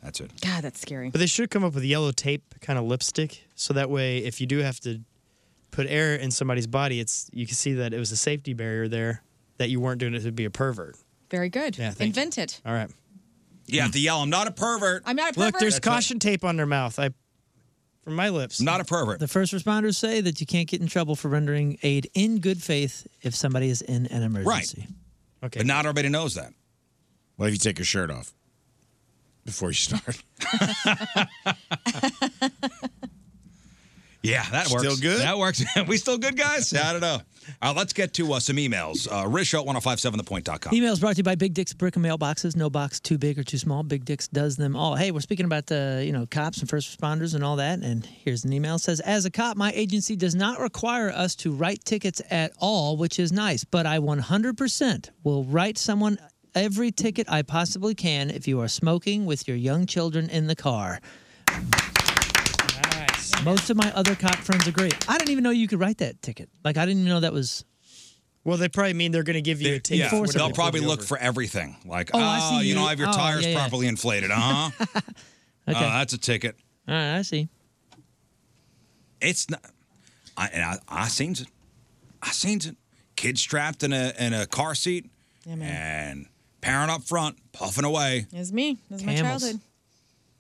That's it. God, that's scary. But they should come up with yellow tape kind of lipstick, so that way if you do have to put air in somebody's body, it's you can see that it was a safety barrier there that you weren't doing it to be a pervert. Very good. Yeah, thank Invent it. All right. You have to yell, "I'm not a pervert." I'm not a Look, pervert. there's That's right. caution tape on their mouth. I from my lips. Not a pervert. The first responders say that you can't get in trouble for rendering aid in good faith if somebody is in an emergency. Okay. But not everybody knows that. What if you take your shirt off before you start? Yeah, that works. Still good? That works. we still good, guys? Yeah, I don't know. Uh, let's get to uh, some emails. Uh, Rish at 1057thepoint.com. Emails brought to you by Big Dick's Brick and Mail Boxes. No box too big or too small. Big Dick's does them all. Hey, we're speaking about the you know cops and first responders and all that. And here's an email it says, as a cop, my agency does not require us to write tickets at all, which is nice. But I 100% will write someone every ticket I possibly can if you are smoking with your young children in the car. Most of my other cop friends agree. I didn't even know you could write that ticket. Like I didn't even know that was. Well, they probably mean they're going to give you a ticket. Yeah, for whatever they'll pulled probably you look over. for everything. Like, Oh, oh, I see. you don't have your Oh, tires yeah, yeah. properly inflated. Uh huh. Okay. that's a ticket. All right, I see. It's not. I, and I, I seen it. I seen it. Kids strapped in a in a car seat Yeah, man. and parent up front puffing away, It's me. It's my Camels. childhood.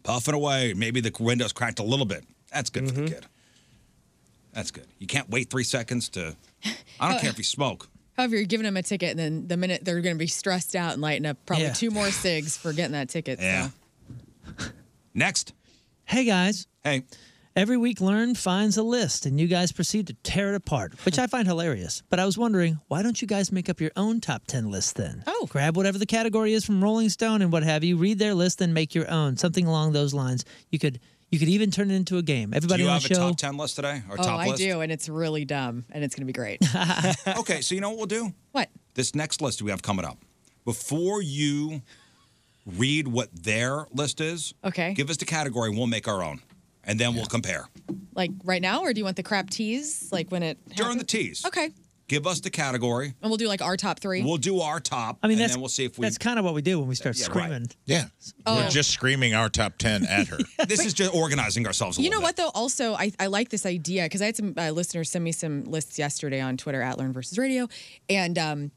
puffing away. Maybe the window's cracked a little bit. That's good for the Mm-hmm. kid. That's good. You can't wait three seconds to. I don't care if you smoke. However, you're giving them a ticket, and then the minute they're going to be stressed out and lighting up probably Yeah. two more cigs for getting that ticket. so. Yeah. Next. Hey guys. Hey. Every week, Learn finds a list, and you guys proceed to tear it apart, which I find hilarious. But I was wondering, why don't you guys make up your own top 10 list then? Oh. Grab whatever the category is from Rolling Stone and what have you, read their list, then make your own. Something along those lines. You could you could even turn it into a game. Everybody do you on have the a show. top ten list today or oh, top I list? do, and it's really dumb, and it's going to be great. okay, so you know what we'll do? What? This next list we have coming up. Before you read what their list is, Okay. give us the category and we'll make our own. And then we'll compare. Like right now, or do you want the crap tease? Like when it During the tease. Okay, and Give us the category. we'll do like our top 3 We'll do our top. I mean, and that's- then we'll see if we That's kind of what we do when we start Yeah, right. screaming. Yeah. Oh. We're just screaming our top 10 at her. this is just organizing ourselves You know what though? Also, I, I like this idea because I had some uh, listeners send me some lists yesterday on Twitter at Learn versus Radio, and um,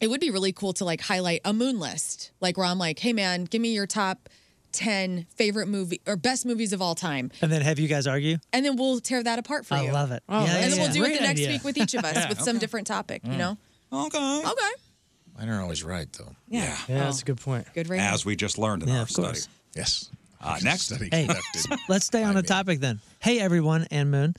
it would be really cool to like highlight a moon list, like where I'm like, hey man, give me your top ten favorite movie or best movies of all time, And then have you guys argue? and then we'll tear that apart for I you. love it. and Yeah, then yeah, we'll yeah. do it Great the next idea. week with each of us Yeah, with some different topic. You know? Okay. Okay. Mine are always right, though. Yeah. Yeah, that's a good point. Good radio. As we just learned in Yeah, our of study. course. Yes. Uh, next. Hey, let's stay on the topic then. Hey, everyone, and Moon.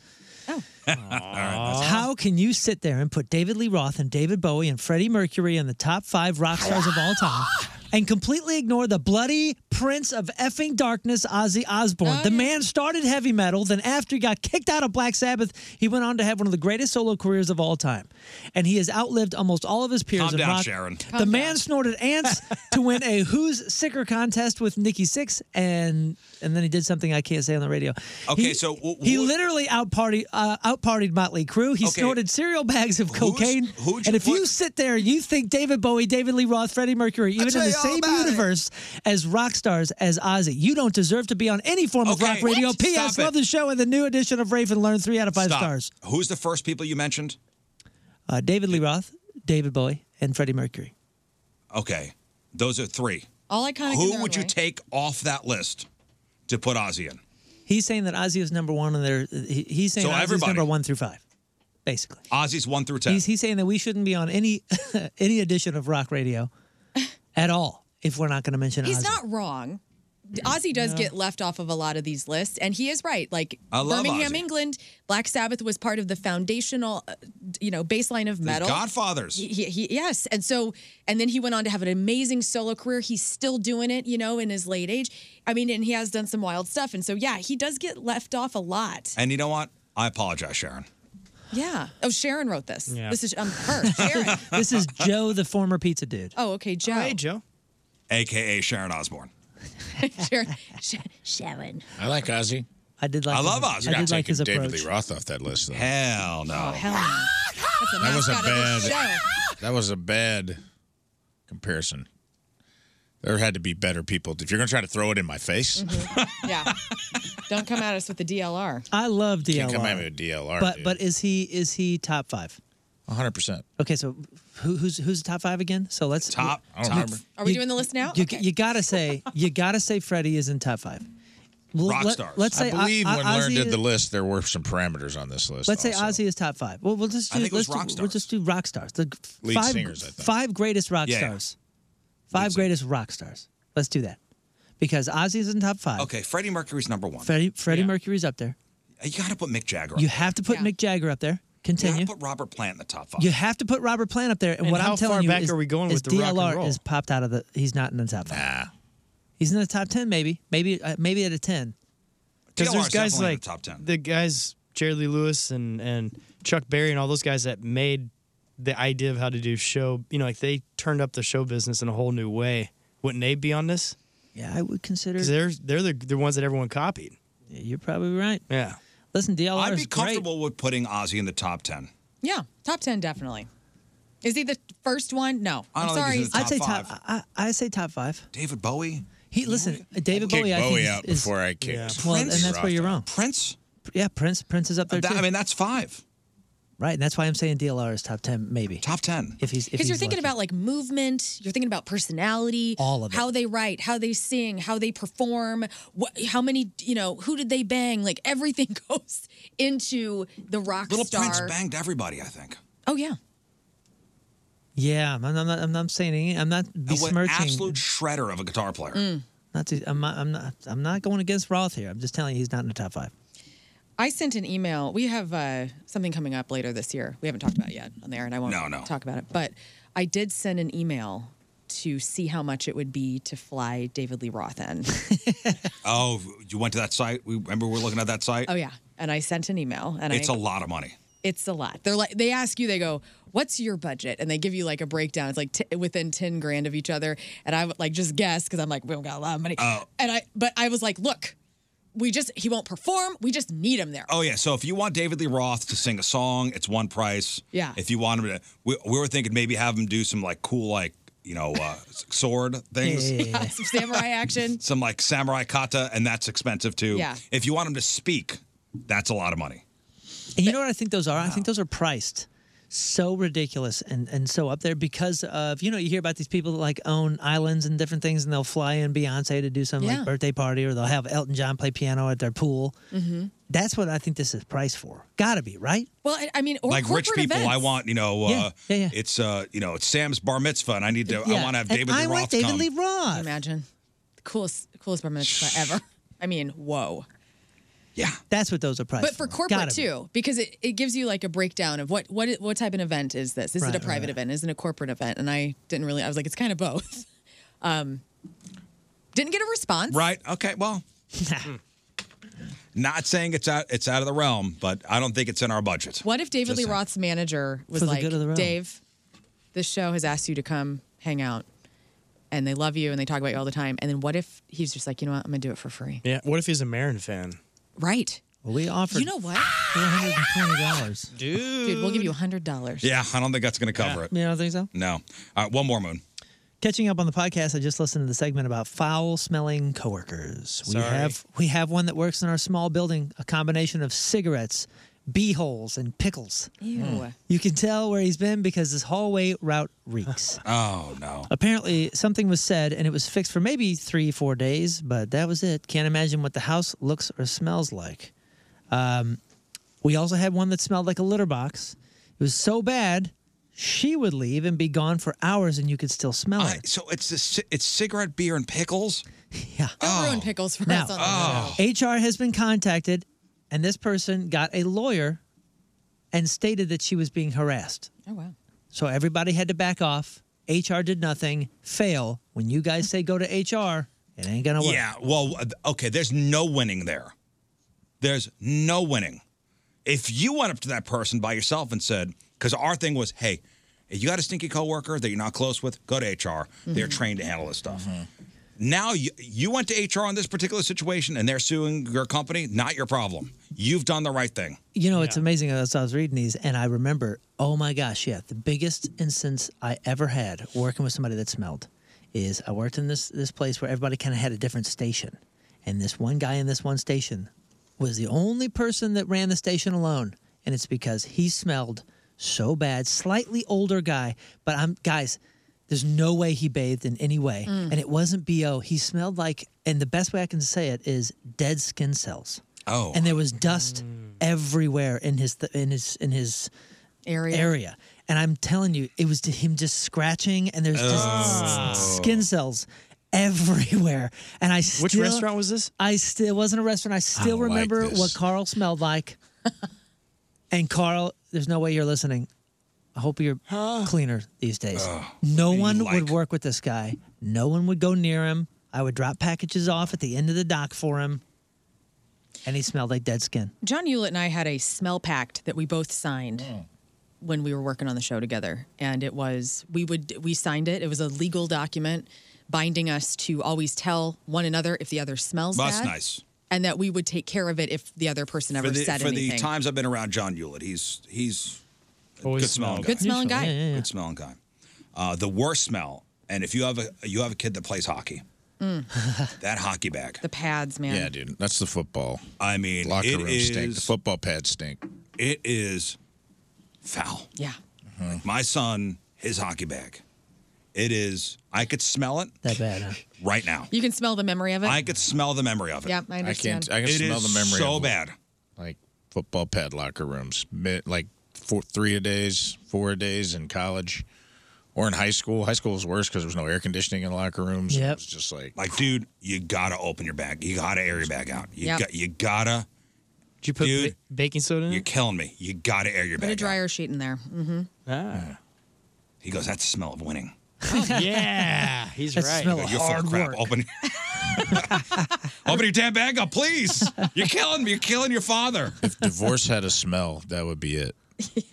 How can you sit there and put David Lee Roth and David Bowie and Freddie Mercury in the top five rock stars of all time and completely ignore the bloody Prince of effing darkness, Ozzy Osbourne? the man started heavy metal, then after he got kicked out of Black Sabbath, he went on to have one of the greatest solo careers of all time. And he has outlived almost all of his peers Calm in down, rock. Sharon. The Calm man snorted ants to win a Who's Sicker contest with Nikki Six, and and then he did something I can't say on the radio. Okay, He- so wh- he literally outparty uh, outpartied Motley Crue. He Okay. snorted cereal bags of cocaine. who'd you and if you sit there and you think David Bowie, David Lee Roth, Freddie Mercury, even in tell the you all same about it. universe as rock stars as Ozzy, you don't deserve to be on any form of rock radio. What? P.S. Stop it. Love the show and the new edition of Raven Learn three out of five Stop. stars. Who's the first people you mentioned? Uh, David Lee Roth, David Bowie, and Freddie Mercury. Okay. Those are three. All iconic. in Who their own would you way. take off that list to put Ozzy in? He's saying that Ozzy is number one, and there he, he's saying So Ozzy's everybody. number one through five, basically. Ozzy's one through ten. He's, he's saying that we shouldn't be on any any edition of rock radio at all if we're not going to mention He's Ozzy. not wrong. Ozzy does get left off of a lot of these lists, and he is right. Like I love Birmingham, Ozzy. England, Black Sabbath was part of the foundational, uh, you know, baseline of metal. Godfathers. He, he- he- yes, and so and then he went on to have an amazing solo career. He's still doing it, you know, in his late age. I mean, and he has done some wild stuff, and so yeah, he does get left off a lot. And you know what? I apologize, Sharon. Yeah. Oh, Sharon wrote this. Yeah. This is um, her. Sharon. this is Joe, the former pizza dude. Oh, okay, Joe. hey, Joe. AKA Sharon Osborne. Sharon. Sh- Sharon. I like Ozzy. I did like I his- love Ozzy. I did like his David approach. Lee Roth off that list, though. Hell no. Oh, hell no. That's the That was a mascot of this bad- show. That was a bad comparison. There had to be better people. If you're going to try to throw it in my face, Mm-hmm. Yeah. Don't come at us with the DLR. I love DLR. you can't come at me with DLR. but dude. but is he is he top five? 100%. Okay, so who, who's who's the top five again? So let's Top- I don't remember. Are we doing the list now? You, you gotta say you gotta say Freddie is in top five. Well, Rock let- stars. Let's say I believe O- when O- Learn Ozzy did is- the list, there were some parameters on this list. Let's say also. Ozzy is top five. Well, we'll just I do. think it was let's rock do, stars. We'll just do rock stars. The g- Lead five, singers, I think. Five greatest rock Yeah, yeah. stars. Five greatest rock stars. Let's do that because Ozzy's in top five. Okay, Freddie Mercury's number one. Freddie, Freddie Mercury's up there. You got to put Mick Jagger. You have to put Mick Jagger up there. Continue. You gotta put Robert Plant in the top five. You have to put Robert Plant up there. And, And what how I'm telling far you back is, are we going is with the rock and DLR roll? is popped out of the. He's not in the top five. Nah. He's in the top ten, maybe, maybe, uh, maybe at a ten. Because there's guys like the top ten. The guys Jerry Lee Lewis and and Chuck Berry and all those guys that made the idea of how to do show. You know, like they turned up the show business in a whole new way. Wouldn't they be on this? Yeah, I would consider. 'Cause they're they're the, the ones that everyone copied. You're probably right. Yeah. Listen, DLR I'd be comfortable with putting Ozzy in the top ten. Yeah, top ten definitely. Is he the first one? No, I I'm don't think sorry. he's in the I'd say top. I, I I say top five. David Bowie. He listen. uh, David Kick Bowie. I think Bowie is- out is- before I kick Well, and Prince. that's where you're wrong. Prince. Yeah, Prince. Prince is up there That- too. I mean, that's five. Right, and that's why I'm saying DLR is top ten, maybe. Top ten. If he's if Because he's you're thinking lucky. about like movement, you're thinking about personality, All of it. how they write, how they sing, how they perform, what, how many, you know, who did they bang? Like everything goes into the rock Little star. Prince banged everybody. I think. Oh yeah, Yeah, I'm not. I'm not, I'm not saying. any- I'm not And what besmirching. absolute shredder of a guitar player. Mm. Not to, I'm, not, I'm not. I'm not going against Roth here. I'm just telling you he's not in the top five. I sent an email. We have uh, something coming up later this year. We haven't talked about it yet on there, and I won't talk about it. But I did send an email to see how much it would be to fly David Lee Roth in. Oh, you went to that site. We remember we were looking at that site. oh yeah, and I sent an email, and it's I, a lot of money. It's a lot. They're like they ask you, they go, "What's your budget?" and they give you like a breakdown. It's like t- within ten grand of each other, and I would like just guess because I'm like, we don't got a lot of money. Oh. And I, but I was like, look, we just he won't perform. We just need him there. Oh yeah. So if you want David Lee Roth to sing a song, it's one price. Yeah. If you want him to, we, we were thinking maybe have him do some like cool like you know uh, sword things. Some samurai action. Some like samurai kata, and that's expensive too. Yeah. If you want him to speak, that's a lot of money. And you know what I think those are? I think those are priced so ridiculous and, and so up there because of you know you hear about these people that like own islands and different things and they'll fly in Beyonce to do some Yeah. like birthday party or they'll have Elton John play piano at their pool. Mm-hmm. That's what I think this is priced for. Gotta be right. Well, I- I mean, or like rich corporate people, I events. want you know, uh, Yeah, yeah, yeah. it's uh, you know, it's Sam's bar mitzvah, and I need to, I Yeah. want to have And David Lee I Roth want David come. Lee Roth. Imagine the coolest coolest bar mitzvah ever. I mean, whoa. That's what those are priced But for corporate Gotta be. too, because it, it gives you like a breakdown of what what what type of event is this? Is Right, it a right, private right. event? Isn't it a corporate event? And I didn't really. I was like, it's kind of both. Um, didn't get a response. Right? Okay. Well, not saying it's out, it's out of the realm, but I don't think it's in our budget. What if David Just Lee saying. Roth's manager was For the like, good of the realm. Dave, this show has asked you to come hang out, and they love you and they talk about you all the time. And then what if he's just like, you know what, I'm gonna do it for free. Yeah. What if he's a Marin fan? Right. Well, we offered. You know what? $420. Dude. Dude, we'll give you hundred dollars. Yeah, I don't think that's going to cover it. You don't think so? No. All right, one more moon. Catching up on the podcast, I just listened to the segment about foul-smelling coworkers. We Sorry. have we have one that works in our small building, a combination of cigarettes, bee holes, and pickles. Ew. Hmm. You can tell where he's been because this hallway route reeks. Oh no. Apparently, something was said and it was fixed for maybe three, four days, but that was it. Can't imagine what the house looks or smells like. Um, we also had one that smelled like a litter box. It was so bad, she would leave and be gone for hours and you could still smell it. So it's the, ci- it's cigarette, beer, and pickles. Oh. Yeah. Don't ruin pickles for Now, us. On HR has been contacted, and this person got a lawyer and stated that she was being harassed. Oh wow. So everybody had to back off. HR did nothing. Fail. When you guys say go to HR, it ain't gonna work. Yeah. Well, okay. There's no winning there. There's no winning. If you went up to that person by yourself and said, because our thing was, hey, you got a stinky coworker that you're not close with, go to HR. They're Mhm. trained to handle this stuff. Now you, you went to HR on this particular situation and they're suing your company, not your problem. You've done the right thing. You know, it's amazing as I was reading these, and I remember, oh my gosh, yeah, the biggest instance I ever had working with somebody that smelled is I worked in this this place where everybody kind of had a different station, and this one guy in this one station was the only person that ran the station alone, and it's because he smelled so bad. Slightly older guy, but I'm guys. There's no way he bathed in any way, Mm. and it wasn't bo. He smelled like, and the best way I can say it is dead skin cells. Oh. And there was dust Mm. everywhere in his th- in his in his area. area. And I'm telling you, it was to him just scratching, and there's just s- Oh. skin cells everywhere. And I still, Which restaurant was this? I still it wasn't a restaurant. I still don't like remember this. what Carl smelled like. and Carl there's no way you're listening. I hope you're cleaner these days. no one would work with this guy. No one would go near him. I would drop packages off at the end of the dock for him, and he smelled like dead skin. John Hewlett and I had a smell pact that we both signed Hmm. when we were working on the show together, and it was we would we signed it. It was a legal document binding us to always tell one another if the other smells Well, that's bad, nice. and that we would take care of it if the other person ever for the, said for anything. the times I've been around John Hewlett, he's he's a Always good smelling smelled. guy. Good smelling guy. Yeah, yeah, yeah. Good smelling guy. Uh, the worst smell, and if you have a you have a kid that plays hockey, Mm. that hockey bag. the pads, man. Yeah, dude, that's the football. I mean, locker it room stink. The is- football pads stink. It is foul. Yeah. Uh-huh. Like my son, his hockey bag. It is. I could smell it That bad. Huh? right now. You can smell the memory of it. I could smell the memory of it. Yep, I understand. I can't. I can It smell is the memory. so of, bad. Like football pad locker rooms, Mi- like four, three a days, four a days in college, or in high school. High school was worse because there was no air conditioning in the locker rooms. It was just like Like, dude, you gotta open your bag. You gotta air your bag out. You Yep. got. You gotta. Did you put baking soda in? You're killing me. You gotta air your Put a bag. dryer sheet in there. Mm-hmm. Ah. He goes, that's the smell of winning. Oh, yeah, Ah, he's That's right. the smell of You're full hard of crap. Open, open your damn bag up, please. You're killing me. You're killing your father. if divorce had a smell, that would be it.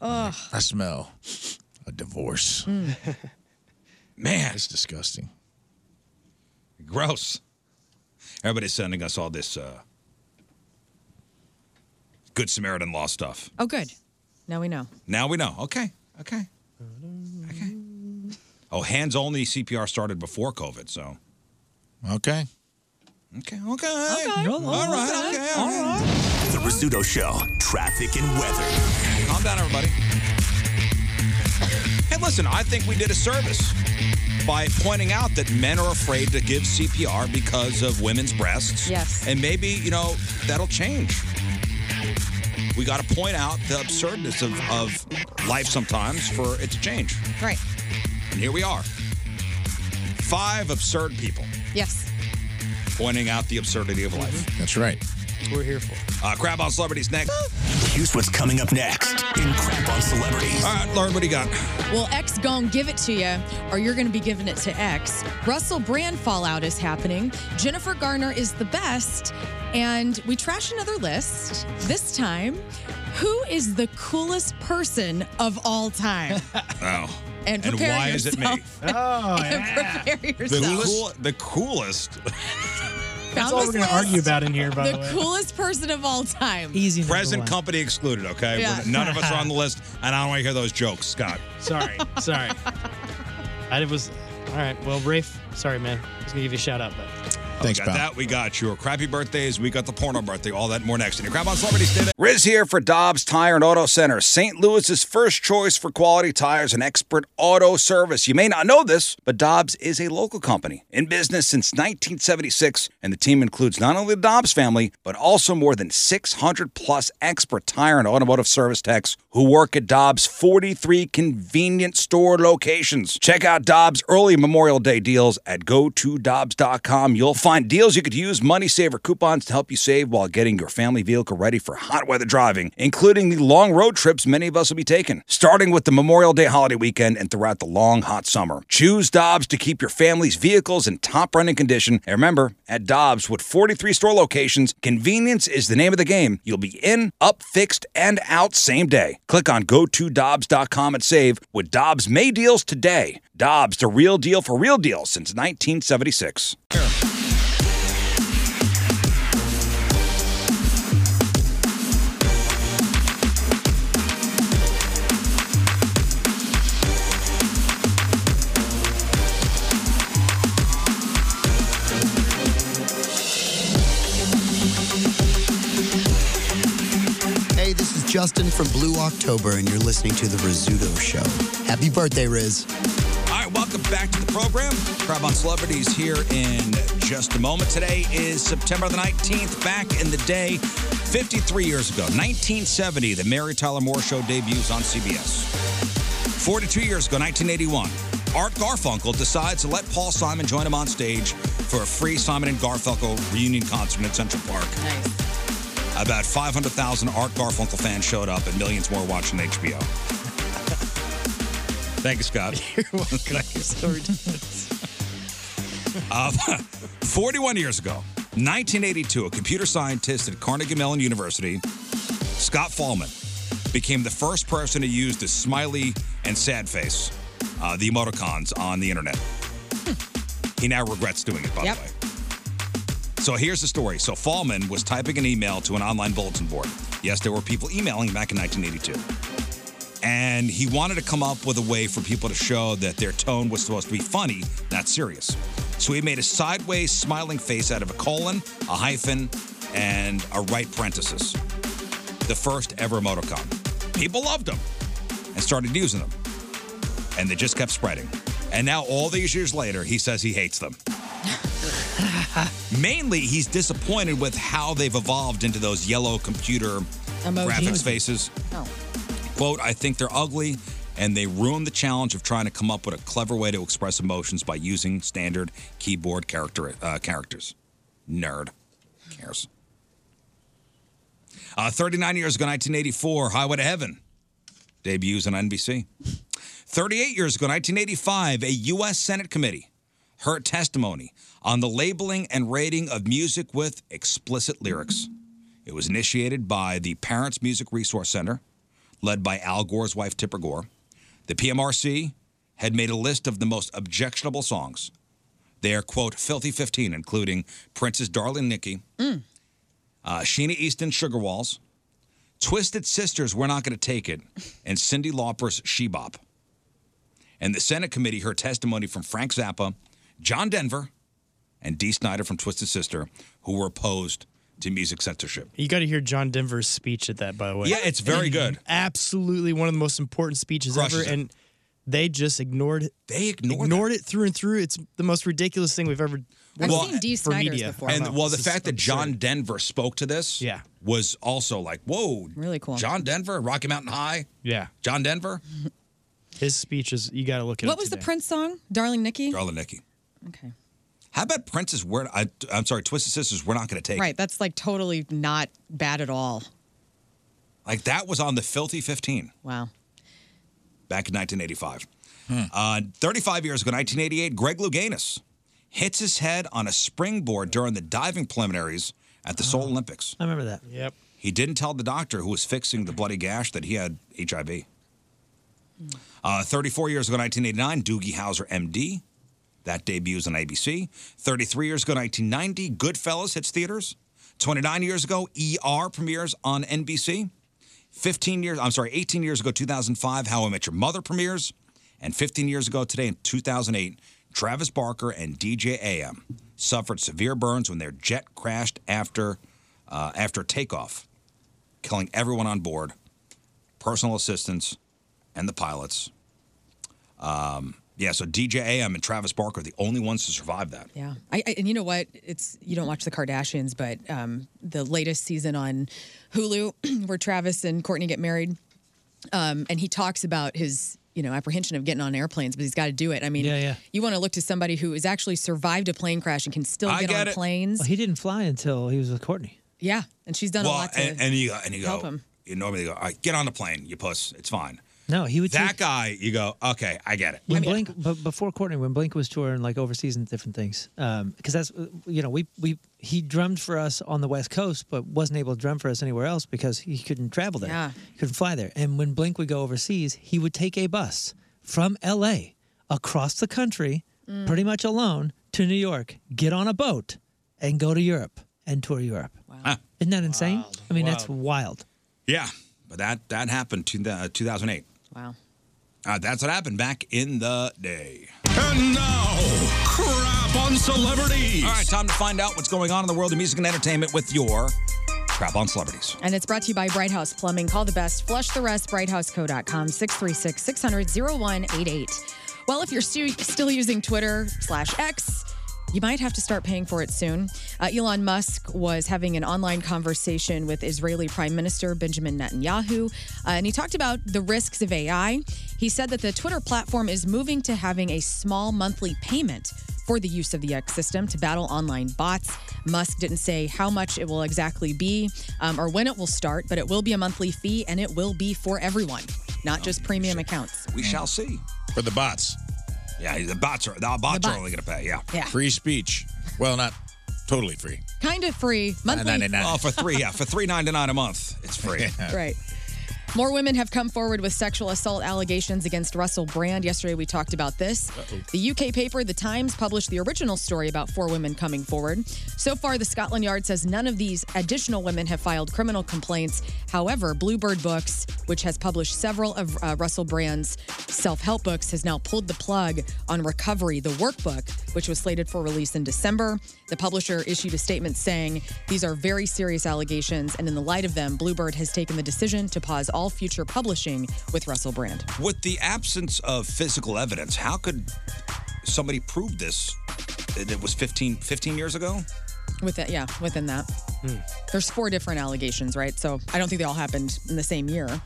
Ugh. I smell a divorce. Hmm. Man, it's disgusting. Gross. Everybody's sending us all this uh, Good Samaritan law stuff. Oh, good. Now we know. Now we know. Okay. Okay. Okay. Oh, hands only CPR started before COVID, so. Okay. Okay. Okay. All right. Okay. All right. The Rizzuto Show, traffic and weather. Calm down, everybody. And listen, I think we did a service by pointing out that men are afraid to give CPR because of women's breasts. Yes. And maybe, you know, that'll change. We got to point out the absurdness of, of life sometimes for it to change. Right. And here we are. Five absurd people Yes. pointing out the absurdity of life. That's right. We're here for. Uh, crab on celebrities next. Here's what's coming up next in Crap on Celebrities. All right, Lauren, what do you got? Well, X gon' give it to you, or you're gonna be giving it to X. Russell Brand fallout is happening. Jennifer Garner is the best, and we trash another list. This time, who is the coolest person of all time? Oh. And prepare why is it me? yourself. Oh, and prepare The, yourself. cool, the coolest. That's all we're gonna argue about in here, by the, way. coolest person of all time. Easy. Present company excluded, okay? Yeah. We're- None of us are on the list, and I don't want to hear those jokes, Scott. Sorry, sorry. I was. All right. Well, Rafe, sorry, man. I was gonna give you a shout out, but Thanks, we got that. We got your crappy birthdays. We got the porno birthday. All that and more next. And your crap on celebrities today. Riz here for Dobbs Tire and Auto Center, St. Louis's first choice for quality tires and expert auto service. You may not know this, but Dobbs is a local company in business since 1976, and the team includes not only the Dobbs family, but also more than 600 plus expert tire and automotive service techs who work at Dobbs' 43 convenient store locations. Check out Dobbs' early Memorial Day deals at gotodobbs.com. You'll find deals you could use, money saver coupons to help you save while getting your family vehicle ready for hot weather driving, including the long road trips many of us will be taking, starting with the Memorial Day holiday weekend and throughout the long hot summer. Choose Dobbs to keep your family's vehicles in top running condition. And remember, at Dobbs with 43 store locations, convenience is the name of the game. You'll be in, up, fixed, and out same day. Click on go to Dobbs.com and save with Dobbs May deals today. Dobbs, the real deal for real deals since 1976. Hey, this is Justin from Blue October, and you're listening to The Rizzuto Show. Happy birthday, Riz. All right, welcome back to the program. Crab on Celebrities here in just a moment. Today is September the 19th, back in the day, 53 years ago, 1970, the Mary Tyler Moore Show debuts on CBS. 42 years ago, 1981, Art Garfunkel decides to let Paul Simon join him on stage for a free Simon and Garfunkel reunion concert at Central Park. About 500,000 Art Garfunkel fans showed up, and millions more watching HBO. Thank you, Scott. You're Uh, 41 years ago, 1982, a computer scientist at Carnegie Mellon University, Scott Fallman, became the first person to use the smiley and sad face, uh, the emoticons, on the internet. He now regrets doing it, by Yep. the way. So here's the story. So Fallman was typing an email to an online bulletin board. Yes, there were people emailing back in 1982. And he wanted to come up with a way for people to show that their tone was supposed to be funny, not serious. So he made a sideways smiling face out of a colon, a hyphen, and a right parenthesis. The first ever emoticon. People loved them and started using them. And they just kept spreading. And now, all these years later, he says he hates them. Mainly, he's disappointed with how they've evolved into those yellow computer Emoji. graphics faces. Oh. Quote, I think they're ugly and they ruin the challenge of trying to come up with a clever way to express emotions by using standard keyboard character uh, characters. Nerd. Cares. Uh, 39 years ago, 1984, Highway to Heaven debuts on NBC. 38 years ago, 1985, a U.S. Senate committee heard testimony on the labeling and rating of music with explicit lyrics. It was initiated by the Parents Music Resource Center, led by Al Gore's wife, Tipper Gore. The PMRC had made a list of the most objectionable songs. They are, quote, filthy 15, including Prince's Darling Nikki, uh, Sheena Easton Sugar Walls, Twisted Sisters We're Not Gonna Take It, and Cindy Lauper's She Bop. And the Senate committee heard testimony from Frank Zappa, John Denver, and Dee Snyder from Twisted Sister, who were opposed to music censorship. You got to hear John Denver's speech at that, by the way. Yeah, it's very good. Absolutely one of the most important speeches Crushes ever. it. And they just ignored it. They ignored, it through and through. It's the most ridiculous thing we've ever I've Well, seen Dee for Snider's media. before. Oh. And well, the fact that John Denver spoke to this yeah. was also like, whoa, really cool. John Denver, Rocky Mountain High. Yeah. John Denver. His speech is, you got to look at it. What was the Prince song? Darling Nikki? Darling Nikki. Okay. How about Prince's We're I, I'm sorry, Twisted Sisters, we're not gonna take Right. That's like totally not bad at all. it. Like that was on the filthy fifteen Wow. back in nineteen eighty five. Hmm. Uh, 35 years ago, 1988, Greg Louganis hits his head on a springboard during the diving preliminaries at the Seoul Olympics. Oh, I remember that. Yep. He didn't tell the doctor who was fixing the bloody gash that he had HIV. Uh, 34 years ago, 1989, Doogie Howser, MD. That debuts on ABC. 33 years ago, 1990, Goodfellas hits theaters. 29 years ago, ER premieres on NBC. 15 years, I'm sorry, 18 years ago, 2005, How I Met Your Mother premieres. And 15 years ago today, in 2008, Travis Barker and DJ AM suffered severe burns when their jet crashed after, uh, after takeoff, killing everyone on board, personal assistants, and the pilots. Um, yeah, so DJ AM and Travis Barker are the only ones to survive that. Yeah. I, I and you know what? It's you don't watch the Kardashians, but um, the latest season on Hulu where Travis and Courtney get married, um, and he talks about his you know apprehension of getting on airplanes, but he's got to do it. I mean, Yeah, yeah. You want to look to somebody who has actually survived a plane crash and can still get on planes. Well, he didn't fly until he was with Courtney. yeah, and she's done a lot to and, and you go, and you go, help him. you normally go, All right, get on the plane, you puss, it's fine. No, he would that guy, you go, okay, I get it. When Blink, but before Courtney, when Blink was touring like overseas and different things, because that's you know we we he drummed for us on the West Coast, but wasn't able to drum for us anywhere else because he couldn't travel there, Yeah. couldn't fly there. And when Blink would go overseas, he would take a bus from L.A. across the country, Mm. pretty much alone, to New York, get on a boat, and go to Europe and tour Europe. Huh. Isn't that insane? I mean, that's wild. Yeah, but that that happened to the, uh, 2008. Wow. Uh, that's what happened back in the day. And now, crap on celebrities. All right, time to find out what's going on in the world of music and entertainment with your crap on celebrities. And it's brought to you by Bright House Plumbing. Call the best, flush the rest, brighthouseco.com, 636 600 0188. Well, if you're stu- still using Twitter slash X, you might have to start paying for it soon. Uh, Elon Musk was having an online conversation with Israeli Prime Minister Benjamin Netanyahu, uh, and he talked about the risks of AI. He said that the Twitter platform is moving to having a small monthly payment for the use of the X system to battle online bots. Musk didn't say how much it will exactly be um, or when it will start, but it will be a monthly fee and it will be for everyone, not just premium accounts. Oh, We shall see. Mm. For the bots. Yeah, the bots are the bots, bots. are only going to pay. Yeah. Yeah. Free speech. Well, not totally free. Kind of free monthly. Oh, for three, yeah, for three ninety nine a month, it's free. right. More women have come forward with sexual assault allegations against Russell Brand. Yesterday, we talked about this. The UK paper, The Times, published the original story about four women coming forward. So far, the Scotland Yard says none of these additional women have filed criminal complaints. However, Bluebird Books, which has published several of uh, Russell Brand's self help books, has now pulled the plug on Recovery, the workbook, which was slated for release in December. The publisher issued a statement saying these are very serious allegations, and in the light of them, Bluebird has taken the decision to pause all future publishing with Russell Brand. With the absence of physical evidence, how could somebody prove this? That It was 15, 15 years ago. With that, yeah, within that, Hmm. there's four different allegations, right? So I don't think they all happened in the same year,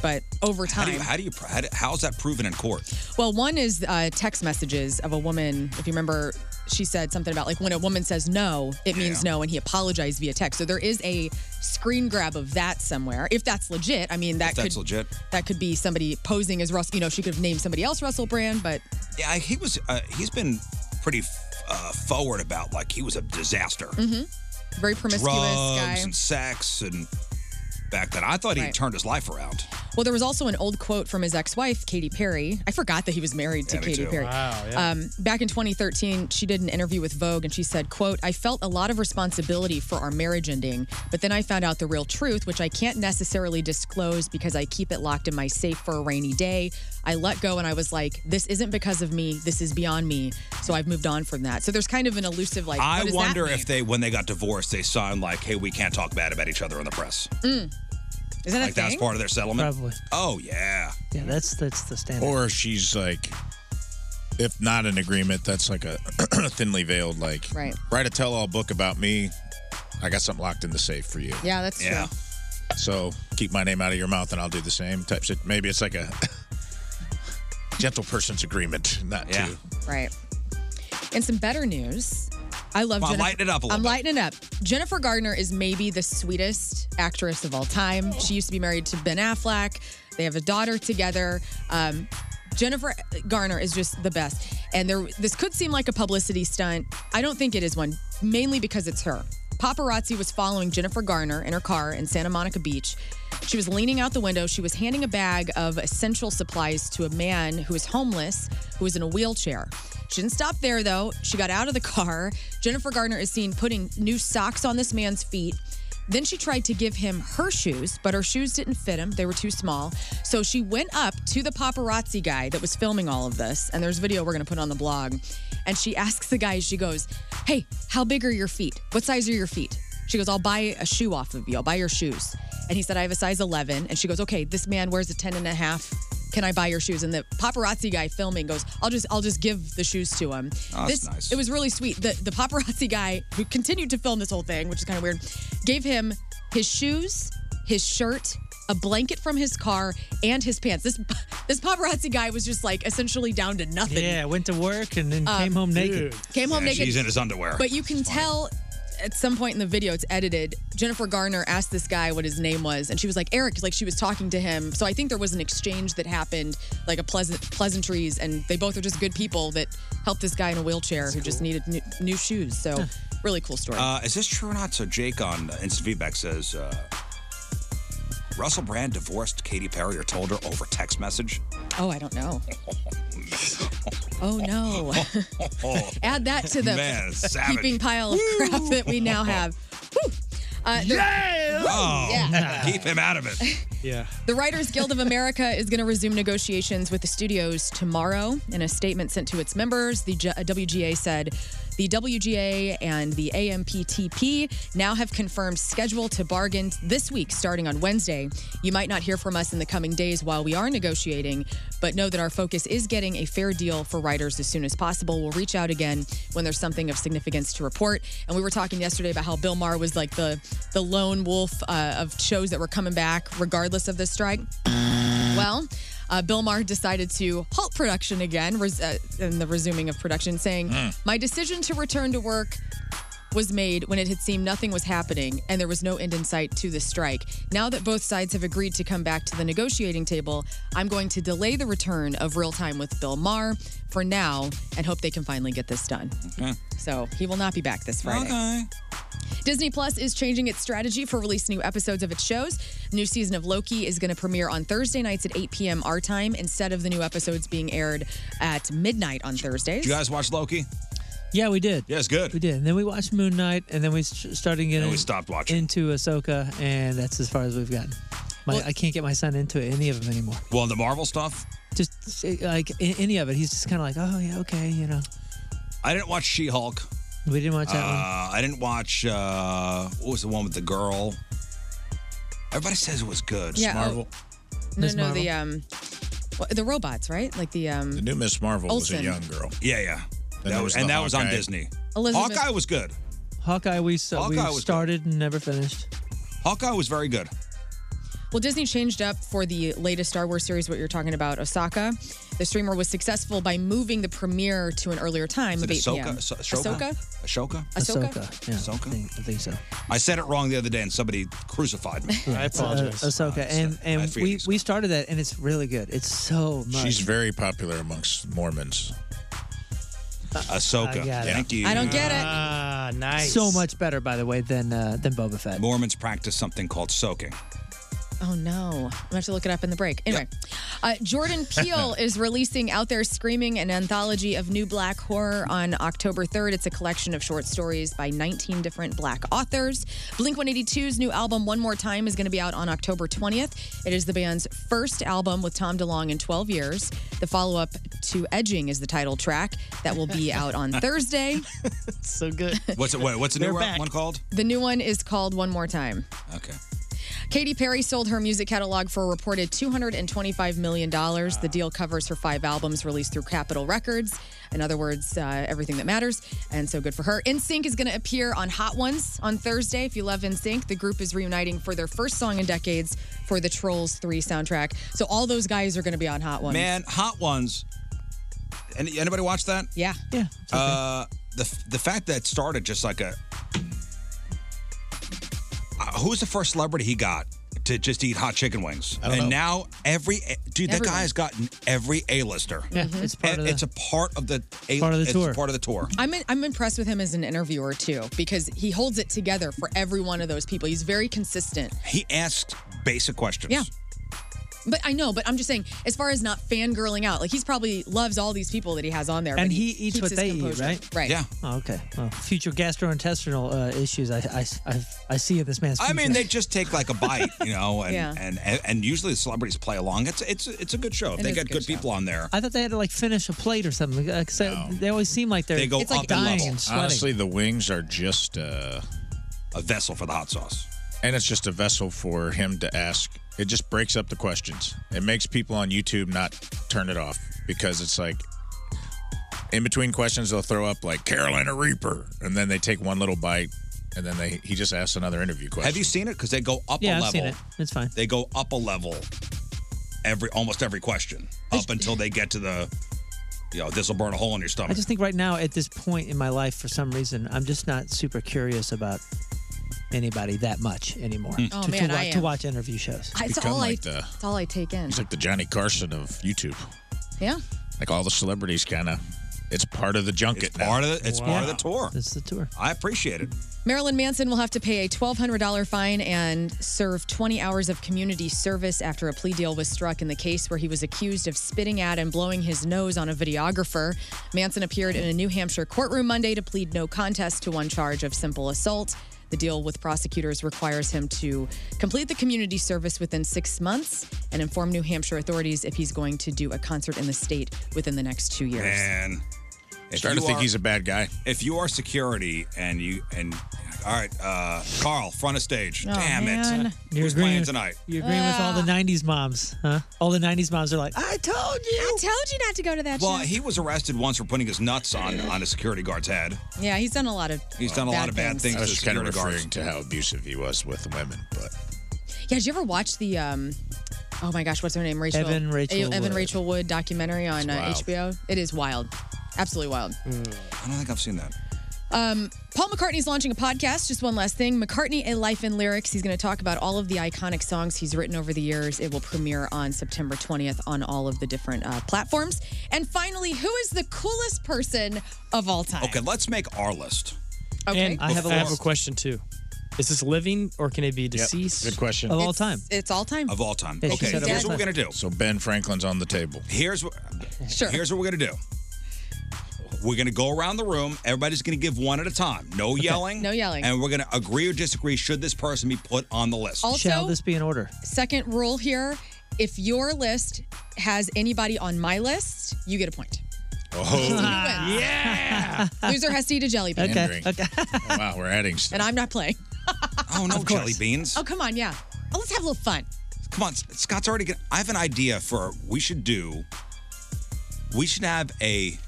but over How do you time. how do you pr- how, do, how is that proven in court? Well, one is uh, text messages of a woman. If you remember, she said something about like when a woman says no, it means no, and he apologized via text. So there is a screen grab of that somewhere. If that's legit, I mean that If that's could legit. that could be somebody posing as Russell. You know, she could have named somebody else Russell Brand, but Yeah, I- he was. Uh, he's been pretty f- uh, forward about like he was a disaster. mhm. very Drugs promiscuous guy. and sex and back then. I thought he Right. turned his life around. Well, there was also an old quote from his ex-wife, Katy Perry. I forgot that he was married to Yeah, me Katy too. Perry. Wow, yeah. um, back in 2013, she did an interview with Vogue, and she said, "quote I felt a lot of responsibility for our marriage ending, but then I found out the real truth, which I can't necessarily disclose because I keep it locked in my safe for a rainy day. I let go, and I was like, this isn't because of me. This is beyond me. So I've moved on from that. So there's kind of an elusive like. I what does that wonder mean? if they, when they got divorced, they signed like, "Hey, we can't talk bad about each other in the press." Mm. Is that like a that was thing? part of their settlement. Probably. Oh yeah. Yeah, that's that's the standard. Or she's like, if not an agreement, that's like a thinly veiled, like, Right. write a tell all book about me. I got something locked in the safe for you. Yeah, that's Yeah. true. So keep my name out of your mouth and I'll do the same type shit. Maybe it's like a gentle person's agreement, not to. Right. And some better news. I love Come on, Jennifer. lighten it up a little I'm bit. lighting it up. Jennifer Gardner is maybe the sweetest actress of all time. She used to be married to Ben Affleck. They have a daughter together. Um, Jennifer Garner is just the best. And there this could seem like a publicity stunt. I don't think it is one, mainly because it's her. Paparazzi was following Jennifer Garner in her car in Santa Monica Beach. She was leaning out the window. She was handing a bag of essential supplies to a man who was homeless, who was in a wheelchair. She didn't stop there, though. She got out of the car. Jennifer Gardner is seen putting new socks on this man's feet. Then she tried to give him her shoes, but her shoes didn't fit him. They were too small. So she went up to the paparazzi guy that was filming all of this. And there's video we're going to put on the blog. And she asks the guy, she goes, Hey, how big are your feet? What size are your feet? She goes, I'll buy a shoe off of you. I'll buy your shoes. And he said, I have a size 11. And she goes, Okay, this man wears a 10 and a half. Can I buy your shoes? And the paparazzi guy filming goes, I'll just I'll just give the shoes to him. Oh, that's this, nice. It was really sweet. The the paparazzi guy who continued to film this whole thing, which is kind of weird, gave him his shoes, his shirt, a blanket from his car, and his pants. This this paparazzi guy was just like essentially down to nothing. Uh, Yeah, went to work and then came home naked. Came home Yeah, naked. she's in his underwear. But you can tell at some point in the video, it's edited. Jennifer Garner asked this guy what his name was, and she was like Eric, like she was talking to him. So I think there was an exchange that happened, like a pleasant pleasantries, and they both are just good people that helped this guy in a wheelchair who just needed new, new shoes. So really cool story. Uh, is this true or not? So Jake on uh, Instant Feedback says uh, Russell Brand divorced Katy Perry or told her over text message. oh, I don't know. Oh no. Oh, Add that to the Man, savage. heaping pile of crap that we now have. Whew. Uh, there- Woo! Oh, Yeah. keep him out of it. Yeah. The Writers Guild of America is going to resume negotiations with the studios tomorrow. In a statement sent to its members, the J- WGA said the WGA and the AMPTP now have confirmed schedule to bargain this week starting on Wednesday. You might not hear from us in the coming days while we are negotiating, but know that our focus is getting a fair deal for writers as soon as possible. We'll reach out again when there's something of significance to report. And we were talking yesterday about how Bill Maher was like the the lone wolf uh, of shows that were coming back regardless of the strike. Well, uh, Bill Maher decided to halt production again res- uh, and the resuming of production, saying, Mm. My decision to return to work was made when it had seemed nothing was happening and there was no end in sight to the strike. Now that both sides have agreed to come back to the negotiating table, I'm going to delay the return of Real Time with Bill Maher for now and hope they can finally get this done. So he will not be back this Friday. Okay. Disney Plus is changing its strategy for releasing new episodes of its shows. The new season of Loki is going to premiere on Thursday nights at 8 p.m. our time instead of the new episodes being aired at midnight on Thursdays. Did you guys watch Loki? Yeah, we did. Yeah, it's good. We did, and then we watched Moon Knight, and then we s- started getting. we stopped watching into Ahsoka, and that's as far as we've gotten. My, I can't get my son into any of them anymore. Well, the Marvel stuff. Just uh, like a- any of it, he's just kind of like, oh yeah, okay, you know. I didn't watch She Hulk. We didn't watch that one. Uh, I didn't watch. Uh, what was the one with the girl? Everybody says it was good. Yeah, oh. Marvel. No, Ms. no, the um, what- the robots, right? Like the um, The new Miss Marvel was Olsen. a young girl. Yeah, yeah. Then that there was, the and that was on Hawkeye. Disney. Elizabeth- Hawkeye was good. Hawkeye, we so Hawkeye we was started and never finished. Hawkeye was very good. Well, Disney changed up for the latest Star Wars series, what you're talking about, Osaka. The streamer was successful by moving the premiere to an earlier time Is of it 8 Ahsoka? p.m. Ahso- Ahsoka? Ahsoka? Ahsoka? Yeah, I think, I think so. I said it wrong the other day, and somebody crucified me. Uh, Ahsoka, and and forget we we started that, and it's really good. It's so much. She's very popular amongst Mormons. Uh, Ahsoka. I got it. Thank you. I don't get it. Ah, nice. So much better, by the way, than uh, than Boba Fett. Mormons practice something called soaking. Oh no, I'm gonna have to look it up in the break. Anyway, uh, Jordan Peele is releasing Out There Screaming, an anthology of new black horror on October 3rd. It's a collection of short stories by 19 different black authors. Blink 182's new album, One More Time, is gonna be out on October 20th. It is the band's first album with Tom DeLonge in 12 years. The follow up to Edging is the title track that will be out on Thursday. so good. What's it? Wait, what's the new one one called? The new one is called One More Time. Okay. Katy Perry sold her music catalog for a reported $225 million. The deal covers her five albums released through Capitol Records. In other words, uh, everything that matters. And so good for her. NSYNC is going to appear on Hot Ones on Thursday. If you love NSYNC, the group is reuniting for their first song in decades for the Trolls 3 soundtrack. So all those guys are going to be on Hot Ones. Man, Hot Ones. Any, anybody watch that? Yeah. Yeah. Uh, the the fact that it started just like a. Uh, who's the first celebrity he got to just eat hot chicken wings? I don't and know. now every eh, dude, that Everyone. guy has gotten every A lister. Yeah, Mhm. it's part of It's a part of the A- part of the it's tour. Part of the tour. I'm, in, I'm impressed with him as an interviewer, too, because he holds it together for every one of those people. He's very consistent. He asks basic questions. Yeah. But I know, but I'm just saying, as far as not fangirling out, like he's probably loves all these people that he has on there. and but he, eats keeps what his they eat, composure. right? Right. Oh, okay. Well, future gastrointestinal uh, issues. I, I, I, I see in this man's. I future. mean, they just take like a bite, you know, and, Yeah. and, and and usually the celebrities play along. It's it's it's a good show. If It they is a got good good, people on there. I thought they had to like finish a plate or something because they always seem like they're They go it's like up in dying level. and sweating. Honestly, the wings are just uh, a vessel for the hot sauce. And it's just a vessel for him to ask. It just breaks up the questions. It makes people on YouTube not turn it off because it's like in between questions they'll throw up like Carolina Reaper and then they take one little bite and then they he just asks another interview question. Have you seen it? Because they go up yeah, a I've level. seen it. It's fine. They go up a level every almost every question up until they get to the, you know, this will burn a hole in your I stomach. just think right now at this point in my life, for some reason, I'm just not super curious about anybody that much anymore. Hmm. Oh, to, man, to, wa- I to am. watch interview shows. I, it's Become all like I. the- it's all I take in. Uh, He's like the Johnny Carson of YouTube. Yeah. Like all the celebrities kind of it's part of the junket now. part of the- it's part of the tour. It's the tour. I appreciate it. Marilyn Manson will have to pay a $1,200 fine and serve 20 hours of community service after a plea deal was struck in the case where he was accused of spitting at and blowing his nose on a videographer. Manson appeared in a New Hampshire courtroom Monday to plead no contest to one charge of simple assault. The deal with prosecutors requires him to complete the community service within six months and inform New Hampshire authorities if he's going to do a concert in the state within the next two years. And if Starting to you think are- he's a bad guy. If you are security and you and all right, uh, Carl, front of stage. Oh, Damn man. it. You're Who's agreeing playing with- tonight? You're agreeing with all the '90s moms, huh? All the '90s moms are like, I told you. I told you not to go to that Well, show. he was arrested once for putting his nuts on on a security guard's head. yeah, he's done a lot of He's done a lot of bad things. I was to just kind of security referring guards. to how abusive he was with women, but Yeah, did you ever watch the um Oh my gosh, what's her name? Rachel. Evan Rachel E- Evan Wood. Rachel Wood documentary on uh, wild. HBO. It is wild, absolutely wild. Mm. I don't think I've seen that. Um, Paul McCartney's launching a podcast. Just one last thing McCartney, A Life in Lyrics. He's going to talk about all of the iconic songs he's written over the years. It will premiere on September 20th on all of the different uh, platforms. And finally, who is the coolest person of all time? Okay, let's make our list. Okay. And I have, a, I have a question too. Is this living or can it be deceased? Good question. Of all It's- time. It's all time. Of all time. Yeah, she okay, said here's of all what we're gonna time. do. So Ben Franklin's on the table. Here's what. Here's what we're gonna do. We're gonna go around the room. Everybody's gonna give one at a time. No yelling. No yelling. And we're gonna agree or disagree. Should this person be put on the list? Also- Shall this be in order? Second rule here if your list has anybody on my list, you get a point. Oh. oh, yeah. Loser has to eat a jelly bean. Pandering. Oh, wow, we're adding stuff. And I'm not playing. Oh no, jelly beans. Oh, come on, yeah. Oh, let's have a little fun. Come on, Scott's already. Gonna, I have an idea for we should do. We should have a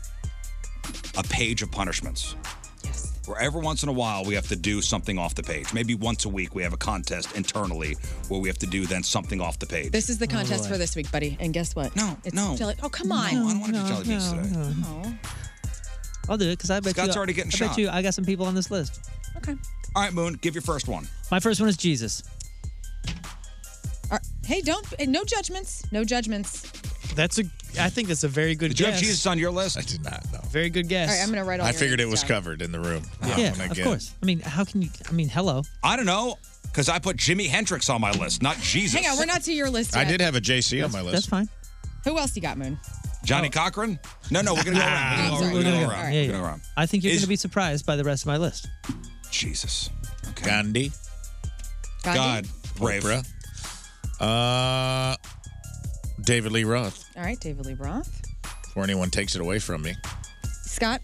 a page of punishments. Yes. Where every once in a while we have to do something off the page. Maybe once a week we have a contest internally where we have to do then something off the page. This is the contest for this week, buddy. And guess what? No, it's no. Jelly- oh, come on. No, I don't wanna do no, jelly beans no, today. Oh. I'll do it because I bet Scott's you. already getting I shot. bet you I got some people on this list. All right, Moon, give your first one. My first one is Jesus. All right. Hey, don't. eh, No judgments. No judgments. That's a. I think that's a very good Did you guess. have Jesus on your list? I did not know. Very good guess. All right, I'm gonna write all I your figured it names was down. covered in the room. yeah, Again. of course. I mean, how can you? I mean, hello. I don't know because I put Jimi Hendrix on my list, not Jesus. Hang on, we're not to your list. I yet. did have a JC on That's- my list. that's fine. Who else you got, Moon? Johnny Cochran? No, no, we're gonna go around. We're gonna Ah, go around. We're gonna go around. Yeah, We're gonna yeah. go around. I think you're Is- going to be surprised by the rest of my list. Jesus. Gandhi. Gandhi? God, brave. Uh, David Lee Roth. All right, David Lee Roth. Before anyone takes it away from me. Scott?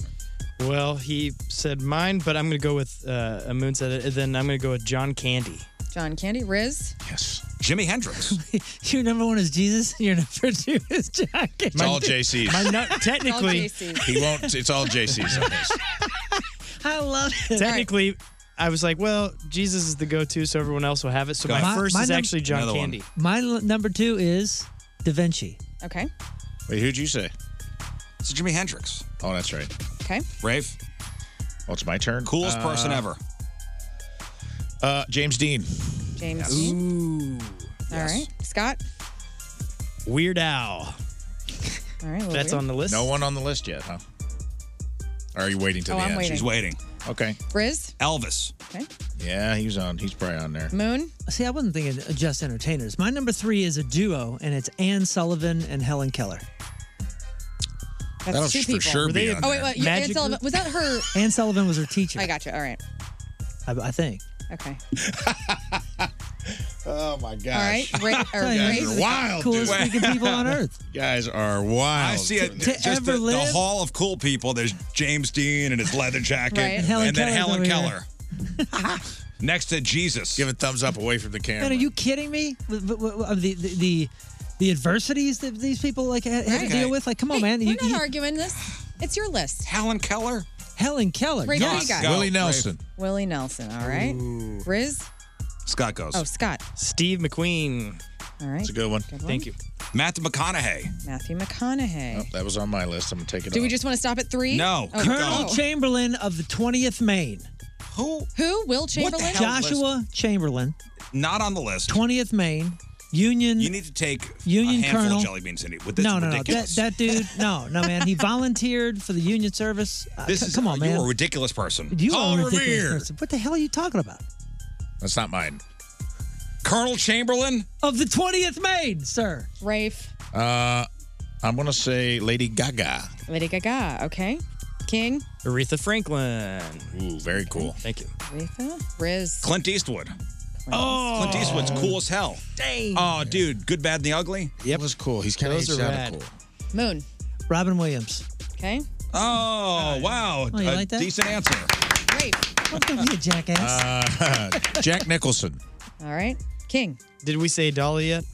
Well, he said mine, but I'm going to go with uh, a moon said it, and then I'm going to go with John Candy. John Candy? Riz? Yes. Jimi Hendrix. your number one is Jesus, and your number two is Jack. It's all JC's. My not technically. he won't. It's all JC's. on this. I love it. Technically, I was like, well, Jesus is the go-to, so everyone else will have it. So my, first is num- actually John Candy. My l- number two is Da Vinci. Okay. Wait, who'd you say? It's Jimi Hendrix. Oh, that's right. Okay. Rafe. Well, it's my turn. Coolest person ever. Uh, James Dean. James? Yes. Ooh. All right, Scott? Weird Al. All right. a little Oh, weird. No one on the list yet, huh? Or are you waiting till Oh, the I'm end? waiting. She's waiting. Okay. Riz? Elvis. Okay. Yeah, he's on. He's probably on there. Moon? See, I wasn't thinking of just entertainers. My number three is a duo, and it's Ann Sullivan and Helen Keller. That's That'll two for people. sure Were be they- on Oh, wait, there. wait, you- Ann Sullivan- was that her? Ann Sullivan was her teacher, I got you. All right. I, I think. Okay. Oh my gosh! All right, Ra- or you guys Rafe. are wild. Coolest dude. freaking people on earth. You guys are wild. I see it. To just the, ever the live? hall of cool people. There's James Dean and his leather jacket, Right, and Helen then Keller's Helen over here. Keller. Next to Jesus. Give a thumbs up away from the camera. Man, are you kidding me? With- with- with- of The, the, the, the adversities that these people like ha- had to Right. deal with. Like, come on, man. We're You- not you- arguing this. It's your list. Helen Keller? Helen Keller. Rafe, yes. what do you got? Willie Nelson. All right. Riz? Scott goes. Oh, Scott. Steve McQueen. All right. It's a good one. one. Thank you. Matthew McConaughey. Matthew McConaughey. That was on my list. I'm gonna take it. Do we off. just want to stop at three? Oh, Colonel oh. Chamberlain of the 20th Maine. Who? Who? Will Chamberlain? Joshua Chamberlain, Not on the list. 20th Maine, Union. You need to take Union a handful Colonel. of jelly beans in it. With this no, is no, ridiculous. no. That, that dude, no, no, man. He volunteered for the Union service. Uh, this c- is come on, man. You're a ridiculous person. You are a ridiculous person. What the hell are you talking about? That's not mine. Colonel Chamberlain of the 20th Maine, sir. Rafe. Uh, I'm gonna say Lady Gaga. Lady Gaga. Okay. King. Aretha Franklin. Ooh, very cool. Thank you. Aretha. Riz. Clint Eastwood. Oh, Clint Eastwood's cool as hell. Dang. Oh, dude, good, bad, and the ugly. Yep, was cool. He's kind of Those are rad. Moon. Robin Williams. Okay. Oh, wow. Oh, you a like that? decent answer. Well, don't be a jackass. Uh, Jack Nicholson. All right. King. Did we say Dolly yet?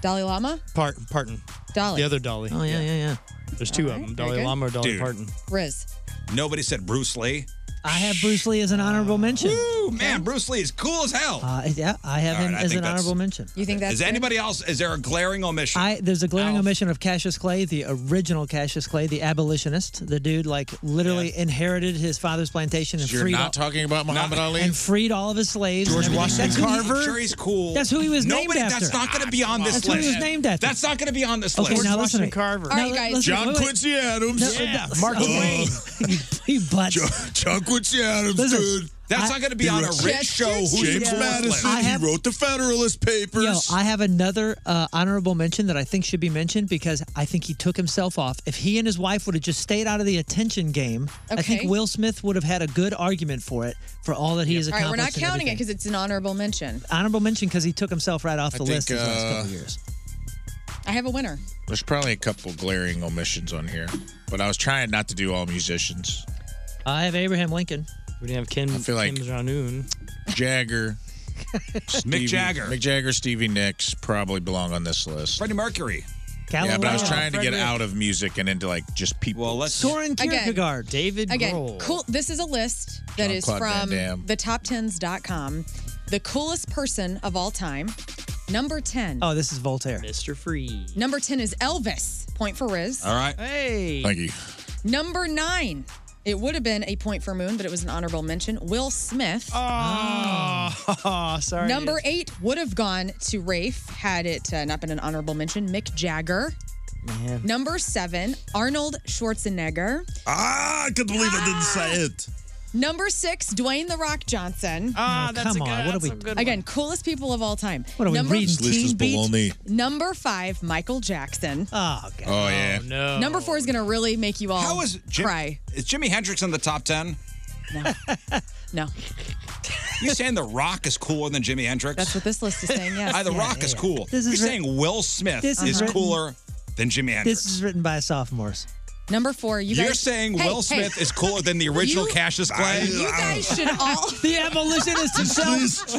Dalai Lama. Part Parton. Dolly. The other Dolly. Oh yeah, yeah, yeah. There's two of them: very Dolly good. Lama or Dolly Dude. Parton. Riz. Nobody said Bruce Lee. I have Bruce Lee as an honorable mention. Woo, man, Bruce Lee is cool as hell. Uh, yeah, I have All him right, I as think an that's- honorable mention. You think is anybody else? Is there a glaring omission? I, there's a glaring omission of Cassius Clay, the original Cassius Clay, the abolitionist. The dude, like, literally inherited his father's plantation and You're freed all, not talking about Muhammad Ali. and freed all of his slaves. and everything. That's who he- I'm sure he's cool. That's who he was named Nobody, after. That's not going to be on this That's who list. he was named after. That's not going to be on this Okay, list. now listen. to me. Carver. Now All right, li- guys. listen, John wait, wait. Quincy Adams. No, Yeah. no, Mark Uh, Oh. Twain. you butts. John, Quincy Adams, dude. That's not gonna be on a rich Yes, show. yes, Who's yes. your fourth list? he wrote the Federalist Papers. Yo, I have another uh, honorable mention that I think should be mentioned because I think he took himself off. If he and his wife would have just stayed out of the attention game, I Okay. think Will Smith would have had a good argument for it for all that he has All right, accomplished. we're not and counting it everything. because it's an honorable mention. honorable mention because he took himself right off the list these uh, last couple years. I have a winner. uh, There's probably a couple glaring omissions on here, but I was trying not to do all musicians. I have Abraham Lincoln. We didn't have Kim. I feel like- Kim Jong Un. Jagger. Stevie- Jagger. Mick Jagger, Stevie Nicks probably belong on this list. Freddie Mercury. yeah, but I was Galileo. trying to get Freddie- out of music and into like just people. Well, let's Soren Kierkegaard. David Again, cool. This is a list that Jean-Claude is Van from Damme. the top10s.com. The coolest person of all time. Number 10. Oh, this is Voltaire. Mr. Free. Number 10 is Elvis. Point for Riz. All right. Hey. Thank you. Number 9. It would have been a point for Moon, but it was an honorable mention. Will Smith. Ah. Oh, sorry. Number 8 would have gone to Rafe had it uh, not been an honorable mention. Mick Jagger. Man. Number 7, Arnold Schwarzenegger. Ah, I couldn't believe I didn't say it. Number six, Dwayne the Rock Johnson. Ah, Oh, that's a come good- on, what are that's we- a good one. Again, coolest people of all time. What are we number, reading, This list Teen is Beat? baloney. Number five, Michael Jackson. Oh, Oh yeah. no. Number four is gonna really make you all How is Jim, cry. Is Jimi Hendrix in the top ten? No. You saying The Rock is cooler than Jimi Hendrix? That's what this list is saying. Yes. Ah, the Rock is cool. This is You're writ- saying Will Smith This is, is written- cooler than Jimi Hendrix. This is written by sophomores. Number four, you You're guys- saying Hey, Will hey. Smith is cooler than the original You- Cassius Clay? You guys should all the abolitionist himself.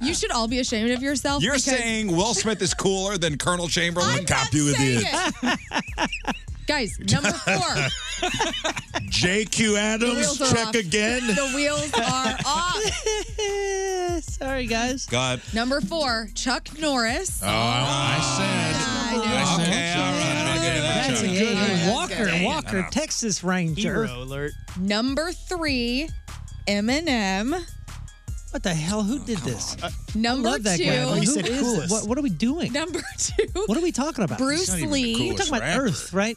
you should all be ashamed of yourself. You're because- saying Will Smith is cooler than Colonel Chamberlain? Cop you Saying it. guys, number four. JQ The wheels are off. The wheels are off. Sorry, guys. God. Number four, Chuck Norris. Oh, I Ah. I said. know. Okay, all right. I'll give it that That's to a you. good Yeah, one. Walker, that's good. Walker, Yeah. Texas Ranger. Hero alert. Number three, Eminem. What the hell? Who did this? Number Love that two. guy. Who is- what, what are we doing? Number two. Uh, What are we talking about? Bruce Lee. We're talking about Earth, right?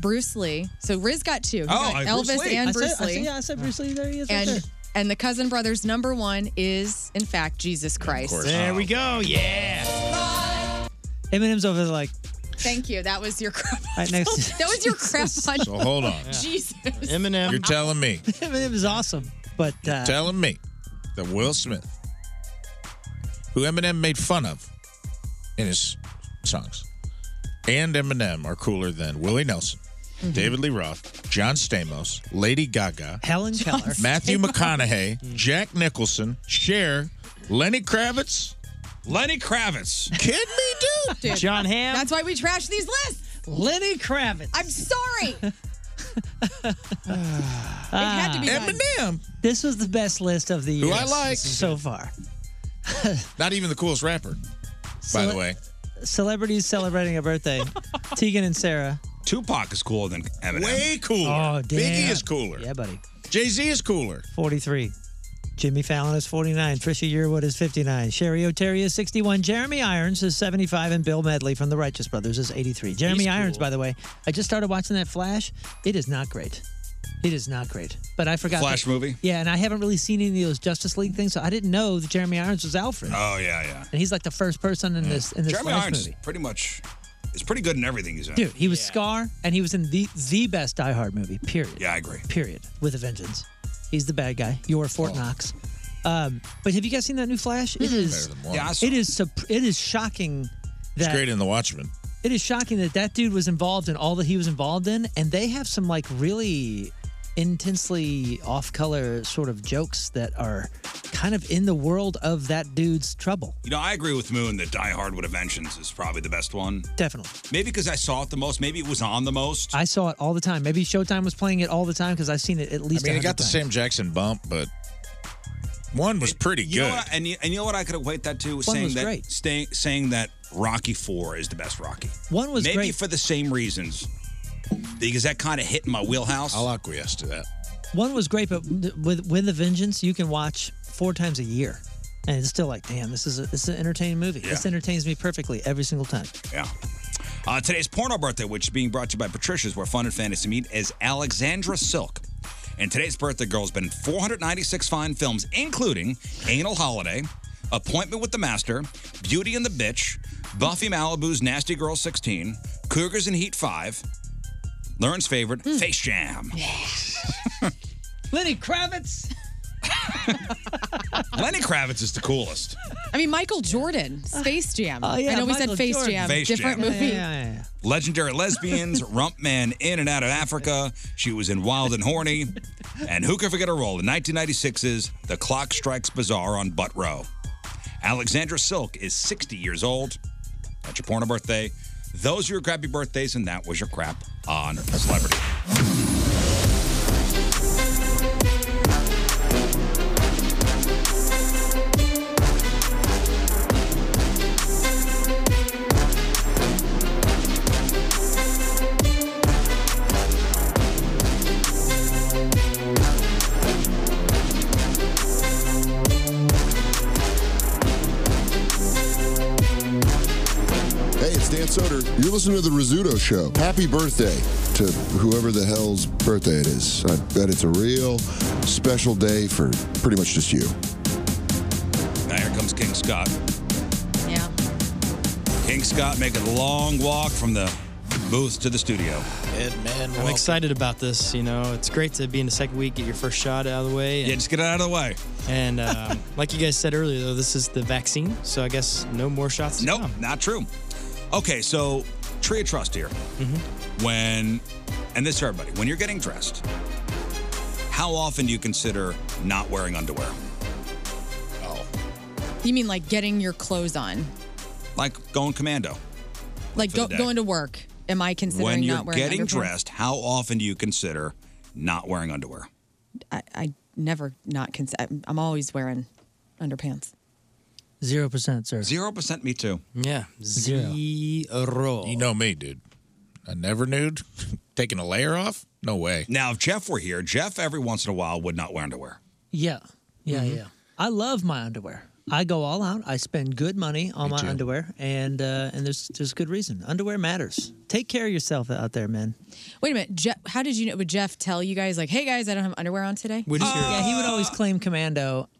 Bruce Lee. So Riz got two. He Oh, got I- Elvis Bruce Lee. I and said- Bruce I Lee. said- yeah, I said Bruce Lee. There he is right And there. and the cousin brothers. Number one is in fact Jesus Christ. There we go. Yeah. Eminem's over there like, Thank you. That was your crap. right next that was your crap on. So hold on. Jesus. Eminem. You're telling me. Eminem is awesome. But uh, telling me that Will Smith, who Eminem made fun of in his songs, and Eminem are cooler than Willie Nelson, Mm-hmm. David Lee Roth, John Stamos, Lady Gaga, Helen Keller, Mm. Matthew McConaughey, Jack Nicholson, Cher, Lenny Kravitz. Lenny Kravitz. Kid me, Dude, dude. That's why we trash these lists. Lenny Kravitz. I'm sorry. it had to be done. Eminem. Ah. This was the best list of the year Who I like. so far. Not even the coolest rapper, by the way. Celebrities celebrating a birthday. Tegan and Sarah. Tupac is cooler than Eminem. Way cooler. Oh, Biggie damn. is cooler. Yeah, buddy. Jay Z is cooler. 43. Jimmy Fallon is 49. Trisha Yearwood is 59. Sherry O'Terry is 61. Jeremy Irons is 75. And Bill Medley from the Righteous Brothers is 83. Jeremy He's cool. Irons, by the way, I just started watching that Flash. It is not great. It is not great. But I forgot. Flash that- movie? Yeah, and I haven't really seen any of those Justice League things, so I didn't know that Jeremy Irons was Alfred. Oh yeah, yeah. And he's like the first person in this in this Jeremy Flash Irons movie. is pretty much is pretty good in everything he's in. Dude, he was Scar, and he was in the the best Die Hard movie. Period. Yeah, I agree. Period. With a vengeance. He's the bad guy. You're Fort Knox. Um, but have you guys seen that new Flash? It is. Oh. Better than one. Yeah, I saw it is. sup- It is shocking. He's That great in The Watchmen. it is shocking that that dude was involved in all that he was involved in, and they have some like really intensely off-color sort of jokes that are kind of in the world of that dude's trouble. You know, I agree with Moon that Die Hard with a Vengeance is probably the best one. Definitely. Maybe because I saw it the most. Maybe it was on the most. I saw it all the time. Maybe Showtime was playing it all the time because I've seen it at least. I mean, it 100 got the times. Sam Jackson bump, but one was pretty You know good. what, and, you, and you know what I could equate that to? One saying was that great. Staying, saying that Rocky Four is the best Rocky. One was maybe great. for the same reasons because that kind of hit my wheelhouse. I'll acquiesce to that. One was great, but th- with with the Vengeance, you can watch four times a year, and it's still like, damn, this is a, this is an entertaining movie. This entertains me perfectly every single time. Yeah. Uh, today's porno birthday, which is being brought to you by Patricia's, where fun and fantasy meet, is Alexandra Silk. And today's birthday girl has been in 496 fine films, including Anal Holiday, Appointment with the Master, Beauty and the Bitch, Buffy Malibu's Nasty Girl 16, Cougars in Heat 5, Lauren's favorite, Hmm. Face Jam. Lenny Kravitz. Lenny Kravitz is the coolest. I mean, Michael Jordan, Space Jam. I know we Oh, Michael said Face Jordan. Jam, different movie. Yeah, yeah, yeah. Legendary lesbians, rump man in and out of Africa. She was in Wild and Horny. And who can forget her role in 1996's The Clock Strikes Bazaar on Butt Row? Alexandra Silk is 60 years old. That's your porno birthday. Those are your crappy birthdays, and that was your crap on a celebrity. Hey, it's Dan Soder. You're listening to The Rizzuto Show. Happy birthday to whoever the hell's birthday it is. I bet it's a real special day for pretty much just you. Now here comes King Scott. Yeah. King Scott making a long walk from the booth to the studio. I'm excited about this. You know, it's great to be in the second week, get your first shot out of the way. yeah, just get it out of the way. And um, like you guys said earlier, though, this is the vaccine, so I guess no more shots. Nope, not true. Okay, so tree of trust here. Mm-hmm. When, and this for everybody, when you're getting dressed, how often do you consider not wearing underwear? Oh, You mean like getting your clothes on, like going commando. like For the go, day. going to work? Am I considering When you're not wearing getting underpants? dressed, how often do you consider not wearing underwear? I, I never not consider. I'm always wearing underpants. Zero percent, sir. Zero percent. Me too. Yeah, Zero. zero. You know me, dude. I never nude. Taking a layer off? No way. Now, if Jeff were here, Jeff every once in a while would not wear underwear. Yeah, yeah, yeah. I love my underwear. I go all out. I spend good money on my underwear, and uh, and there's there's good reason. Underwear matters. Take care of yourself out there, man. Wait a minute, Jeff. How did you know? Would Jeff tell you guys like, "Hey guys, I don't have underwear on today"? Which yeah, he would always claim commando,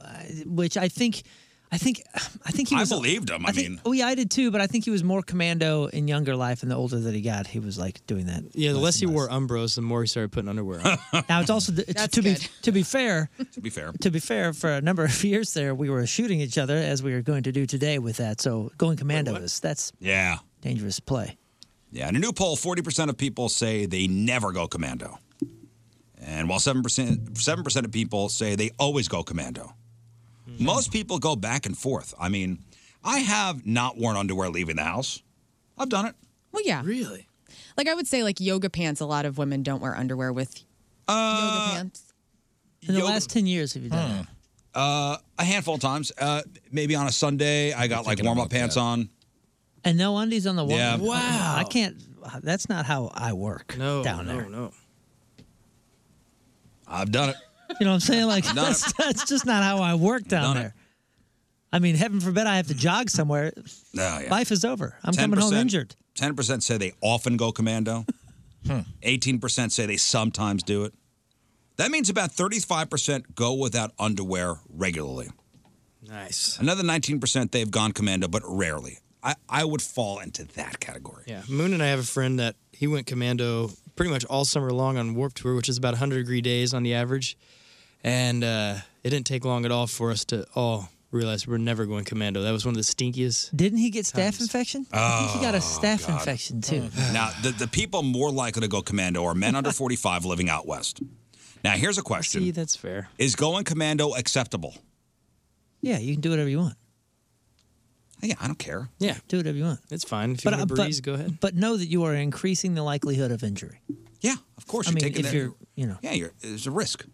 uh, which I think, I think, I think he I was. believed him. I, think- mean, oh yeah, I did too. But I think he was more commando in younger life, and the older that he got, he was like doing that. Yeah, the less he wore Umbros, the more he started putting underwear on. Now it's also it's, to be to be fair. to be fair, To be fair, for a number of years there, we were shooting each other as we are going to do today with that. So going commando is that's yeah, dangerous play. yeah. In a new poll, forty percent of people say they never go commando, and while seven percent seven percent of people say they always go commando. Most people go back and forth. I mean, I have not worn underwear leaving the house. I've done it. Well, yeah. Really? Like I would say, like yoga pants. A lot of women don't wear underwear with yoga pants. In the last ten years, have you done that? Uh, a handful of times. Uh, maybe on a Sunday, I got like warm up pants on. And no undies on the wall. Yeah. Wow. I can't. That's not how I work no, down no, there. no. I've done it. You know what I'm saying? Like Done it. that's, that's just not how I work down there. I mean, heaven forbid I have to jog somewhere. No, Oh, yeah. Life is over. I'm coming home injured. Ten percent say they often go commando. Hmm. Eighteen percent say they sometimes do it. That means about thirty-five percent go without underwear regularly. Nice. Another nineteen percent they've gone commando, but rarely. I, I would fall into that category. Yeah, Moon and I have a friend that he went commando pretty much all summer long on Warp Tour, which is about 100 degree days on the average, and uh, it didn't take long at all for us to all realize we're never going commando. That was one of the stinkiest. Didn't he get staph infection? I think he Oh, got a staph Hmm. infection too. Now, the, the people more likely to go commando are men under 45 living out west. Now, here's a question. See, that's fair. Is going commando acceptable? Yeah, you can do whatever you want. Yeah, I don't care. Yeah, do whatever you want. It's fine. If you wanna breeze, go ahead. uh, But know that you are increasing the likelihood of injury. Yeah, of course. I you're mean, taking if that- you're, you know, yeah, you're, there's a risk.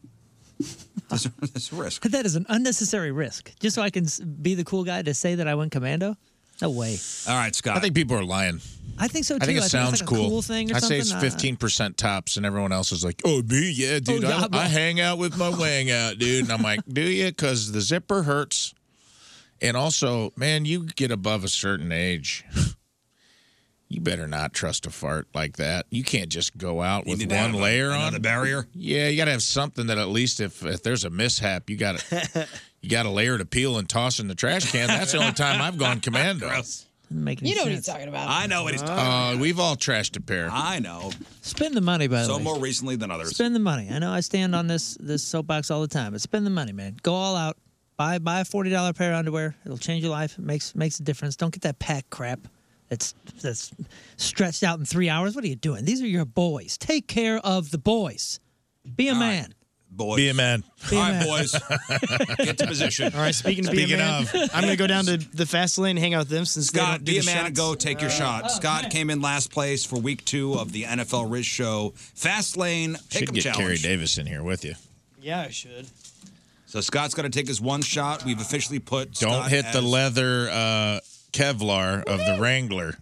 There's a, there's a risk. that is an unnecessary risk. Just so I can s- be the cool guy to say that I went commando. No way. All right, Scott. I think people are lying. I think so too. I think it it's sounds like a cool. thing or I say something. it's Uh, fifteen percent tops, and everyone else is like, "Oh, me, yeah, dude. Oh, yeah, I, bro." I hang out with my wang out, dude." And I'm like, "Do you?" Because the zipper hurts, and also, man, you get above a certain age, you better not trust a fart like that. You can't just go out You with need to one have a- layer on another barrier? Yeah, you got to have something that at least if if there's a mishap, you got to you got a layer to peel and toss in the trash can. That's the only time I've gone commando. You know what he's talking about. I know what he's talking about. Uh, we've all trashed a pair. I know. Spend the money, by the Some way. more recently than others. Spend the money. I know I stand on this this soapbox all the time, but spend the money, man. Go all out. Buy buy a forty dollar pair of underwear. It'll change your life. It makes makes a difference. Don't get that pack crap. That's that's stretched out in three hours. What are you doing? These are your boys. Take care of the boys. Be a man. Boys. Be a man. Be a All right, man. boys. Get to position. All right, speaking, of being a man, I'm going to go down to the fast lane, hang out with them since they Scott, don't do be a the man and shots. go take Uh, your shot. oh, Oh, Scott came in last place for week two of the NFL Riz Show Fast Lane Should Pick'em get Challenge. Kerry Davis in here with you. Yeah, I should. So Scott's got to take his one shot. We've officially put. Don't Scott hit the as- leather uh, Kevlar of the Wrangler.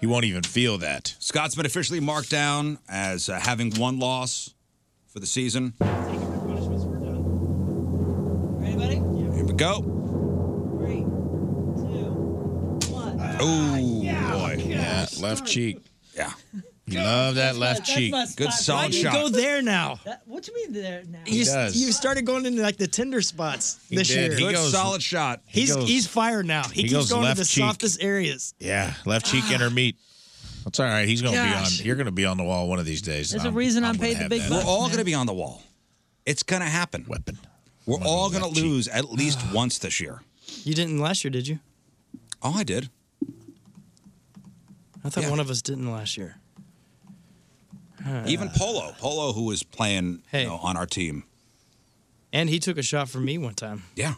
You won't even feel that. Scott's been officially marked down as uh, having one loss for the season. Ready, buddy? Here we go. Oh boy! Yeah, left cheek. Yeah. You love that left that's cheek. my spot. Good solid Why do you shot. go there now? That- what do you mean there now? You, s- you started going into like the tender spots He this did. year. He Good goes- solid shot. he He's goes- he's fired now. He, he goes keeps going to left the cheek. softest areas. Yeah, left cheek Ah. inner meat. That's all right. He's gonna Gosh. be on. You're gonna be on the wall one of these days. Um, There's a reason I'm gonna paid the have big that. bucks, We're all going to be on the wall. It's going to happen. Weapon. We're all going to lose at least once this year. You didn't last year, did you? Oh, I did. I thought one of us didn't last year. Even Polo, Polo, who was playing Hey. you know, on our team. And he took a shot from me one time. Yeah.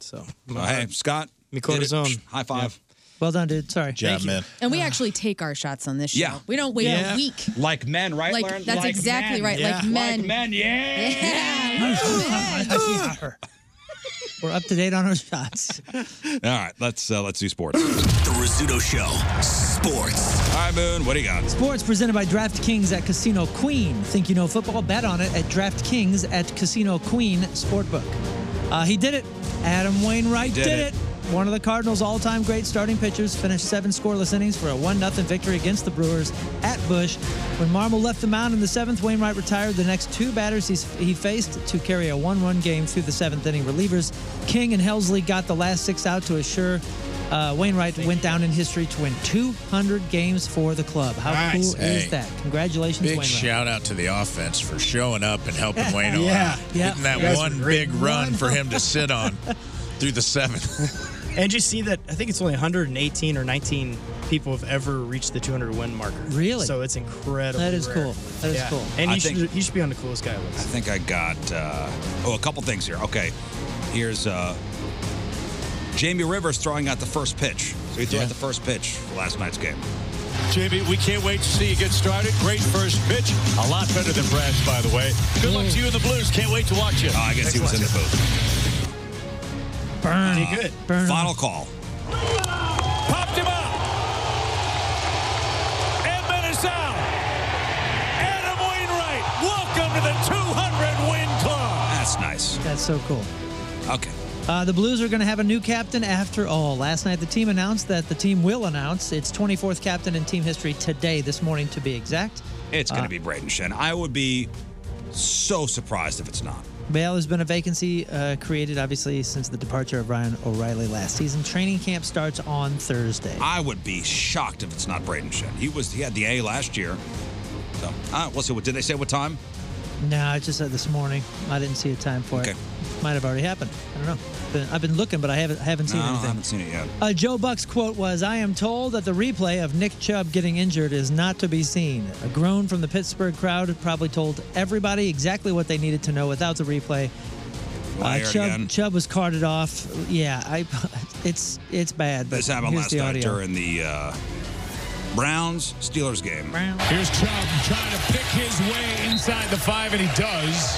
So, So, hey, Scott. Mi did it. corazón. High five. Well done, dude. Sorry. Job, man. And we actually take our shots on this show. Yeah. We don't wait Yeah. a week. Like men, right? Like that's exactly right. Like men. yeah. We're up to date on our shots. All right, let's uh, let's do sports. The Rizzuto Show. Sports. All right, Moon, what do you got? Sports presented by DraftKings at Casino Queen. Think you know football? Bet on it at DraftKings at Casino Queen Sportbook. Uh, he did it. Adam Wainwright He did did, it. it. One of the Cardinals' all-time great starting pitchers finished seven scoreless innings for a one-nothing victory against the Brewers at Bush. When Marmol left the mound in the seventh, Wainwright retired the next two batters he's, he faced to carry a one-run game through the seventh-inning relievers. King and Helsley got the last six out to assure uh, Wainwright went down in history to win 200 games for the club. How Nice. cool Hey. is that? Congratulations, Big Wainwright. shout out to the offense for showing up and helping Wayne Yeah, out. yeah. Getting that You guys one were great. big run for him to sit on through the seventh. And you see that I think it's only 118 or 19 people have ever reached the 200 win marker. Really? So it's incredible. That is cool. That is cool. And I you think- should you should be on the coolest guy I list. think I got uh, oh a couple things here. Okay, here's uh, Jamie Rivers throwing out the first pitch. So he threw out the first pitch for last night's game. Jamie, we can't wait to see you get started. Great first pitch. A lot better than Brad's, by the way. Good luck to you and the Blues. Can't wait to watch you. Oh, I guess he was in the booth. Burn. Did good. Final call. Popped him up. Edmund is out. Adam Wainwright, welcome to the 200 win club. That's nice. That's so cool. Okay. Uh, the Blues are going to have a new captain after all. Last night, the team announced that the team will announce its 24th captain in team history today, this morning to be exact. It's going to Uh, be Braden Shen. I would be so surprised if it's not. Well, there's been a vacancy uh, created, obviously, since the departure of Ryan O'Reilly last season. Training camp starts on Thursday. I would be shocked if it's not Braden Shen. He was he had the A last year. So uh, we'll see. What did they say? What time? No, I just said this morning. I didn't see a time for it. Might have already happened. I don't know. Been- I've been looking, but I haven't haven't No, seen I anything. haven't seen it yet. Uh, Joe Buck's quote was I am told that the replay of Nick Chubb getting injured is not to be seen. A groan from the Pittsburgh crowd probably told everybody exactly what they needed to know without the replay. uh, Liar again. Chubb, Chubb was carted off. Yeah, I, it's it's bad. But This happened here's last the night audio. during the uh, Browns Steelers game. Here's Chubb trying to pick his way inside the five, and he does.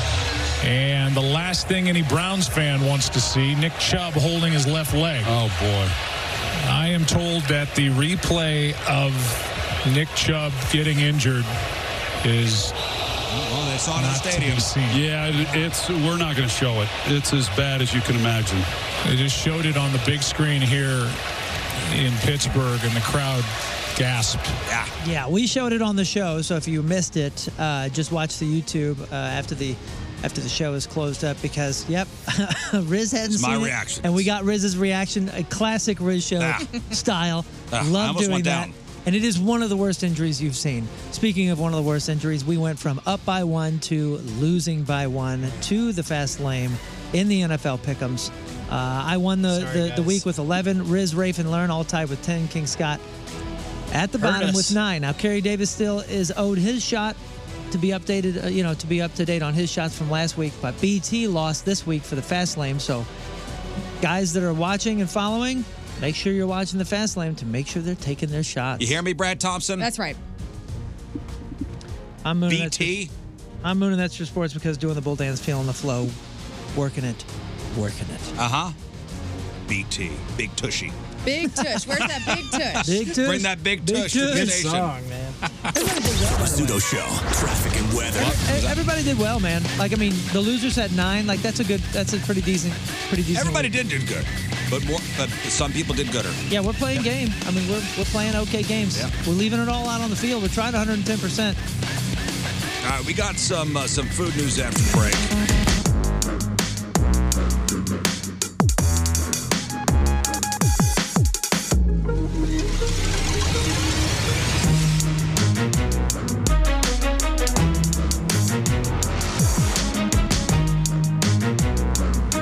And the last thing any Browns fan wants to see Nick Chubb holding his left leg. Oh, boy. I am told that the replay of Nick Chubb getting injured is. Well, they saw it in the stadium. Yeah, it- it's we're not going to show it. It's as bad as you can imagine. They just showed it on the big screen here in Pittsburgh, and the crowd gasped. Yeah. Yeah, we showed it on the show, so if you missed it, uh, just watch the YouTube uh, after the after the show is closed up because yep, Riz hadn't It's my seen it, reaction. and we got Riz's reaction, a classic Riz show Ah. style. Ah, I Love almost doing went that. down. And it is one of the worst injuries you've seen. Speaking of one of the worst injuries, we went from up by one to losing by one to the fast lame in the NFL pickums. Uh, I won the, Sorry, the, the guys. week with 11. Riz, Rafe, and Learn all tied with 10. King Scott at the Hurt bottom us. with nine. Now Kerry Davis still is owed his shot to be updated, uh, you know, to be up to date on his shots from last week. But BT lost this week for the fast lane. So guys that are watching and following, make sure you're watching the fast lane to make sure they're taking their shots. You hear me, Brad Thompson? That's right. I'm mooning BT. I'm mooning that's your sports because doing the bull dance, feeling the flow, working it, working it. Uh huh. BT. Big Tushy. Big tush. Where's that big tush? Bring that Big, Tush, to the station. man. Rizzuto Show. Traffic and weather. E- Everybody did well, man. Like I mean, the losers had nine. Like that's a good. That's a pretty decent. Pretty decent. Everybody week. did do good, but more, but some people did gooder. Yeah, we're playing game. I mean, we're, we're playing okay games. Yeah. We're leaving it all out on the field. We're trying 110%. All right, we got some uh, some food news after the break.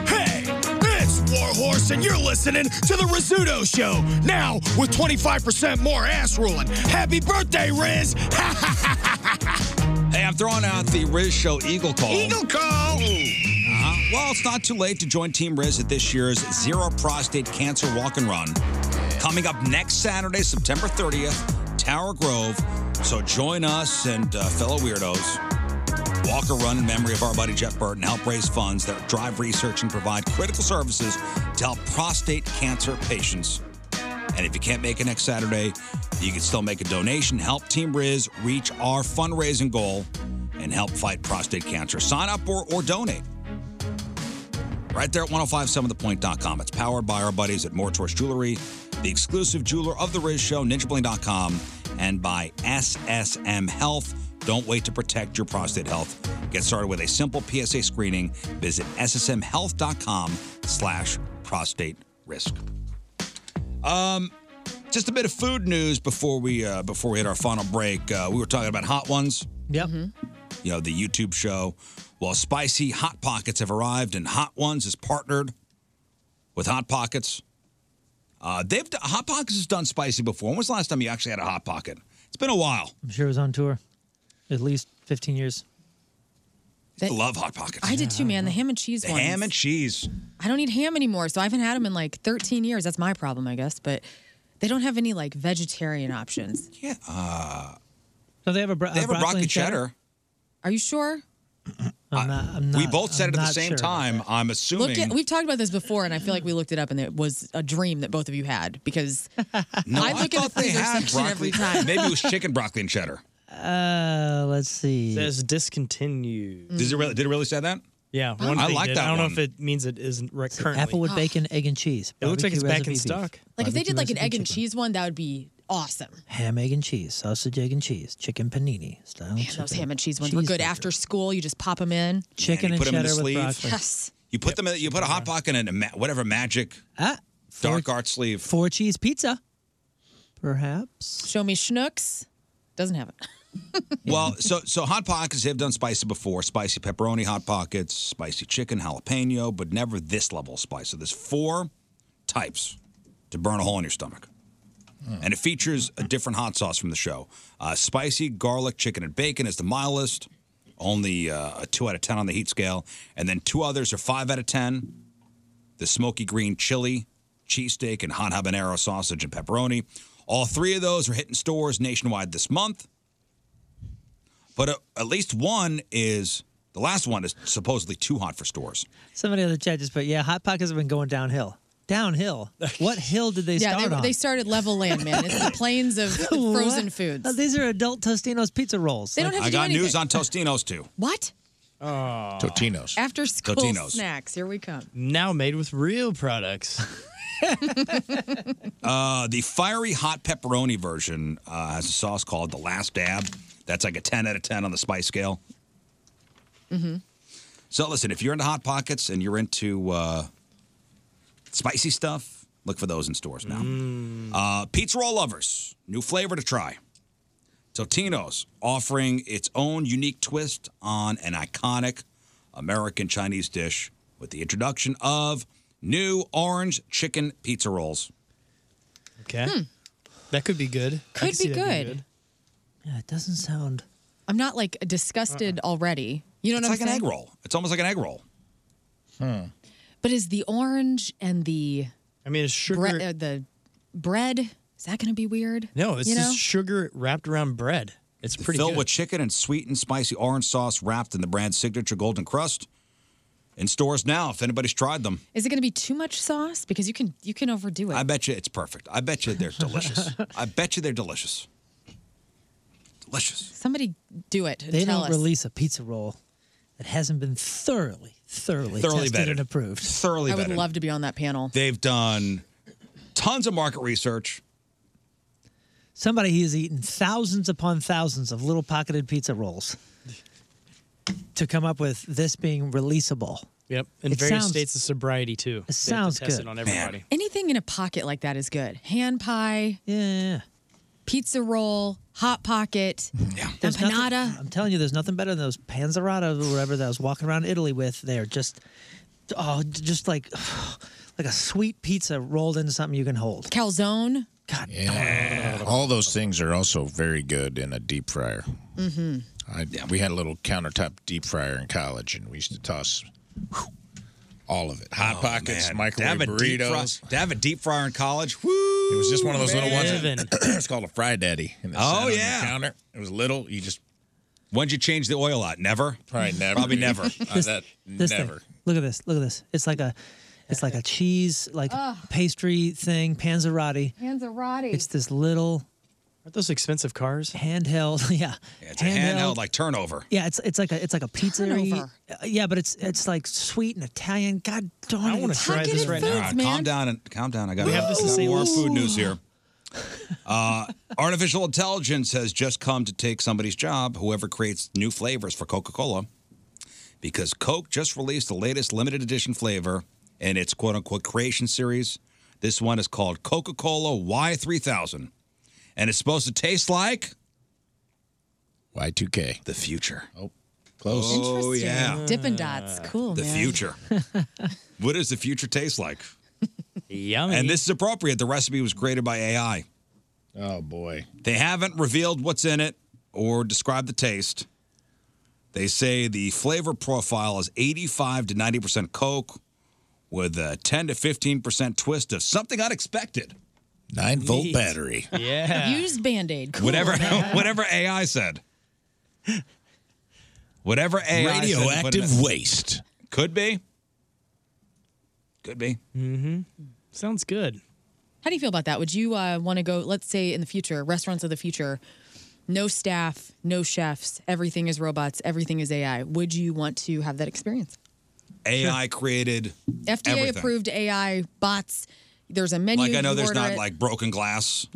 Hey, it's Warhorse, and you're listening to the Rizzuto Show. Now with 25% more ass ruling. Happy birthday, Riz! Hey, I'm throwing out the Riz Show Eagle Call. Eagle call. Uh-huh. Well, it's not too late to join Team Riz at this year's Zero Prostate Cancer Walk and Run. Coming up next Saturday, September 30th, Tower Grove. So join us and uh, fellow weirdos. Walk or run in memory of our buddy Jeff Burton. Help raise funds that drive research and provide critical services to help prostate cancer patients. And if you can't make it next Saturday, you can still make a donation. Help Team Riz reach our fundraising goal and help fight prostate cancer. Sign up or, or donate. Right there at 1057thepoint.com. It's powered by our buddies at Mortorch Jewelry, the exclusive jeweler of The Riz Show, ninjabling.com, and by SSM Health. Don't wait to protect your prostate health. Get started with a simple PSA screening. Visit ssmhealth.com slash prostate risk. Um, just a bit of food news before we uh, before we hit our final break. Uh, we were talking about hot ones. Yep. You know the YouTube show. Well, spicy hot pockets have arrived, and Hot Ones is partnered with Hot Pockets. Uh, they've done, Hot Pockets has done spicy before. When was the last time you actually had a hot pocket? It's been a while. I'm sure it was on tour. At least 15 years. I love hot pockets. I did too, man. The ham and cheese The ones. ham and cheese. I don't eat ham anymore, so I haven't had them in like 13 years. That's my problem, I guess. But they don't have any like vegetarian options. Yeah. Uh, So they have a, bro- they have a broccoli cheddar. Are you sure? I'm not, I'm we not- both I'm said it at the not same sure. time. I'm assuming. Look at, we've talked about this before, and I feel like we looked it up, and it was a dream that both of you had because no, I, I look at thought the they freezer had section every broccoli. time. Maybe it was chicken broccoli and cheddar. Uh, let's see. Says discontinued. Does it really? Did it really say that? Yeah, Oh. one I thing like did. that I don't one. know if it means it isn't right currently. Oh. Oh. Applewood bacon, egg and cheese. It looks like it's Barbecue back in recipe beef. stock. Like if they did like Barbecue an egg and recipe cheese one, that would be awesome. chicken. ham, egg and cheese, sausage, egg and cheese, chicken panini style. Man, those ham and cheese ones were good after school. You just pop them in. Chicken you and put 'em in the cheddar with sleeve. broccoli. Yes. You put them. in- You put a hot pocket in a ma- whatever magic Ah, dark art sleeve. Four cheese pizza, perhaps. Show me schnooks. Doesn't have it. well, so so hot pockets have done spicy before, spicy pepperoni hot pockets, spicy chicken, jalapeno, but never this level of spice. So there's four types to burn a hole in your stomach. And it features a different hot sauce from the show. Uh, spicy garlic chicken and bacon is the mildest, only uh, a two out of ten on the heat scale, and then two others are five out of ten. The smoky green chili, cheesesteak, and hot habanero sausage and pepperoni. All three of those are hitting stores nationwide this month but uh, at least one is the last one is supposedly too hot for stores. Somebody on the chat just put, yeah, Hot Pockets have been going downhill. Downhill? What hill did they yeah, start they, on? they started level land, man. It's the plains of frozen What? foods. Oh, these are adult Tostino's pizza rolls. They don't have to I do got anything. news on Tostinos too. What? Oh. Totinos. After school Totinos. snacks. Here we come. Now made with real products. Uh, the fiery hot pepperoni version uh, has a sauce called the Last Dab. That's like a 10 out of 10 on the spice scale. Mm-hmm. So listen, if you're into hot pockets and you're into uh, spicy stuff, look for those in stores now. Uh, pizza roll lovers, new flavor to try. Totino's offering its own unique twist on an iconic American Chinese dish with the introduction of new orange chicken pizza rolls. Okay. That could be good. I Hmm. Could can see be that being good. Yeah, it doesn't sound. I'm not like disgusted already. You know it's what like I'm saying? an egg roll. It's almost like an egg roll. Hmm. But is the orange and the I mean, it's sugar. bre- uh, the bread is that going to be weird? No, it's you know? just sugar wrapped around bread. It's pretty filled good. with chicken and sweet and spicy orange sauce wrapped in the brand's signature golden crust. In stores now, if anybody's tried them. Is it going to be too much sauce? Because you can you can overdo it. I bet you it's perfect. I bet you they're delicious. I bet you they're delicious. Delicious. Somebody do it. And They tell don't us. release a pizza roll that hasn't been thoroughly, thoroughly, Thoroughly tested vetted. and approved. Thoroughly I would vetted. love to be on that panel. They've done tons of market research. Somebody has eaten thousands upon thousands of little pocketed pizza rolls to come up with this being releasable. Yep. In It various sounds- states of sobriety too. They have to sounds test good. it on Man. everybody. Anything in a pocket like that is good. Hand pie. Yeah. Pizza roll, hot pocket, yeah. There's nothing- empanada. I'm telling you, there's nothing better than those panzerata or whatever that I was walking around Italy with. They are just, oh, just like, like a sweet pizza rolled into something you can hold. Calzone. God. All those things are also very good in a deep fryer. Mm-hmm. I, We had a little countertop deep fryer in college, and we used to toss whew, all of it: hot Oh, pockets, man. microwave To have a deep fry- burritos. to have a deep fryer in college, woo! It was just one of those little ones. man. it's called a fry daddy. And it Oh, sat on the yeah. counter. It was little. You just When'd you change the oil out? Never. Probably never. Probably dude. never. Uh, that This thing. never. Look at this. Look at this. It's like a, it's like a cheese like pastry thing, panzerati. Panzerati. It's this little. Aren't those expensive cars? Handheld, yeah. It's a handheld like turnover. Yeah, it's it's like a it's like a pizza. Turnover. Yeah, but it's it's like sweet and Italian. God darn it! I want to try this right now. Calm down and calm down. I got We have this in St. more Louis. food news here. Uh, artificial intelligence has just come to take somebody's job. Whoever creates new flavors for Coca-Cola, because Coke just released the latest limited edition flavor in its quote-unquote creation series. This one is called Coca-Cola Y3000, and it's supposed to taste like Y2K. The future. Oh, close. Oh Interesting. yeah. Dippin' Dots. Cool, The man. future. what does the future taste like? Yummy. And this is appropriate. The recipe was created by AI. Oh boy. They haven't revealed what's in it or described the taste. They say the flavor profile is 85 to 90% Coke with a 10 to 15% twist of something unexpected. Nine volt Neat. battery. Used band aid. Cool, whatever, man. whatever AI said. Whatever AI said to put in Radioactive it. waste. Could be. Could be. Hmm. Mm-hmm. Sounds good. How do you feel about that? Would you uh, want to go, let's say in the future, restaurants of the future, no staff, no chefs, everything is robots, everything is AI. Would you want to have that experience? AI created FDA everything. approved AI bots. There's a menu. Like I know you there's order not it. like broken glass.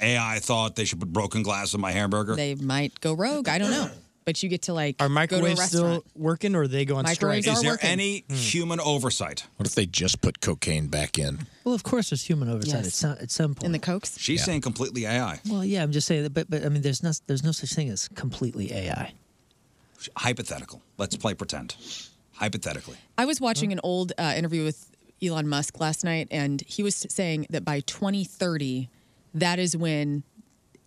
AI thought they should put broken glass in my hamburger. They might go rogue. I don't know. but you get to like go to Are a microwaves restaurant. still working, or they go on strike? Microwaves are Is there working. Hmm. any human oversight? What if they just put cocaine back in? Well, of course, there's human oversight Yes. at, some, at some point. In the cokes? She's saying completely AI. Well, yeah, I'm just saying that, but but I mean, there's no there's no such thing as completely AI. Hypothetical. Let's play pretend. Hypothetically. I was watching an old uh, interview with Elon Musk last night, and he was saying that by 2030, that is when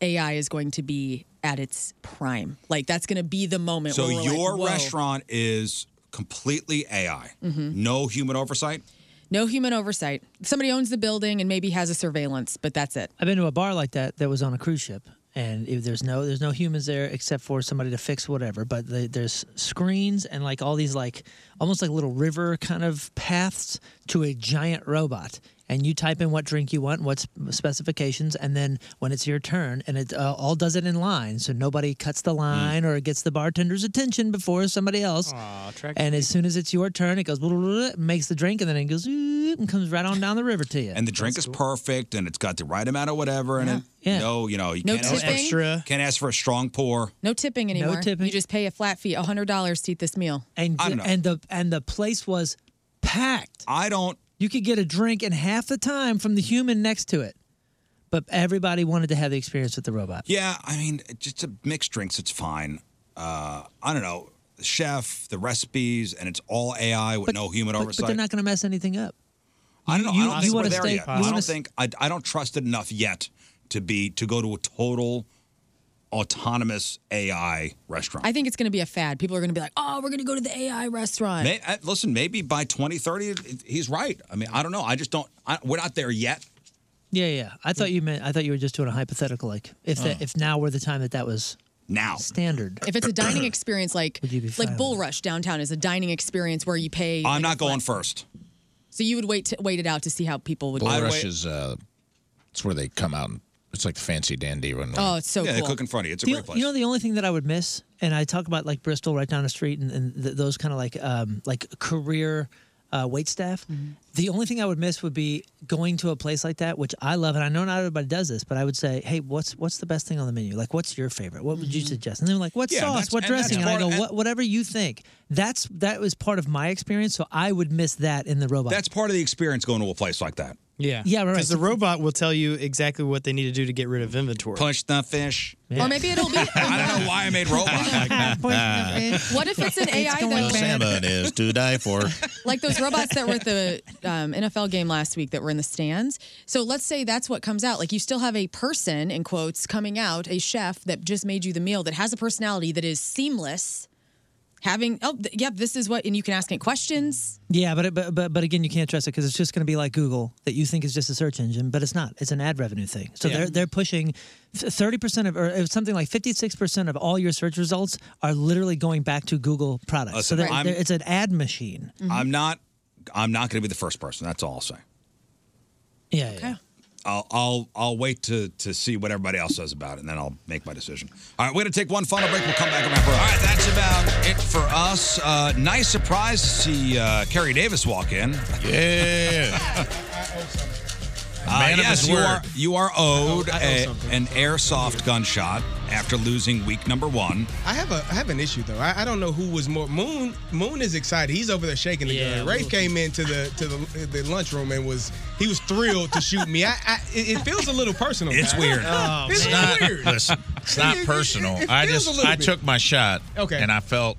AI is going to be at its prime. Like that's going to be the moment. So where we're your like, "Whoa." restaurant is completely AI. Mhm. Mm-hmm. No human oversight. no human oversight. Somebody owns the building and maybe has a surveillance, but that's it. I've been to a bar like that that was on a cruise ship, and if there's no there's no humans there except for somebody to fix whatever. But the, there's screens and like all these like almost like little river kind of paths to a giant robot. And you type in what drink you want, what sp- specifications, and then when it's your turn, and it uh, all does it in line, so nobody cuts the line or gets the bartender's attention before somebody else. and as soon as it's your turn, it goes blah, blah, blah, makes the drink, and then it goes "Oop," and comes right on down the river to you. And the drink is perfect and it's got the right amount of whatever in it. No, you know, you No can't ask, for, tipping. Extra. can't ask for a strong pour. No tipping anymore. You just pay a flat fee, hundred dollars to eat this meal. and I don't know. and the and the place was packed. I don't. You could get a drink in half the time from the human next to it, but everybody wanted to have the experience with the robot. Yeah, I mean, it- just a mixed drinks, it's fine. Uh, I don't know. The chef, the recipes, and it's all AI with no human But, oversight. but they're not going to mess anything up. I don't know. you- I don't you think we're wanna there stay- yet. you I wanna don't s- think I, I don't trust it enough yet to be to go to a total autonomous AI restaurant. I think it's going to be a fad. People are going to be like, "Oh, we're going to go to the AI restaurant." May, uh, listen, maybe by 2030, it- it- he's right. I mean, I don't know. I just don't. I, we're not there yet. Yeah, yeah. I thought you meant. I thought you were just doing a hypothetical. Like if that, Hmm. Oh. if now were the time that that was now standard. If it's a dining experience, like Would you be like fine Bull Rush downtown is a dining experience where you pay. I'm not going first. So you would wait to wait it out to see how people would. Bull do it. Rush is uh, it's where they come out and it's like fancy dandy when Oh, it's so Yeah, they cool. cook in front of you. It's a The- great place. You know the only thing that I would miss, and I talk about like Bristol right down the street, and, and th- those kind of like um, like career uh, wait staff. The only thing I would miss would be going to a place like that, which I love, and I know not everybody does this, but I would say, hey, what's what's the best thing on the menu? Like, what's your favorite? What would you suggest? And they're like, what Mm-hmm. Yeah, sauce? that's- What and that's dressing? And I part- go, and- what, whatever you think. That's that was part of my experience, so I would miss that in the robot. That's part of the experience going to a place like that. Yeah, Yeah, right, Because the robot will tell you exactly what they need to do to get rid of inventory. Punch the fish. Or maybe it'll be. I don't know why I made robots like that. What if it's an AI Well, that salmon is to die for. like those robots that were at the um, NFL game last week that were in the stands. So let's say that's what comes out. Like you still have a person in quotes coming out, a chef that just made you the meal that has a personality that is seamless. Having oh th- yep, this is what, and you can ask it questions. Yeah, but, it, but but but again, you can't trust it because it's just going to be like Google that you think is just a search engine, but it's not. It's an ad revenue thing. So Yeah. they're they're pushing thirty percent of or it was something like fifty six percent of all your search results are literally going back to Google products. so Listen, they're, I'm- they're- it's an ad machine. I'm not. I'm not going to be the first person. That's all I'll say. Yeah, yeah. I'll I'll I'll wait to to see what everybody else says about it, and then I'll make my decision. All right, we're gonna take one final break. We'll come back and wrap her up. All right, that's about it for us. Uh, nice surprise to see uh, Carrie Davis walk in. Yeah. Man of Uh, yes, his you word. are you are owed I owe a, something. an airsoft gunshot after losing week number one. I have a I have an issue though. I, I don't know who was more Moon. Moon is excited. He's over there shaking the Yeah, gun. Rafe Moon- came into the to the, the lunchroom and was he was thrilled to shoot me. I, I it it feels a little personal. It's guys. weird. Oh, it's it's not, weird. Listen, it's not Oh, It- it- personal. it I feels a just little I bit. took my shot. Okay. And I felt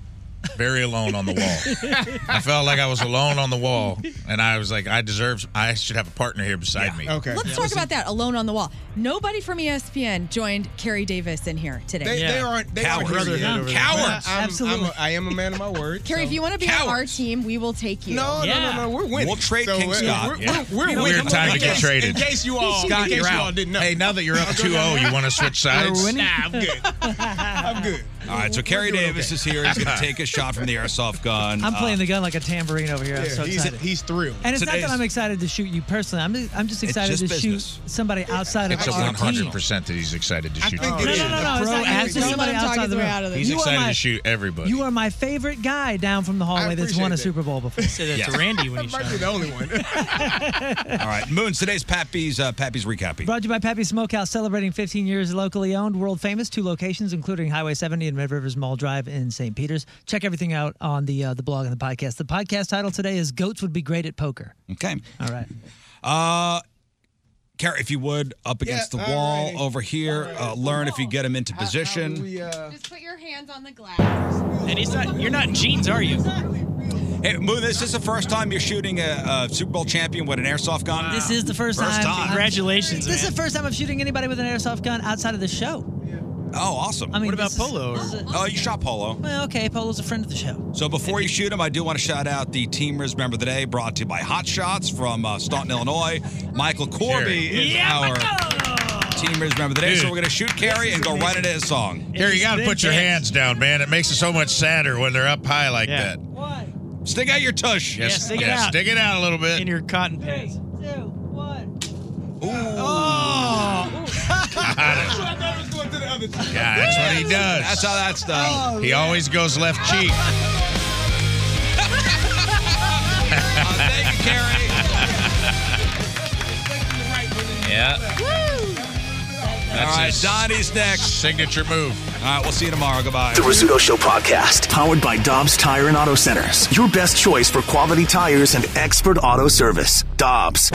very alone on the wall. I felt like I was alone on the wall, and I was like, I deserve. I should have a partner here beside me. Okay. Let's talk about that. Alone on the wall. Nobody from E ESPN joined Carrie Davis in here today. They, they aren't they Cowards. aren't here yet. Brotherhood over there. Cowards. I, am Absolutely. I'm a, I am a man of my word. Carrie, if you want to be on our team, we will take you. No, no, no, no. We're winning. We'll trade So, King uh, Scott. We're, Yeah. we're, Be we're a winning. weird time to In get case- traded. In case you all, in Scott, case you're you out. all didn't know. Hey, now that you're up oh, 2-0, you want to switch sides? Nah, I'm good. I'm good. All right, so Carrie Davis is here. He's going to take a shot from the airsoft gun. I'm Uh, playing the gun like a tambourine over here. I'm so excited. he's thrilled. and it's not Today's- that I'm excited to shoot you personally. I'm just, I'm just It's excited just to business. shoot somebody outside It's a of our team. 100% that he's excited to uh, shoot. No, no, no, you. no, it's not you. It's just somebody outside the room. He's You are excited my- to shoot everybody. You are my favorite guy down from the hallway that's won a appreciate Super Bowl before. that to Yeah. Randy when he might be the only one. Uh, All right, Moons. Today's Pappy's uh, Pappy's recappy. Brought to you by Pappy Smokehouse, celebrating 15 years locally owned, world famous, two locations, including Highway 70 in Red Rivers Mall Drive in St. Peter's. Check everything out on the uh, the blog and the podcast. The podcast title today is "Goats Would Be Great at Poker." Okay. All right. Uh, Kara, if you would, up against Yeah, the wall alrighty. over here. Uh, learn if you get him into position. uh, Just put your hands on the glass. And he's not. You're not in jeans, are you? Hey, Moon, this is the first time you're shooting a, a Super Bowl champion with an airsoft gun. This is the first, first time. Congratulations! This is the first time I'm shooting anybody with an airsoft gun outside of the show. Oh, awesome. I mean, what about this is- Polo or- this is- Oh, you shot Polo. Well, okay, Polo's a friend of the show. So before you shoot him, I do want to shout out the Teamers Member of the Day brought to you by Hot Shots from uh, Staunton, Illinois. Michael Corby Jerry. is Yeah, our Teamers Member of the Day. So Dude. we're going to shoot Carrie and go right into his song. Here, you got to put your hands down, man. It makes it so much sadder when they're up high like that. Stick out your tush. Yes, yeah, stick it out a little bit. In your cotton pants. Oh. Yeah, that's what he does. That's how that's done. he always goes left cheek. thank you, Carrie. yeah. All right, Donnie's next. Signature move. All right, we'll see you tomorrow. Goodbye. The Rizzuto Show podcast, powered by Dobbs Tire and Auto Centers. Your best choice for quality tires and expert auto service. Dobbs.